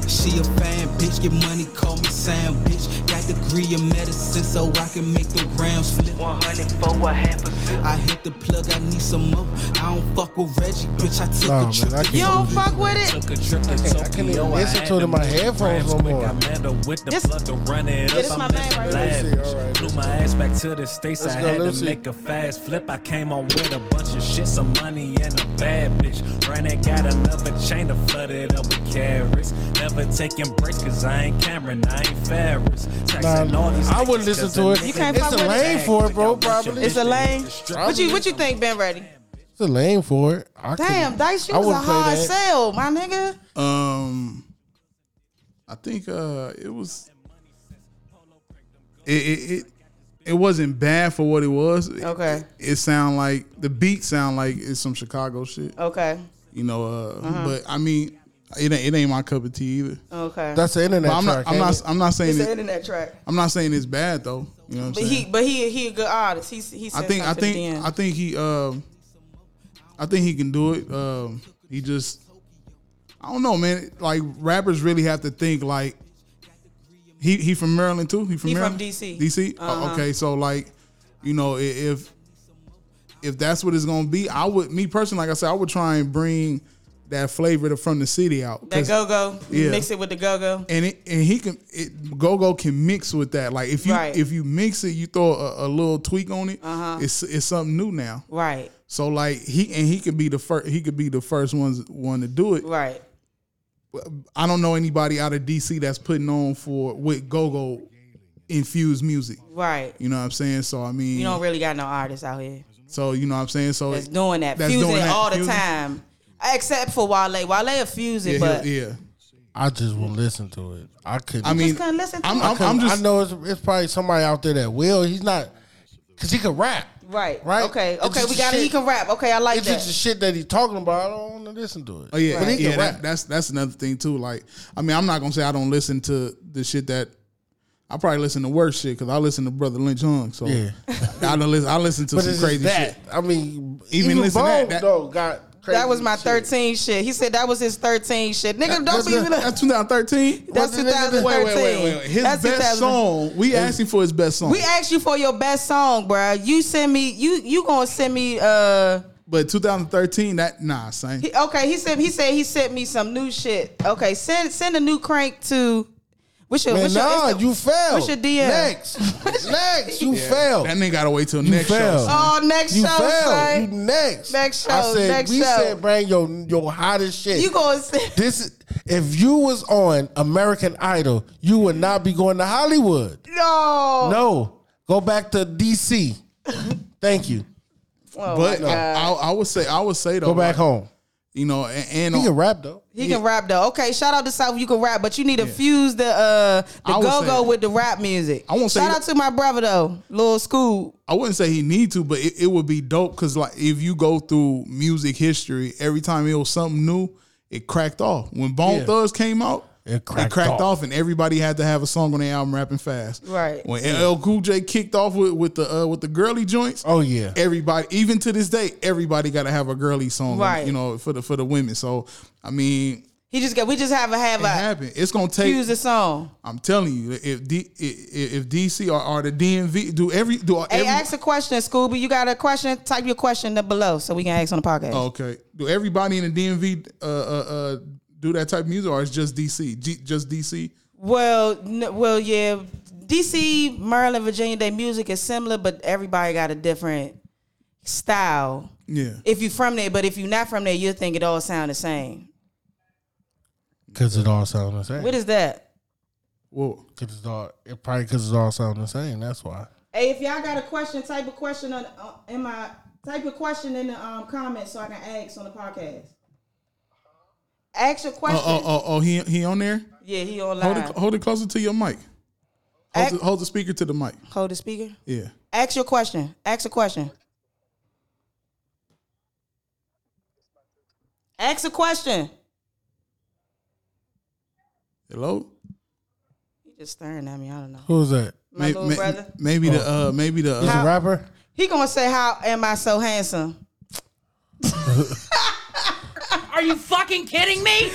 Speaker 7: She a fan, bitch. Get money, call me Sam, bitch. Got degree in medicine, so I can make the rounds flip.
Speaker 8: 100 for a half a zip.
Speaker 7: I hit the plug, I need some more. I don't fuck with Reggie, bitch. I took
Speaker 1: Nah,
Speaker 7: a
Speaker 1: man,
Speaker 7: trip
Speaker 1: I
Speaker 7: to
Speaker 2: You don't fuck with it.
Speaker 9: Took a trip to
Speaker 1: I can't
Speaker 9: Tokyo.
Speaker 1: even
Speaker 9: I
Speaker 1: listen
Speaker 9: had
Speaker 1: to it in my
Speaker 9: move
Speaker 1: headphones
Speaker 9: grams
Speaker 1: no
Speaker 9: quick.
Speaker 1: more.
Speaker 9: I met her with the
Speaker 2: This-
Speaker 9: blood to run it
Speaker 2: this
Speaker 9: up.
Speaker 2: my
Speaker 9: I'm
Speaker 2: man
Speaker 9: living
Speaker 2: right
Speaker 1: here.
Speaker 9: lavish.
Speaker 1: Let's see, all right,
Speaker 9: Blew my ass back to the states.
Speaker 1: Let's
Speaker 9: I
Speaker 1: go,
Speaker 9: had
Speaker 1: let's
Speaker 9: to
Speaker 1: see.
Speaker 9: make a fast flip. I came on with a bunch of shit, some money and a bad bitch. Ran and got another chain to flood it up with carrots. Never taking breaks cause I ain't Cameron, I ain't Ferris. Taxing
Speaker 1: Nah,
Speaker 9: all these
Speaker 1: I wouldn't
Speaker 9: niggas
Speaker 1: listen
Speaker 9: 'cause
Speaker 1: to
Speaker 9: a
Speaker 1: it.
Speaker 9: nigga
Speaker 2: You can't
Speaker 1: it's
Speaker 2: fuck
Speaker 1: a
Speaker 2: with it.
Speaker 1: lame for it, bro. Probably
Speaker 2: It's
Speaker 1: it's
Speaker 2: a lane. What you what you think, Ben Reddy?
Speaker 1: a lame for it. I
Speaker 2: Damn,
Speaker 1: couldn't-
Speaker 2: Dice, you
Speaker 1: I
Speaker 2: was a
Speaker 1: wouldn't play
Speaker 2: hard
Speaker 1: that.
Speaker 2: sell, my nigga.
Speaker 3: Um, I think uh, it was. It it, it it wasn't bad for what it was.
Speaker 2: Okay.
Speaker 3: It, it sound like the beat sound like it's some Chicago shit.
Speaker 2: Okay.
Speaker 3: You know, uh,
Speaker 2: Uh-huh.
Speaker 3: but I mean, it ain't, it ain't my cup of tea either.
Speaker 2: Okay.
Speaker 1: That's the internet
Speaker 3: But I'm
Speaker 1: track.
Speaker 3: not I'm
Speaker 1: ain't
Speaker 3: not
Speaker 1: it?
Speaker 3: I'm not saying
Speaker 2: it's an
Speaker 3: it,
Speaker 2: internet track.
Speaker 3: I'm not saying it's bad though. You know what I'm
Speaker 2: But
Speaker 3: saying?
Speaker 2: he but he he a good artist. He's he
Speaker 3: I think I think I think he um I think he can do it. Um he just I don't know, man. Like rappers really have to think like he he from Maryland too? He from
Speaker 2: He from
Speaker 3: Maryland?
Speaker 2: DC.
Speaker 3: DC? Oh,
Speaker 2: Uh-huh.
Speaker 3: okay, so like you know, i- if if that's what it's going to be, I would me personally like I said I would try and bring that flavor to, from the city out.
Speaker 2: that
Speaker 3: 'Cause-
Speaker 2: go go.
Speaker 3: Yeah.
Speaker 2: Mix it with the go go.
Speaker 3: and it, and he can it, go-go can mix with that like if you
Speaker 2: Right. Uh-huh.
Speaker 3: if you mix it you throw a, a little tweak on it it's it's something new now
Speaker 2: Right.
Speaker 3: so like he and he could be the first he could be the first ones one to do it.
Speaker 2: Right.
Speaker 3: I don't know anybody out of DC that's putting on for with go go infused music.
Speaker 2: Right.
Speaker 3: You know what I'm saying? So I mean,
Speaker 2: You don't really got no artists out here
Speaker 3: so you know what I'm saying? So
Speaker 2: that's doing that.
Speaker 3: that's
Speaker 2: fusing
Speaker 3: doing that.
Speaker 2: all the
Speaker 3: Fusing.
Speaker 2: time. Except for Wale. Wale a fusing,
Speaker 3: yeah,
Speaker 2: but
Speaker 3: he'll- yeah.
Speaker 1: I just won't listen to it. I couldn't.
Speaker 3: I mean,
Speaker 2: couldn't listen to
Speaker 3: I'm,
Speaker 2: it.
Speaker 3: I'm, I'm
Speaker 1: Cause
Speaker 3: just
Speaker 1: I know it's, it's probably somebody out there that will. He's not because he can rap.
Speaker 2: Right.
Speaker 1: Right.
Speaker 2: Okay.
Speaker 1: It's
Speaker 2: Okay.
Speaker 1: just
Speaker 2: We got it.
Speaker 1: shit-
Speaker 2: He can rap. Okay. I like
Speaker 1: It's
Speaker 2: that.
Speaker 1: just the shit that he's talking about. I don't want to listen to it.
Speaker 3: Oh yeah,
Speaker 1: but he
Speaker 3: yeah.
Speaker 1: can
Speaker 3: that-
Speaker 1: rap.
Speaker 3: that's that's another thing too. Like, I mean, I'm not gonna say I don't listen to the shit that I probably listen to worse shit because I listen to Brother Lynch Hung. So
Speaker 1: Yeah.
Speaker 3: *laughs* I don't listen. I listen to
Speaker 1: but
Speaker 3: some
Speaker 1: it's
Speaker 3: crazy
Speaker 1: crazy that.
Speaker 3: shit.
Speaker 1: I mean,
Speaker 3: Even
Speaker 1: even, even
Speaker 3: listen to that-
Speaker 1: Bone
Speaker 3: that-
Speaker 1: though got crazy.
Speaker 2: that was my
Speaker 1: shit.
Speaker 2: 13 shit. He said that was his 13 shit. Nigga, don't
Speaker 3: That's,
Speaker 2: be.
Speaker 3: that's 2013.
Speaker 2: *laughs* That's
Speaker 1: Wait, wait, wait,
Speaker 2: 2013.
Speaker 3: Wait, wait, wait, wait. His
Speaker 2: That's
Speaker 3: best
Speaker 2: 2000.
Speaker 3: song. We asked him for his best song.
Speaker 2: We asked you for your best song, bruh. You send me. You you gonna send me? Uh,
Speaker 3: but 2013, that nah, son.
Speaker 2: he- okay. He said he said he sent me some new shit. Okay, send send a new crank to. What's your
Speaker 1: Man,
Speaker 2: what's your,
Speaker 1: nah,
Speaker 2: Insta-
Speaker 1: you failed.
Speaker 2: what's your DM? *laughs*
Speaker 1: Next, next, you failed.
Speaker 3: That nigga gotta wait till
Speaker 1: You
Speaker 3: next
Speaker 1: failed.
Speaker 3: show.
Speaker 2: Oh, next
Speaker 1: You
Speaker 2: show,
Speaker 1: failed. You
Speaker 2: son.
Speaker 1: next.
Speaker 2: Next
Speaker 1: I
Speaker 2: show,
Speaker 1: said
Speaker 2: next
Speaker 1: we
Speaker 2: show.
Speaker 1: said bring your your hottest shit.
Speaker 2: *laughs* You gonna send?
Speaker 1: this if you was on American Idol, you would not be going to Hollywood.
Speaker 2: No. Oh,
Speaker 1: No, go back to DC. Thank you.
Speaker 2: Oh,
Speaker 3: But uh,
Speaker 2: my
Speaker 3: I,
Speaker 2: God.
Speaker 3: I, I would say, I would say though,
Speaker 1: Go back
Speaker 3: like,
Speaker 1: home.
Speaker 3: You know, and, and
Speaker 1: He
Speaker 3: on-
Speaker 1: can rap though.
Speaker 2: He can rap though. Okay, shout out to South. You can rap, but you need to fuse the uh
Speaker 3: I
Speaker 2: the
Speaker 3: would
Speaker 2: go go
Speaker 3: say-
Speaker 2: with the rap music.
Speaker 3: I won't say
Speaker 2: shout
Speaker 3: that-
Speaker 2: out to my brother though, Lil Scoop.
Speaker 3: I wouldn't say he need to, but it, it would be dope because like if you go through music history, every time it was something new, it cracked off. When Bone
Speaker 1: Yeah.
Speaker 3: Thugs came out,
Speaker 1: It cracked
Speaker 3: off.
Speaker 1: off.
Speaker 3: and everybody had to have a song on their album rapping fast.
Speaker 2: Right.
Speaker 3: When LL Cool J kicked off with, with the uh, with the girly joints,
Speaker 1: Oh yeah.
Speaker 3: everybody even to this day, everybody got to have a girly song,
Speaker 2: Right.
Speaker 3: You know, for the for the women. So I mean,
Speaker 2: He just got we just have a have
Speaker 3: it
Speaker 2: a
Speaker 3: happened. It's gonna take
Speaker 2: fuse the song.
Speaker 3: I'm telling you, if D, if if DC or, or the DMV do every do
Speaker 2: Hey,
Speaker 3: every,
Speaker 2: ask a question, Scooby. You got a question? Type your question up below so we can ask on the podcast.
Speaker 3: Oh, Okay. Do everybody in the DMV uh, uh, uh, do that type of music, or it's just DC? G- just DC?
Speaker 2: Well, n- well, yeah. DC, Maryland, Virginia, their music is similar, but everybody got a different style.
Speaker 3: Yeah.
Speaker 2: If you from there, but if you not from there, you'll think it all sound the same.
Speaker 1: Because it all sounds the same.
Speaker 2: What is that?
Speaker 3: Whoa.
Speaker 1: Cause it's all it probably because it all sounds the same. That's why.
Speaker 2: Hey, if y'all got a question, type a question on uh, in my type a question in the um comments so I can ask on the podcast. Ask your
Speaker 3: Oh,
Speaker 2: question.
Speaker 3: oh, oh, oh, he he on there?
Speaker 2: Yeah, he
Speaker 3: Hold
Speaker 2: online.
Speaker 3: it, hold it closer to your mic. Hold,
Speaker 2: Ask-
Speaker 3: the, hold the speaker to the mic.
Speaker 2: hold the speaker.
Speaker 3: Yeah.
Speaker 2: Ask your question. Ask a question. Ask a question.
Speaker 3: Hello.
Speaker 2: He just staring at me. I don't know.
Speaker 1: Who's that?
Speaker 2: My
Speaker 3: May-
Speaker 2: little
Speaker 3: may-
Speaker 2: brother.
Speaker 3: Maybe the uh, maybe the
Speaker 1: He's
Speaker 3: uh,
Speaker 1: Oh. a rapper.
Speaker 2: He gonna say, "How am I so handsome?"
Speaker 4: Are you fucking kidding me?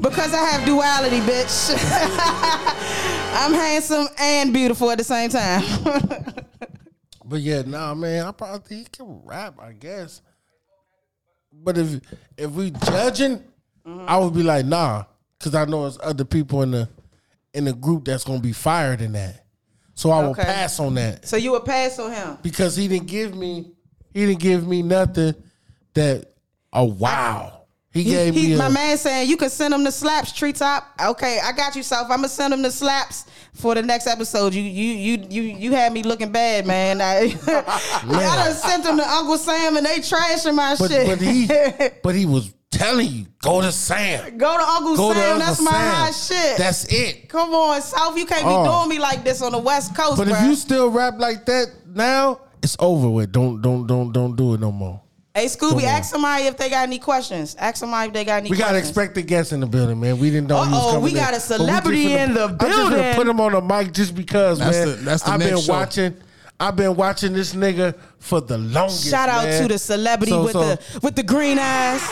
Speaker 2: Because I have duality, bitch. *laughs* I'm handsome and beautiful at the same time. *laughs*
Speaker 1: But yeah, nah, man, I probably he can rap, I guess. But if if we judging,
Speaker 2: Mm-hmm.
Speaker 1: I would be like, nah, because I know it's other people in the in the group that's gonna be fired in that. So I will
Speaker 2: Okay.
Speaker 1: pass on that
Speaker 2: so you would pass on him.
Speaker 1: because he didn't give me he didn't give me nothing that a wow. He
Speaker 2: He-
Speaker 1: gave
Speaker 2: he-
Speaker 1: me a,
Speaker 2: my man saying you can send him the slaps treetop. Okay, I got you, South. I'm gonna send him the slaps for the next episode. You you you you you had me looking bad,
Speaker 1: *laughs*
Speaker 2: man. I, *laughs* I done sent him to Uncle Sam and they trashing my
Speaker 1: but,
Speaker 2: shit.
Speaker 1: but he but he was telling you go to Sam.
Speaker 2: *laughs* Go to Uncle
Speaker 1: Go to
Speaker 2: Sam.
Speaker 1: Uncle
Speaker 2: that's my
Speaker 1: Sam.
Speaker 2: hot shit.
Speaker 1: That's it.
Speaker 2: Come on, South. You can't be
Speaker 1: Oh.
Speaker 2: doing me like this on the West Coast,
Speaker 1: But if
Speaker 2: bruh.
Speaker 1: you still rap like that now, it's over with. Don't don't don't don't do it no more.
Speaker 2: hey, Scooby,
Speaker 1: Come on.
Speaker 2: ask somebody if they got any questions. Ask somebody if they got any
Speaker 1: We got
Speaker 2: questions.
Speaker 1: expected guests in the building, man. We didn't know. he was
Speaker 2: Uh-oh,
Speaker 1: coming
Speaker 2: we
Speaker 1: in.
Speaker 2: got a
Speaker 1: But just
Speaker 2: celebrity
Speaker 1: finna-
Speaker 2: in the
Speaker 1: I'm just
Speaker 2: building.
Speaker 1: gonna put him on the mic just because,
Speaker 3: That's
Speaker 1: man.
Speaker 3: the- that's the
Speaker 1: I've
Speaker 3: next
Speaker 1: been
Speaker 3: show.
Speaker 1: watching. I've been watching this nigga for the longest.
Speaker 2: Shout out
Speaker 1: man.
Speaker 2: to the celebrity
Speaker 1: So-
Speaker 2: with
Speaker 1: so-
Speaker 2: the with the green eyes.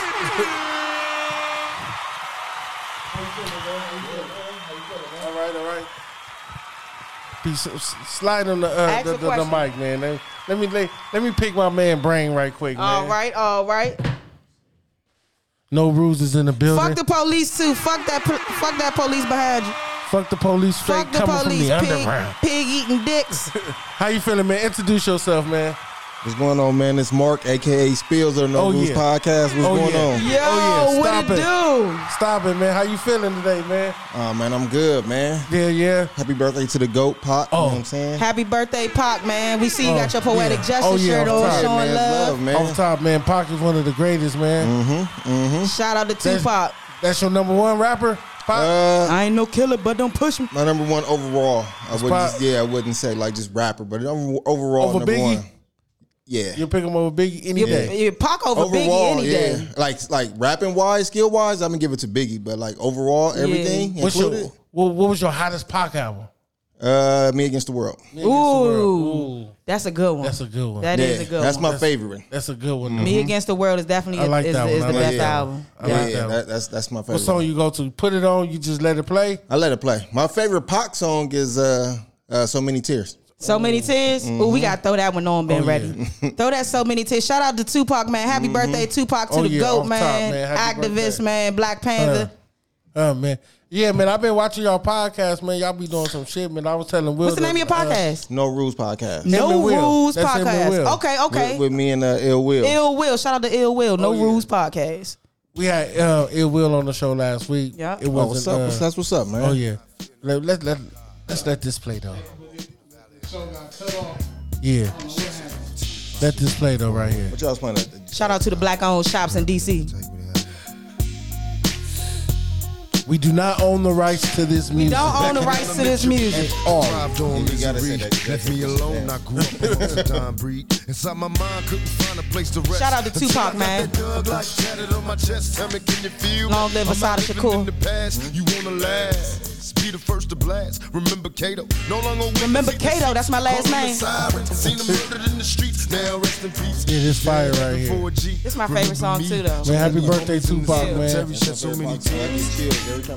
Speaker 1: All right, all right. Be s- s- slide on the uh,
Speaker 2: Ask
Speaker 1: the,
Speaker 2: a
Speaker 1: the, the
Speaker 2: question.
Speaker 1: mic, man. Let, let me let, let me pick my man brain right quick, man.
Speaker 2: All right, all right.
Speaker 1: No rules is in the building.
Speaker 2: Fuck the police too. Fuck that. po- Fuck that police behind you.
Speaker 1: Fuck the police straight
Speaker 2: Fuck the
Speaker 1: coming
Speaker 2: police.
Speaker 1: from the
Speaker 2: pig,
Speaker 1: underground. Oh,
Speaker 2: pig
Speaker 1: *laughs*
Speaker 2: eating dicks.
Speaker 1: How you feeling, man? Introduce yourself, man.
Speaker 10: What's going on, man? It's Mark, aka Spills of the No
Speaker 1: Oh,
Speaker 10: Rules
Speaker 1: yeah.
Speaker 10: Podcast. What's
Speaker 1: Oh,
Speaker 10: going
Speaker 1: yeah.
Speaker 10: on?
Speaker 2: Yo,
Speaker 1: Oh, yeah.
Speaker 2: what
Speaker 1: Stop
Speaker 2: it,
Speaker 1: it.
Speaker 2: do?
Speaker 1: Stop it, man. How you feeling today, man?
Speaker 10: Oh man, I'm good, man.
Speaker 1: Yeah, yeah.
Speaker 10: Happy birthday to the goat pot.
Speaker 1: Oh.
Speaker 10: You know what I'm saying?
Speaker 2: Happy birthday, Pac, man. We see you
Speaker 1: Oh,
Speaker 2: got your poetic
Speaker 1: yeah.
Speaker 2: justice
Speaker 1: Oh, yeah,
Speaker 2: shirt
Speaker 1: I'm
Speaker 2: on,
Speaker 1: tired,
Speaker 2: showing
Speaker 10: man,
Speaker 2: love.
Speaker 10: love, man. Mm-hmm.
Speaker 1: Off top, man. Pac is one of the greatest, man.
Speaker 2: Shout out to
Speaker 1: That's-
Speaker 2: Tupac.
Speaker 1: That's your number one rapper? Pac?
Speaker 10: Uh,
Speaker 2: I ain't no killer, but don't push me.
Speaker 10: my number one overall. I wouldn't.
Speaker 1: pop.
Speaker 10: Just, yeah, I wouldn't say like just rapper, but over- overall
Speaker 1: Over
Speaker 10: number
Speaker 1: Biggie?
Speaker 10: one. Yeah.
Speaker 1: you pick him over Biggie any
Speaker 2: You,
Speaker 1: day.
Speaker 2: you Pac over Biggie
Speaker 10: Overall,
Speaker 2: any
Speaker 10: yeah,
Speaker 2: day.
Speaker 10: like like rapping wise, skill wise, I'm gonna give it to Biggie, but like overall, everything
Speaker 1: What's your,
Speaker 10: included,
Speaker 1: what, what was your hottest Pac album?
Speaker 10: uh, me against the world.
Speaker 2: Ooh, that's a good one.
Speaker 1: That's a good one.
Speaker 2: That
Speaker 10: yeah,
Speaker 2: is a good
Speaker 10: that's
Speaker 2: one.
Speaker 10: my favorite.
Speaker 1: That's a good one. though.
Speaker 2: Me Against the World is definitely
Speaker 1: I like
Speaker 2: is,
Speaker 1: that
Speaker 2: is
Speaker 1: one.
Speaker 2: the
Speaker 1: I like
Speaker 2: best
Speaker 1: that
Speaker 2: album.
Speaker 1: I
Speaker 10: yeah,
Speaker 1: like that one.
Speaker 10: that, that's that's my favorite.
Speaker 1: What song you go to? Put it on, you just let it play?
Speaker 10: I let it play. My favorite Pac song is uh, uh so many tears.
Speaker 2: So many
Speaker 1: Mm-hmm.
Speaker 2: tears. Ooh, we gotta throw that one on,
Speaker 1: Oh,
Speaker 2: Ben Ready.
Speaker 1: *laughs*
Speaker 2: throw that so many tears. Shout out to Tupac, man. Happy birthday, Tupac, to
Speaker 1: Oh,
Speaker 2: the
Speaker 1: yeah,
Speaker 2: GOAT,
Speaker 1: off top,
Speaker 2: man.
Speaker 1: man. Happy
Speaker 2: Activist,
Speaker 1: birthday. Uh,
Speaker 2: man. Black Panther.
Speaker 1: Oh, man. Yeah, man. I've been watching y'all podcast, man. Y'all be doing some shit, man. I was telling Will.
Speaker 2: What's the
Speaker 1: that,
Speaker 2: name of your
Speaker 1: uh,
Speaker 2: podcast?
Speaker 10: No rules podcast.
Speaker 1: Him
Speaker 2: no
Speaker 1: and Will.
Speaker 2: Rules
Speaker 1: That's Him and Will. Oh,
Speaker 2: Podcast. Okay, okay.
Speaker 10: With, with me and uh, Ill Will.
Speaker 2: Ill Will. Shout out to Ill Will. No Rules Podcast.
Speaker 1: we had uh, Ill Will on the show last week.
Speaker 2: Yeah.
Speaker 1: It
Speaker 10: Oh,
Speaker 1: wasn't.
Speaker 10: what's up?
Speaker 1: uh,
Speaker 10: what's, that's what's up, man.
Speaker 1: Oh yeah. Let let let let's let this play though. Yeah. Let this play though right here.
Speaker 10: What y'all was playing? At the,
Speaker 2: Shout out to the black owned shops in DC.
Speaker 1: We do not own the rights to this music.
Speaker 2: Don't own the rights to this music.
Speaker 1: Oh,
Speaker 10: you gotta say that.
Speaker 11: Left me alone, I grew up amongst a time *laughs* breed. Inside my mind, couldn't find a place to rest.
Speaker 2: Shout out to
Speaker 11: Until I
Speaker 2: Tupac,
Speaker 11: got
Speaker 2: man.
Speaker 11: that Thug like tatted on my chest. Tell me, can you feel? me?
Speaker 2: Long live
Speaker 11: I'm
Speaker 2: Asada
Speaker 11: not living
Speaker 2: Shakur.
Speaker 11: in the past. You wanna last? Be the first to blast. Remember Cato? No longer with
Speaker 2: Remember
Speaker 11: the secret
Speaker 2: Kato, that's my last
Speaker 11: Call him a
Speaker 2: name.
Speaker 11: siren, Seen him murdered in the streets. Now rest in peace.
Speaker 1: Yeah, this fire right here.
Speaker 11: Before a G.
Speaker 2: This my favorite song
Speaker 11: Remember
Speaker 2: too,
Speaker 11: me.
Speaker 2: though.
Speaker 1: man, happy birthday Tupac,
Speaker 11: Yeah.
Speaker 1: man.
Speaker 11: Terry shed so many tears.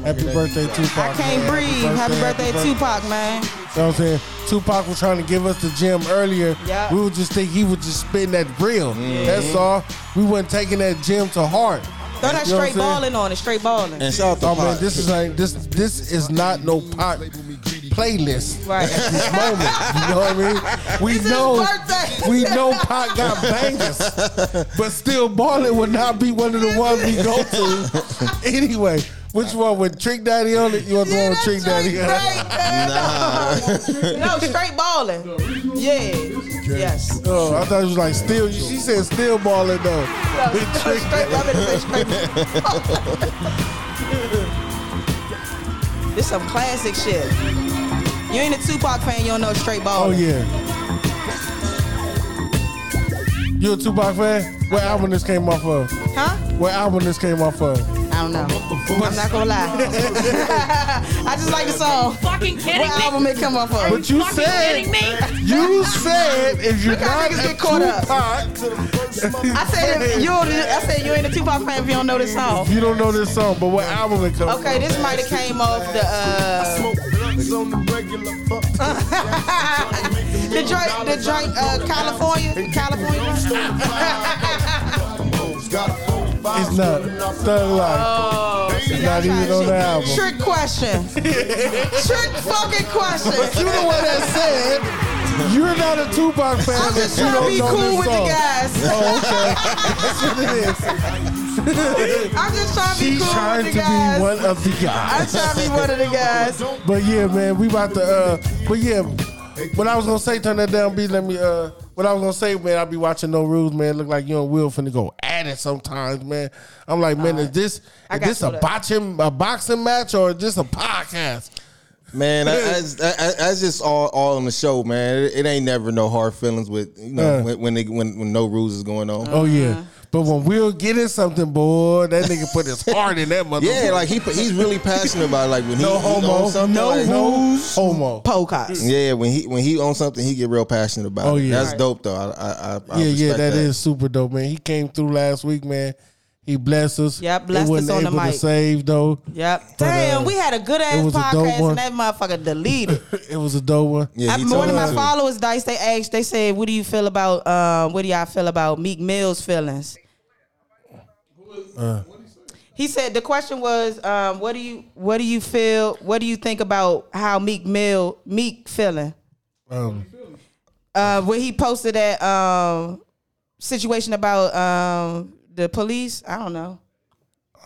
Speaker 1: Happy birthday Tupac.
Speaker 2: I can't
Speaker 1: man.
Speaker 2: breathe. Happy birthday, Tupac, man.
Speaker 1: You know what I'm saying? Tupac was trying to give us the gem earlier.
Speaker 2: Yeah. Mm-hmm.
Speaker 1: We would just think he was just spitting that real. That's all. We weren't taking that gem to heart.
Speaker 2: Throw that
Speaker 1: You know what I'm
Speaker 2: straight
Speaker 1: saying?
Speaker 2: balling on it. Straight balling.
Speaker 10: And shout out to
Speaker 1: Oh
Speaker 10: Pac.
Speaker 1: man, this is like this. This is not no pot playlist
Speaker 2: Right.
Speaker 1: at *laughs* this moment. You know what I mean? We
Speaker 2: It's his
Speaker 1: know
Speaker 2: birthday.
Speaker 1: we know pot got bangers, but still balling would not be one of the ones we go to anyway. Which one with Trick Daddy on it? You want the one with Trick Daddy? on it?
Speaker 2: Nah. no, straight balling. Yeah. Yes.
Speaker 1: *laughs* Oh, I thought it was like still. She said still balling though.
Speaker 2: No,
Speaker 1: With Trick
Speaker 2: straight,
Speaker 1: Daddy.
Speaker 2: I'm gonna say straight. this some classic shit. You ain't a Tupac fan, you don't know straight
Speaker 1: Oh
Speaker 2: balling.
Speaker 1: yeah. You a Tupac fan? What album this came off of?
Speaker 2: Huh?
Speaker 1: What album this came off of?
Speaker 2: I don't know. I'm not gonna lie. *laughs* I just like the song.
Speaker 4: Fucking kidding
Speaker 2: What
Speaker 4: me?
Speaker 2: album it come off of?
Speaker 4: Are
Speaker 1: But you
Speaker 4: fucking
Speaker 1: said
Speaker 4: kidding me?
Speaker 1: you said if you're
Speaker 2: Look how
Speaker 1: not
Speaker 2: niggas
Speaker 1: a
Speaker 2: get caught up.
Speaker 1: Tupac,
Speaker 2: *laughs* I said if you. don't- I said you ain't a Tupac fan if you don't know this song.
Speaker 1: you don't know this song. But what album it comes?
Speaker 2: Okay, this might have came off the uh, *laughs* the joint, the joint, uh, California, California.
Speaker 1: It's not Thug Life.
Speaker 2: Oh,
Speaker 1: it's not even on the album.
Speaker 2: Trick question. Trick fucking
Speaker 1: But you
Speaker 2: question.
Speaker 1: the one that said you're not a Tupac fan.
Speaker 2: I'm
Speaker 1: if
Speaker 2: just
Speaker 1: you
Speaker 2: trying to
Speaker 1: don't
Speaker 2: be
Speaker 1: know
Speaker 2: cool
Speaker 1: this
Speaker 2: with the
Speaker 1: song.
Speaker 2: guys.
Speaker 1: Oh, okay. That's what it is.
Speaker 2: I'm just trying to be
Speaker 1: She's
Speaker 2: cool
Speaker 1: trying
Speaker 2: with
Speaker 1: to
Speaker 2: the guys.
Speaker 1: be one of the
Speaker 2: I'm
Speaker 1: guys.
Speaker 2: trying to be one of the guys.
Speaker 1: But yeah, man, we about to. Uh, but yeah, what I was gonna say, turn that down, B. Let me. Uh, what I was gonna say, man, I be watching No Rules, man. Look like you and Will finna go at it sometimes, man. I'm like, man, is this
Speaker 2: I
Speaker 1: is
Speaker 2: got
Speaker 1: this a
Speaker 2: you up.
Speaker 1: boxing a boxing match or is this a podcast?
Speaker 10: Man, I- I- I- I- that's just all, all on the show, man. It, it ain't never no hard feelings with you know
Speaker 1: Uh.
Speaker 10: when when, they, when when no rules is going on.
Speaker 1: Oh
Speaker 2: Uh-huh.
Speaker 1: yeah. But when Will get in something, boy, that nigga put his heart in that *laughs* motherfucker.
Speaker 10: Yeah, like he he's really passionate about it. like when he,
Speaker 1: no
Speaker 10: he owns
Speaker 1: homo,
Speaker 10: something.
Speaker 1: no
Speaker 10: like,
Speaker 1: rules, homo.
Speaker 2: Pocox.
Speaker 10: Yeah, when he when he owns something, he get real passionate about
Speaker 1: Oh,
Speaker 10: it.
Speaker 1: yeah.
Speaker 10: That's
Speaker 1: Right.
Speaker 10: dope though. I I, I, I
Speaker 1: yeah, yeah,
Speaker 10: respect
Speaker 1: that is super dope, man. He came through last week, man. He blessed us.
Speaker 2: Yeah, blessed
Speaker 1: He
Speaker 2: us
Speaker 1: wasn't
Speaker 2: on the
Speaker 1: able to
Speaker 2: mic.
Speaker 1: save though.
Speaker 2: Yep.
Speaker 1: But, uh,
Speaker 2: Damn, we had a good ass
Speaker 1: it was a dope
Speaker 2: podcast
Speaker 1: one.
Speaker 2: and that motherfucker deleted.
Speaker 1: It was a dope one.
Speaker 10: Yeah, he
Speaker 2: I, one
Speaker 10: told
Speaker 2: of my
Speaker 10: us to.
Speaker 2: followers, Dice, they asked, they said, What do you feel about uh, what do y'all feel about Meek Mill's feelings?
Speaker 1: Uh.
Speaker 2: He said the question was, um, what do you what do you feel what do you think about how Meek Mill Meek feeling?
Speaker 1: Um,
Speaker 2: Uh, where he posted that um, situation about um, the police, I don't know.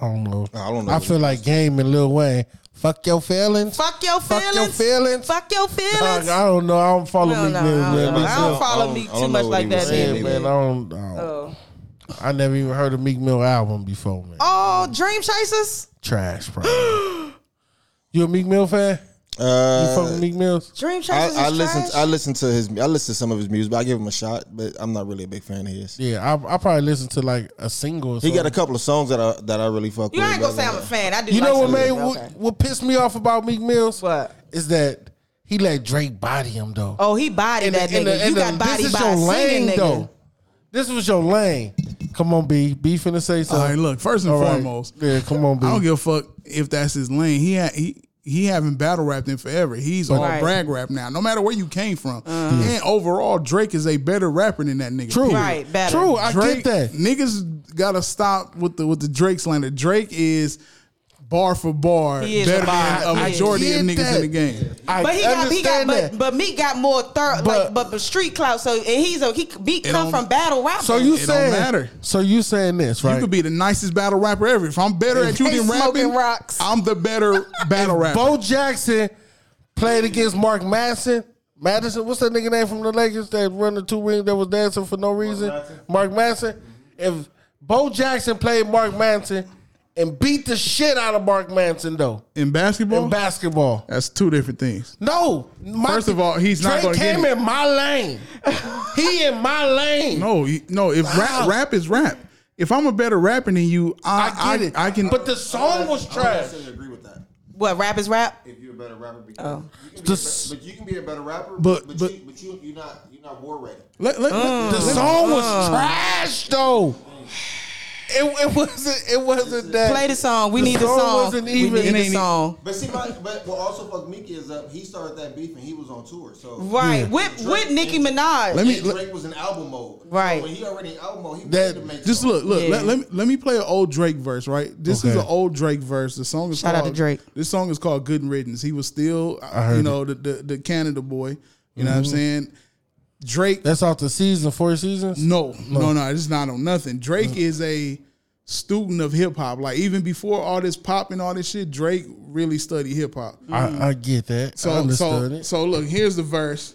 Speaker 1: I don't know.
Speaker 10: I don't know.
Speaker 1: I feel like Game and Lil Wayne. Fuck your feelings.
Speaker 2: Fuck your
Speaker 1: Fuck
Speaker 2: feelings.
Speaker 1: your feelings.
Speaker 2: Fuck your feelings.
Speaker 1: I, I don't know. I don't follow
Speaker 2: No,
Speaker 1: Meek
Speaker 2: no,
Speaker 1: Mill,
Speaker 2: I don't
Speaker 1: man.
Speaker 2: know. I don't
Speaker 10: I
Speaker 2: follow
Speaker 10: don't-
Speaker 2: Meek
Speaker 10: I
Speaker 2: too
Speaker 10: don't
Speaker 2: much
Speaker 10: know what
Speaker 2: like
Speaker 10: he
Speaker 2: that.
Speaker 10: was saying,
Speaker 1: Man,
Speaker 2: Damn,
Speaker 1: man, I don't. I, don't-
Speaker 2: Oh.
Speaker 1: I never even heard a Meek Mill album before, man.
Speaker 2: oh, Dream Chasers?
Speaker 1: Trash, bro. you a Meek Mill fan? You
Speaker 10: Uh,
Speaker 1: fuck with Meek Mills?
Speaker 2: Dream Chasers
Speaker 10: I, I
Speaker 2: is
Speaker 10: listen.
Speaker 2: trash?
Speaker 10: I listen to his. I listen to some of his music. But I give him a shot, but I'm not really a big fan of his.
Speaker 1: Yeah, I, I probably listened to like a single. Or
Speaker 10: He got a
Speaker 1: something.
Speaker 10: couple of songs that I that I really fuck
Speaker 2: You
Speaker 10: with.
Speaker 2: ain't
Speaker 10: but
Speaker 2: gonna say I'm a fan. I do.
Speaker 1: You
Speaker 2: like
Speaker 1: know what,
Speaker 2: some
Speaker 1: man?
Speaker 2: of them.
Speaker 1: What,
Speaker 2: Okay.
Speaker 1: what pissed me off about Meek Mills?
Speaker 2: What?
Speaker 1: Is that he let Drake body him though?
Speaker 2: Oh, he bodied
Speaker 1: And
Speaker 2: that
Speaker 1: the- and
Speaker 2: nigga.
Speaker 1: the-
Speaker 2: you
Speaker 1: and
Speaker 2: got
Speaker 1: the-
Speaker 2: bodied by a singing nigga.
Speaker 1: This was your lane. Come on, B. B finna say
Speaker 3: All
Speaker 1: something.
Speaker 3: right, look. First and
Speaker 1: All right.
Speaker 3: foremost,
Speaker 1: Yeah, come on, B.
Speaker 3: I don't give a fuck if that's his lane. He ha- he he haven't battle rapped in forever. He's all
Speaker 2: Right. Uh-huh.
Speaker 3: brag rap now. No matter where you came from, and overall, Drake is a better rapper than that nigga.
Speaker 1: True.
Speaker 3: period.
Speaker 2: Right, better.
Speaker 1: True, I get
Speaker 3: Drake,
Speaker 1: that.
Speaker 3: Niggas gotta stop with the with the Drake slander. Drake is bar for bar
Speaker 2: He is
Speaker 3: better
Speaker 2: a bar.
Speaker 3: than a
Speaker 2: I
Speaker 3: majority of
Speaker 1: get
Speaker 3: niggas
Speaker 1: that.
Speaker 3: in the game.
Speaker 1: I
Speaker 2: But he got, he got,
Speaker 1: understand that.
Speaker 2: but, but Meek got more thorough,
Speaker 1: But-
Speaker 2: like, but, but street clout. So and he's a he Meek come
Speaker 3: don't-
Speaker 2: from battle rap.
Speaker 1: so you
Speaker 3: don't
Speaker 1: saying?
Speaker 3: matter.
Speaker 1: So you saying this, right?
Speaker 3: You could be the nicest battle rapper ever. If I'm better at you
Speaker 2: They
Speaker 3: than rapping,
Speaker 2: smoking rocks.
Speaker 3: I'm the
Speaker 2: *laughs*
Speaker 3: better battle rapper.
Speaker 1: Bo Jackson played against Mark Madison. Madison, what's that nigga name from the Lakers that run the two wing that was dancing for no reason? Mark Madison. If Bo Jackson played Mark Madison and beat the shit out of Mark Madison though
Speaker 3: in basketball,
Speaker 1: in basketball.
Speaker 3: that's two different things.
Speaker 1: No, my-
Speaker 3: First of all, he's
Speaker 1: Drake
Speaker 3: not gonna get
Speaker 1: came
Speaker 3: it.
Speaker 1: in my lane. he in my lane.
Speaker 3: No, you- no. If
Speaker 1: Wow.
Speaker 3: rap, rap is rap. If I'm a better rapper than you, I,
Speaker 1: I get it.
Speaker 3: I can. Uh,
Speaker 1: but the song was trash.
Speaker 10: agree with that.
Speaker 2: what rap is rap?
Speaker 10: If you're a better rapper, because
Speaker 2: Oh.
Speaker 1: This-
Speaker 10: but you can be a better rapper,
Speaker 3: But- but you-
Speaker 10: but you you're not you're not war ready.
Speaker 3: let, Uh, let,
Speaker 1: The song was trash though. It, it wasn't. It wasn't that.
Speaker 2: Play the song. We need the
Speaker 1: song
Speaker 2: song.
Speaker 1: wasn't
Speaker 2: We
Speaker 1: even-
Speaker 2: need
Speaker 1: it
Speaker 2: the
Speaker 1: ain't e-
Speaker 2: song.
Speaker 10: But see, my, but what also fucked Miki is up. He started that beef and he was on tour, so
Speaker 2: Right with with Nicki Minaj.
Speaker 3: Let me-
Speaker 10: And Drake was in album mode,
Speaker 2: Right.
Speaker 10: So when he already in album mode, he
Speaker 1: That-
Speaker 10: wanted to make
Speaker 3: Just
Speaker 10: songs.
Speaker 3: look, look.
Speaker 2: Yeah.
Speaker 3: Let, let me let me play an old Drake verse. Right, this is
Speaker 1: Okay.
Speaker 3: an old Drake verse. The song is
Speaker 2: Shout out
Speaker 3: called,
Speaker 2: to Drake.
Speaker 3: This song is called "Good Riddance." He was still,
Speaker 1: heard Mm-hmm.
Speaker 3: you know, the, the the Canada boy. You know what I'm saying? Drake.
Speaker 1: That's off the season, four seasons.
Speaker 3: No, no, no, it's not on nothing. Drake is a student of hip hop. Like even before all this pop and all this shit, Drake really studied hip hop.
Speaker 1: I, I get that. I
Speaker 3: So
Speaker 1: understood
Speaker 3: so
Speaker 1: it.
Speaker 3: so look, here's the verse.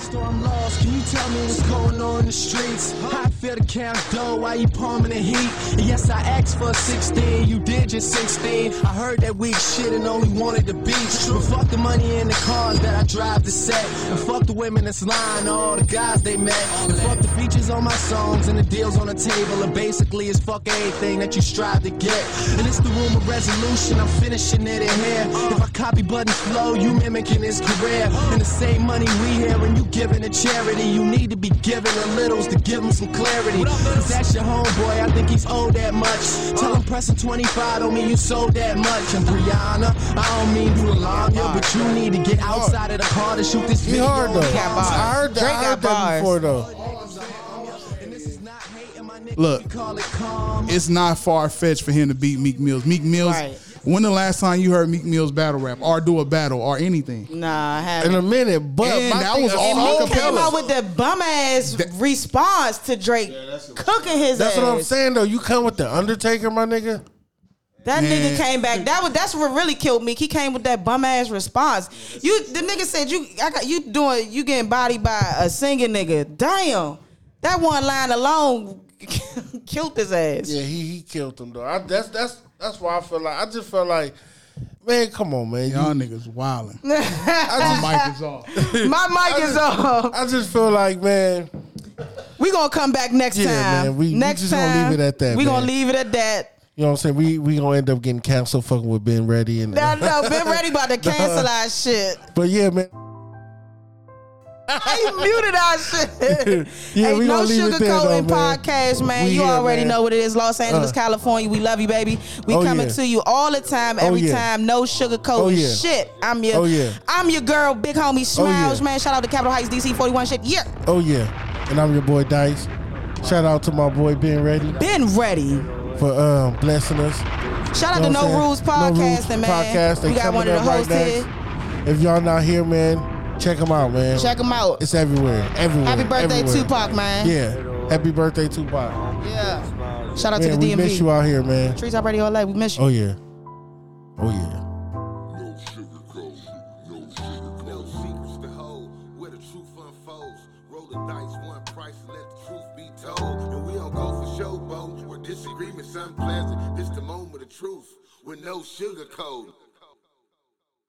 Speaker 12: Storm lost, can you tell me what's going on in the streets? I feel the cash dough while you palming the heat. And yes, I asked for 16, you did just 16. I heard that weak shit and only wanted the beach. But fuck them
Speaker 10: money in the cars that I drive to set. And fuck the women that's lying, all the guys they met. And fuck the features on my songs and the deals on the table. And basically, it's fuck anything that you strive to get. And it's the room of resolution, I'm finishing it in here. If I copy Button's flow, you mimicking his career. And the same money we here and you giving to charity. You need to be giving the littles to give them some clarity. Cause that's your homeboy, I think he's owed that much. Tell him pressing 25 don't mean you sold that much. And Brianna, I don't mean you Alanya, but you need to get outside of the car to shoot this
Speaker 1: He
Speaker 10: video.
Speaker 1: hard though.
Speaker 10: He got bars.
Speaker 1: I heard that, I heard that before though.
Speaker 3: Look, it's not far fetched for him to beat Meek Mills. Meek Mills.
Speaker 2: Right.
Speaker 3: When the last time you heard Meek Mills battle rap or do a battle or anything?
Speaker 2: Nah, I haven't.
Speaker 1: minute, but
Speaker 3: And
Speaker 1: my
Speaker 3: that
Speaker 1: thing-
Speaker 3: was all
Speaker 1: and Meek
Speaker 2: He came
Speaker 3: acapella.
Speaker 2: out with that bum ass response to Drake cooking his
Speaker 1: That's
Speaker 2: ass.
Speaker 1: what I'm saying though. You come with the Undertaker, my nigga.
Speaker 2: That
Speaker 1: Man.
Speaker 2: nigga came back. That was that's what really killed me. He came with that bum ass response. You the nigga said you I got you doing you getting bodied by a singing nigga. Damn. That one line alone *laughs* killed his ass. *laughs*
Speaker 1: Yeah, he he killed him though. I, that's that's that's why I feel like I just felt like, man, come on, man,
Speaker 3: Y'all niggas wilding.
Speaker 1: My
Speaker 3: mic is off.
Speaker 2: My mic is off.
Speaker 1: I just feel like, man,
Speaker 2: we gonna come back next
Speaker 1: Yeah,
Speaker 2: time.
Speaker 1: man, we- we
Speaker 2: next
Speaker 1: just gonna leave it at that,
Speaker 2: We
Speaker 1: man.
Speaker 2: gonna leave it at that.
Speaker 1: you know what I'm saying? We we gonna end up getting canceled fucking with Ben Ready and
Speaker 2: No, no, been ready about to cancel our shit.
Speaker 1: *laughs* But yeah, man. *laughs*
Speaker 2: I muted
Speaker 1: *laughs*
Speaker 2: our shit.
Speaker 1: Yeah,
Speaker 2: Ain't
Speaker 1: we
Speaker 2: no
Speaker 1: gonna leave it there, though,
Speaker 2: sugarcoating
Speaker 1: man.
Speaker 2: podcast, man.
Speaker 1: We
Speaker 2: you
Speaker 1: here,
Speaker 2: already
Speaker 1: man.
Speaker 2: know what it is. Los Angeles,
Speaker 1: Uh.
Speaker 2: California. We love you, baby. We
Speaker 1: Oh,
Speaker 2: coming
Speaker 1: yeah.
Speaker 2: to you all the time,
Speaker 1: Oh,
Speaker 2: every
Speaker 1: yeah.
Speaker 2: time. No sugarcoating
Speaker 1: Oh, yeah.
Speaker 2: shit. I'm your,
Speaker 1: Oh, yeah.
Speaker 2: I'm your girl, big homie
Speaker 1: Oh, yeah.
Speaker 2: Smiles, man. Shout out to Capitol Heights, DC 41 shit. Yeah,
Speaker 1: Oh yeah, and I'm your boy Dice. Shout out to my boy Ben Ready
Speaker 2: been ready.
Speaker 1: for um blessing us.
Speaker 2: Shout out
Speaker 1: You
Speaker 2: to
Speaker 1: know what I'm
Speaker 2: No
Speaker 1: saying?
Speaker 2: Rules
Speaker 1: No Rules
Speaker 2: Podcasting, man.
Speaker 1: Podcast. They
Speaker 2: we got
Speaker 1: coming
Speaker 2: one of the
Speaker 1: up right
Speaker 2: hosts
Speaker 1: next.
Speaker 2: here.
Speaker 1: If y'all not here, man, check them out, man.
Speaker 2: Check them out.
Speaker 1: It's everywhere. Everywhere.
Speaker 2: Happy birthday,
Speaker 1: everywhere.
Speaker 2: Tupac, man.
Speaker 1: Yeah. Happy birthday, Tupac.
Speaker 2: Yeah. Shout out to
Speaker 1: Man,
Speaker 2: the
Speaker 1: we
Speaker 2: DMV.
Speaker 1: miss you out here, man.
Speaker 2: Trees already all late. We miss you.
Speaker 1: Oh yeah. Oh yeah.
Speaker 9: Disagreement, some pleasant. This the moment of truth with no sugar code.